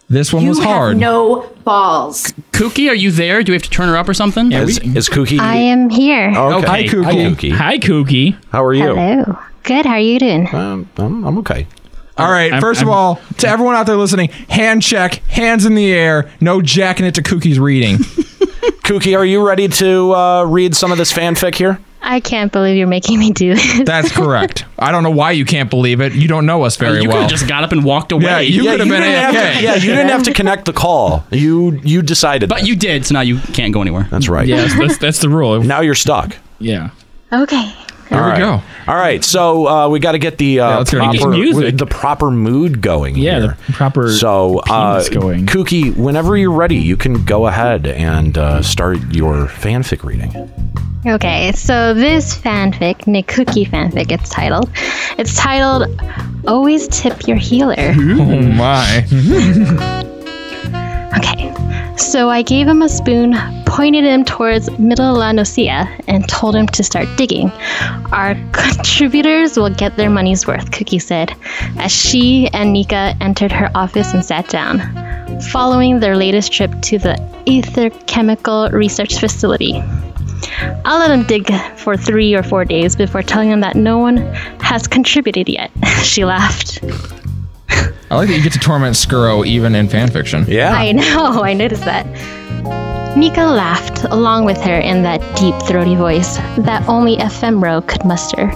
Speaker 1: This one
Speaker 16: you
Speaker 1: was
Speaker 16: have
Speaker 1: hard.
Speaker 16: no balls.
Speaker 2: Kookie, are you there? Do we have to turn her up or something?
Speaker 7: is, is Kookie?
Speaker 20: I am here.
Speaker 7: Okay. Hi, Kookie.
Speaker 8: Hi, Kookie.
Speaker 7: How are you?
Speaker 20: Hello. Good. How are you doing?
Speaker 7: Um, I'm, I'm okay.
Speaker 1: All right,
Speaker 20: I'm-
Speaker 1: first of
Speaker 20: I'm-
Speaker 1: all, to everyone out there listening, hand check, hands in the air, no jacking it to Kookie's reading.
Speaker 7: Kookie, are you ready to uh, read some of this fanfic here?
Speaker 20: I can't believe you're making me do it.
Speaker 1: That's correct. I don't know why you can't believe it. You don't know us very
Speaker 2: you could
Speaker 1: well.
Speaker 2: have just got up and walked away.
Speaker 1: Yeah, you could have been
Speaker 7: didn't have to-
Speaker 1: AFK.
Speaker 7: yeah, you didn't have to connect the call. You you decided,
Speaker 2: but Uh, you did. So now you can't go anywhere.
Speaker 7: That's right.
Speaker 8: Yeah, that's, that's, that's the rule.
Speaker 7: Now you're stuck.
Speaker 8: Yeah.
Speaker 20: Okay.
Speaker 7: Here we go. All right, so uh, we got to get the uh,
Speaker 8: let's go. We need
Speaker 7: proper,
Speaker 8: music.
Speaker 7: the proper mood going. Yeah, the
Speaker 8: proper.
Speaker 7: So, uh,
Speaker 8: penis going.
Speaker 7: Kookie, whenever you're ready, you can go ahead and uh, start your fanfic reading.
Speaker 20: Okay, so this fanfic, Nick Cookie fanfic, it's titled. It's titled Always Tip Your Healer.
Speaker 1: Oh my.
Speaker 20: Okay. So I gave him a spoon, pointed him towards Middle Lanosia, and told him to start digging. Our contributors will get their money's worth, Cookie said, as she and Nika entered her office and sat down, following their latest trip to the Ether Chemical Research Facility. I'll let him dig for three or four days before telling him that no one has contributed yet, she laughed.
Speaker 1: I like that you get to torment Skuro even in fan fiction.
Speaker 7: Yeah.
Speaker 20: I know, I noticed that. Nika laughed along with her in that deep, throaty voice that only Ephemero could muster,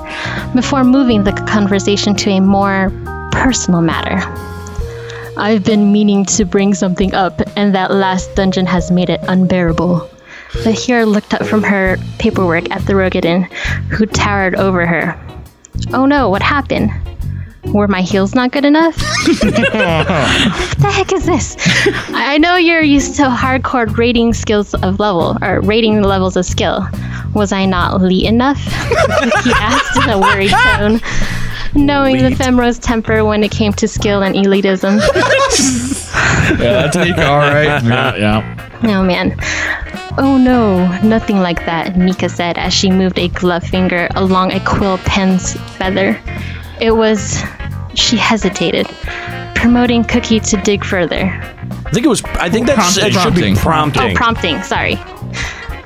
Speaker 20: before moving the conversation to a more personal matter. I've been meaning to bring something up, and that last dungeon has made it unbearable. The hero looked up from her paperwork at the Rogadin, who towered over her. Oh no, what happened? Were my heels not good enough? what the heck is this? I I know you're used to hardcore rating skills of level or rating levels of skill. Was I not elite enough? he asked in a worried tone, knowing the Femro's temper when it came to skill and elitism.
Speaker 1: Yeah, that's Nika, all right.
Speaker 8: Yeah, yeah.
Speaker 20: Oh man. Oh no, nothing like that, Nika said as she moved a glove finger along a quill pen's feather. It was. She hesitated, promoting Cookie to dig further.
Speaker 7: I think it was. I think that's it should be
Speaker 1: Prompting.
Speaker 7: prompting.
Speaker 20: Oh, prompting, sorry.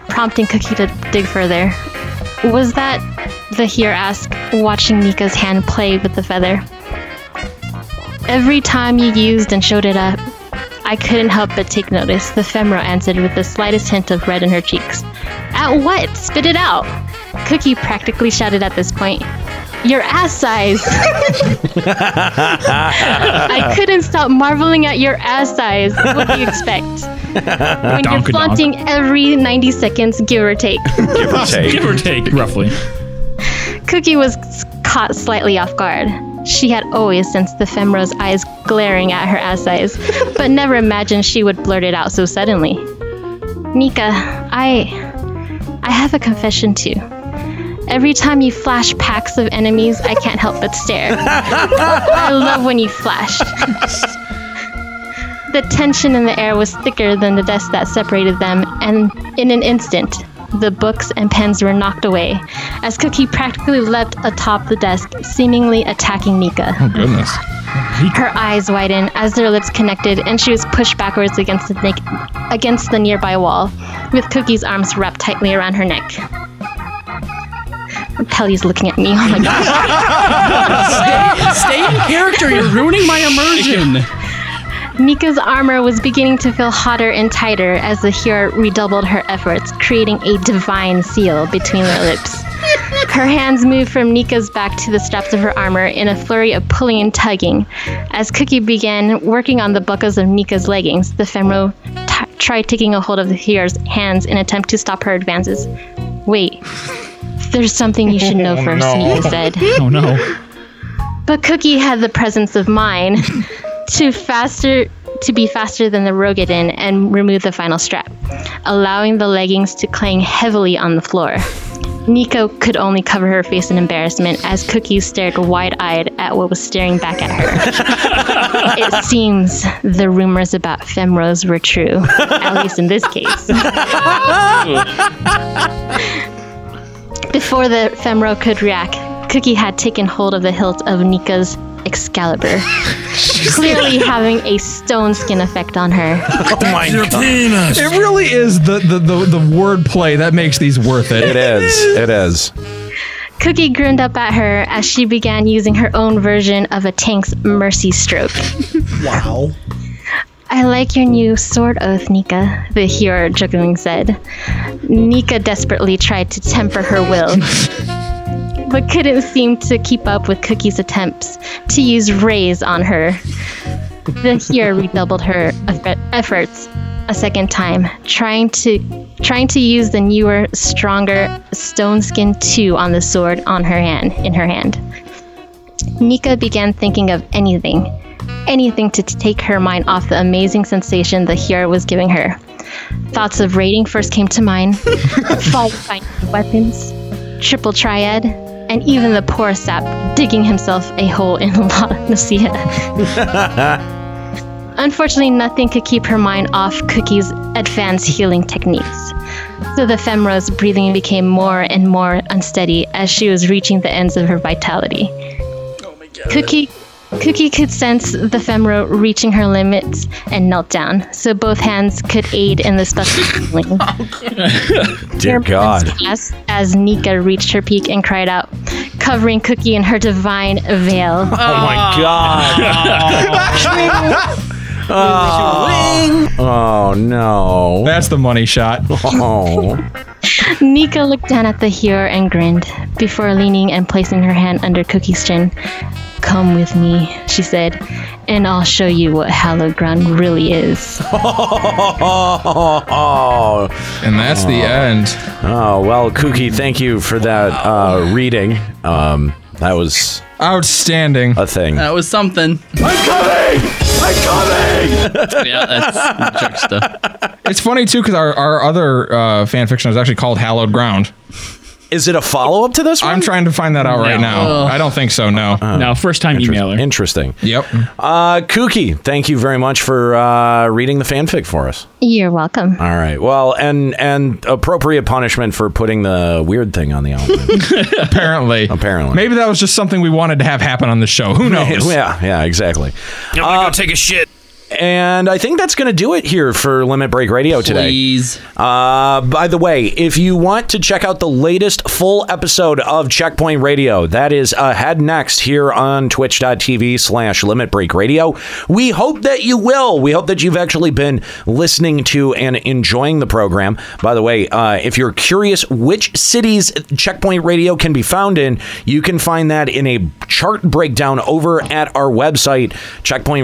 Speaker 20: Prompting Cookie to dig further. Was that the here ask watching Nika's hand play with the feather? Every time you used and showed it up, I couldn't help but take notice, the femora answered with the slightest hint of red in her cheeks. At what? Spit it out! Cookie practically shouted at this point. Your ass size! I
Speaker 6: I
Speaker 20: couldn't stop marveling at your ass size. What do you expect? When you're flaunting every 90 seconds, give or take.
Speaker 7: Give or take.
Speaker 8: Give or take, roughly.
Speaker 20: Cookie was caught slightly off guard. She had always sensed the femura's eyes glaring at her ass size, but never imagined she would blurt it out so suddenly. Nika, I. I have a confession too. Every time you flash packs of enemies, I can't help but stare. I love when you flash. The tension in the air was thicker than the desk that separated them, and in an instant, the books and pens were knocked away as Cookie practically leapt atop the desk, seemingly attacking Nika.
Speaker 1: Oh, goodness.
Speaker 20: Her eyes widened as their lips connected, and she was pushed backwards against the, na- against the nearby wall, with Cookie's arms wrapped tightly around her neck. Pelly's looking at me. Oh my god.
Speaker 18: Stay- stay in character, you're ruining my immersion.
Speaker 20: Nika's armor was beginning to feel hotter and tighter as the hero redoubled her efforts, creating a divine seal between their lips. Her hands moved from Nika's back to the straps of her armor in a flurry of pulling and tugging. As Cookie began working on the buckles of Nika's leggings, the femro t- tried taking a hold of the hero's hands in an attempt to stop her advances. Wait, there's something you should know first, Nika said.
Speaker 8: Oh no.
Speaker 20: But Cookie had the presence of mind to faster to be faster than the Rogadin and remove the final strap, allowing the leggings to clang heavily on the floor. Nico could only cover her face in embarrassment as Cookie stared wide-eyed at what was staring back at her. it seems the rumors about Femrose were true, at least in this case. Before the femro could react, Cookie had taken hold of the hilt of Nika's Excalibur, clearly having a stone skin effect on her.
Speaker 7: Oh my Your God. penis.
Speaker 1: It really is the the the, the word play that makes these worth it.
Speaker 7: It is. It is.
Speaker 20: Cookie grinned up at her as she began using her own version of a tank's mercy stroke.
Speaker 11: Wow.
Speaker 20: I like your new sword oath, Nika, the hero jokingly said. Nika desperately tried to temper her will, but couldn't seem to keep up with Cookie's attempts to use rays on her. The hero redoubled her eff- efforts a second time, trying to trying to use the newer, stronger Stone Skin 2 on the sword on her hand in her hand. Nika began thinking of anything, anything to t- take her mind off the amazing sensation the hero was giving her. Thoughts of raiding first came to mind, followed by new weapons, triple triad, and even the poor sap digging himself a hole in La Nocia. Unfortunately, nothing could keep her mind off Cookie's advanced healing techniques. So the femura's breathing became more and more unsteady as she was reaching the ends of her vitality. Cookie Cookie could sense the femora reaching her limits and knelt down, so both hands could aid in the special healing.
Speaker 7: Dear God.
Speaker 20: As, as Nika reached her peak and cried out, covering Cookie in her divine veil.
Speaker 7: Oh my God. oh. Oh, no.
Speaker 1: That's the money shot.
Speaker 7: Oh.
Speaker 20: Nika looked down at the hero and grinned, before leaning and placing her hand under Cookie's chin. Come with me, she said, and I'll show you what hallowed ground really is.
Speaker 7: And
Speaker 1: that's the end.
Speaker 7: Oh, well, Kookie, thank you for that uh, reading. Um, that was
Speaker 1: outstanding.
Speaker 7: A thing.
Speaker 18: That was something. yeah, that's
Speaker 1: It's funny too because our, our other uh, fan fiction is actually called Hallowed Ground.
Speaker 7: Is it a follow up to this one?
Speaker 1: I'm trying to find that out right
Speaker 7: No.
Speaker 1: now.
Speaker 7: Ugh.
Speaker 1: I don't think so. Uh-huh. No.
Speaker 8: no. First time emailer.
Speaker 7: Interesting.
Speaker 1: Yep.
Speaker 7: Uh, Kookie, thank you very much for uh, reading the fanfic for us.
Speaker 20: You're welcome.
Speaker 7: All right. Well, and and appropriate punishment for putting the weird thing on the album.
Speaker 1: Apparently.
Speaker 7: Apparently.
Speaker 1: Maybe that was just something we wanted to have happen on the show. Who knows?
Speaker 7: yeah. Yeah. Exactly. Uh,
Speaker 10: I'm gonna go take a shit.
Speaker 7: And I think that's going to do it here for Limit Break Radio today.
Speaker 18: Please.
Speaker 7: Uh, by the way, if you want to check out the latest full episode of Checkpoint Radio, that is ahead next here on twitch.tv slash Limit Break Radio. We hope that you will. We hope that you've actually been listening to and enjoying the program. By the way, uh, if you're curious which cities Checkpoint Radio can be found in, you can find that in a chart breakdown over at our website,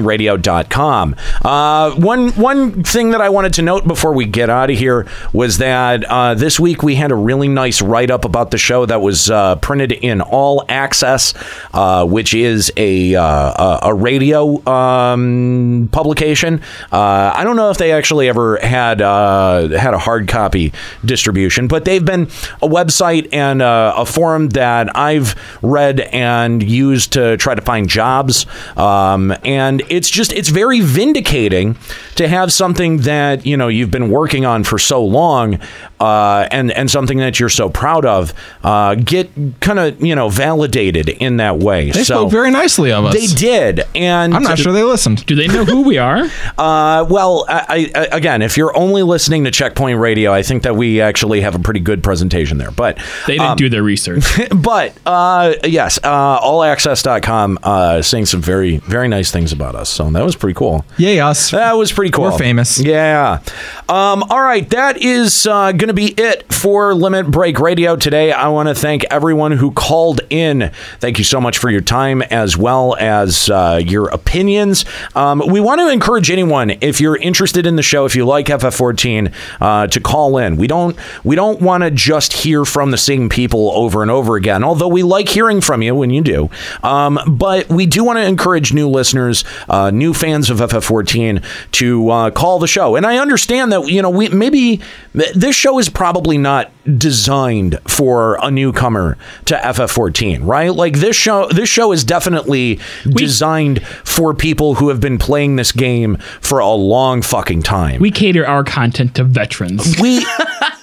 Speaker 7: checkpointradio.com. Uh, one, one thing that I wanted to note before we get out of here was that uh, this week we had a really nice write up about the show that was uh, printed in All Access, uh, which is a, uh, a, a radio um, publication. Uh, I don't know if they actually ever had uh, had a hard copy distribution, but they've been a website and uh, a forum that I've read and used to try to find jobs. Um, and it's just it's very vindicating to have something that you know you've been working on for so long, uh, and and something that you're so proud of uh, get kind of you know validated in that way.
Speaker 1: They
Speaker 7: so
Speaker 1: spoke very nicely of us.
Speaker 7: They did, and
Speaker 1: I'm not sure they listened.
Speaker 8: Do they know who we are?
Speaker 7: Uh, well, I, I, again, if you're only listening to Checkpoint Radio, I think that we actually have a pretty good presentation there. But
Speaker 8: They didn't
Speaker 7: um,
Speaker 8: do their research.
Speaker 7: but uh, yes, uh, allaccess.com uh, saying some very very nice things about us. So that was pretty cool.
Speaker 1: Yay, us.
Speaker 7: That was pretty cool.
Speaker 1: We're famous.
Speaker 7: Yeah. Um, all right, that is uh, going to be it for Limit Break Radio today. I want to thank everyone who called in. Thank you so much for your time as well as uh, your opinions. Um, we want to encourage anyone if you're interested in the show, if you like FF14, uh, to call in. We don't we don't want to just hear from the same people over and over again. Although we like hearing from you when you do, um, but we do want to encourage new listeners, uh, new fans of FF14, to uh, call the show. And I understand that you know we maybe this show is probably not designed for a newcomer to FF14, right? Like this show, this show is definitely designed for people who have been playing this game for a long fucking time.
Speaker 8: we cater our content to veterans.
Speaker 7: We,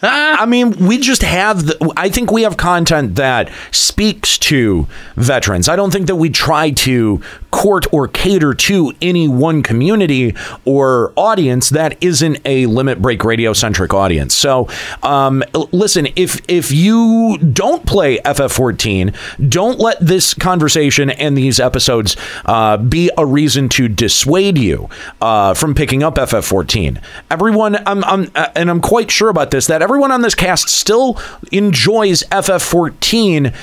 Speaker 7: I mean, we just have. The, I think we have content that speaks to veterans. I don't think that we try to court or cater to any one community or audience that isn't a limit break radio centric audience. So, um, l- listen, if if you don't play FF14, don't let this conversation and these episodes uh, be a reason to dissuade you uh, from picking up FF14. Everyone, I'm, I'm, uh, and I'm quite sure about this that everyone on this cast still enjoys FF14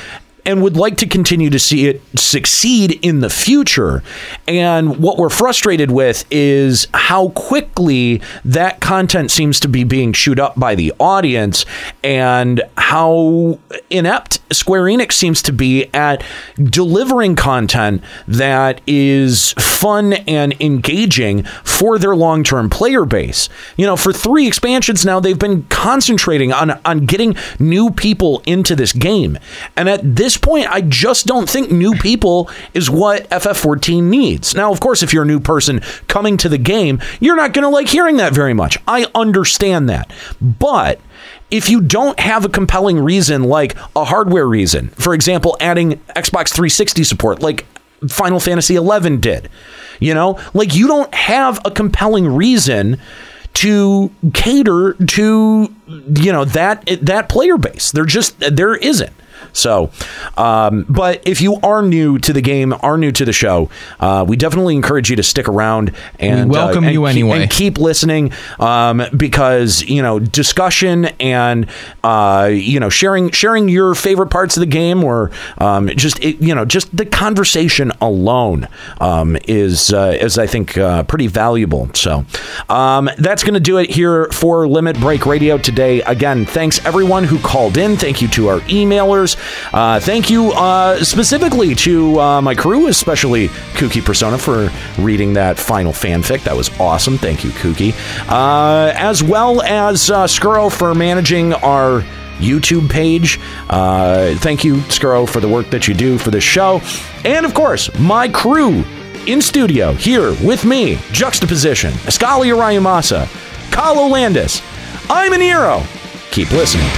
Speaker 7: and would like to continue to see it succeed in the future. And what we're frustrated with is how quickly that content seems to be being chewed up by the audience and how inept Square Enix seems to be at delivering content that is fun and engaging for their long-term player base. You know, for 3 expansions now they've been concentrating on on getting new people into this game. And at this point, I just don't think new people is what FF14 needs. Now, of course, if you're a new person coming to the game, you're not going to like hearing that very much. I understand that. But if you don't have a compelling reason, like a hardware reason, for example, adding Xbox 360 support, like Final Fantasy XI did, you know, like you don't have a compelling reason to cater to you know that that player base. There just there isn't. So, um, but if you are new to the game, are new to the show, uh, we definitely encourage you to stick around and
Speaker 1: We welcome
Speaker 7: uh, and
Speaker 1: you
Speaker 7: keep-
Speaker 1: anyway.
Speaker 7: and keep listening um, because you know discussion and uh, you know sharing sharing your favorite parts of the game or um, just it, you know just the conversation alone um, is uh, is I think uh, pretty valuable. So um, that's going to do it here for Limit Break Radio today. Again, thanks everyone who called in. Thank you to our emailers. Uh, thank you uh, specifically to uh, my crew, especially Kooky Persona for reading that final fanfic. That was awesome. Thank you, Kooky. Uh, as well as uh, Skuro for managing our YouTube page. Uh, thank you, Skuro, for the work that you do for this show. And of course, my crew in studio here with me, Juxtaposition, Escali Arayamasa, Kalo Landis. I'm an hero. Keep listening.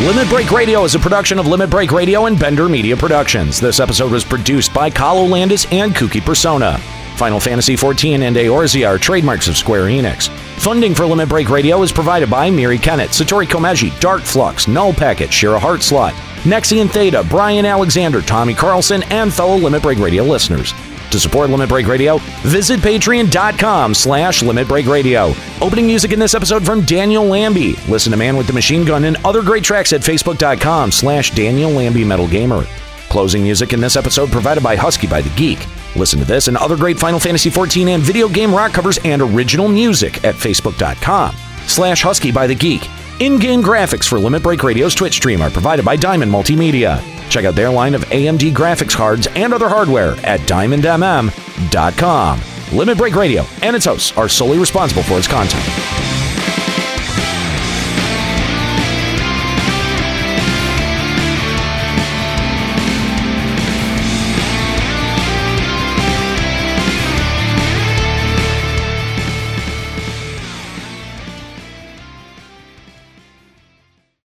Speaker 7: Limit Break Radio is a production of Limit Break Radio and Bender Media Productions. This episode was produced by Kahlo Landis and Kooky Persona. Final Fantasy XIV and Eorzea are trademarks of Square Enix. Funding for Limit Break Radio is provided by Miri Kennett, Satori Komeji, Dark Flux, Null Packet, Shira Heartslot, Nexian Theta, Brian Alexander, Tommy Carlson, and fellow Limit Break Radio listeners. To support Limit Break Radio, visit patreon.com slash Limit Break Radio. Opening music in this episode from Daniel Lambie. Listen to Man with the Machine Gun and other great tracks at facebook.com slash Daniel Lambie Metal Gamer. Closing music in this episode provided by Husky by the Geek. Listen to this and other great Final Fantasy XIV and video game rock covers and original music at facebook.com slash Husky by the Geek. In-game graphics for Limit Break Radio's Twitch stream are provided by Diamond Multimedia. Check out their line of AMD graphics cards and other hardware at diamondmm.com. Limit Break Radio and its hosts are solely responsible for its content.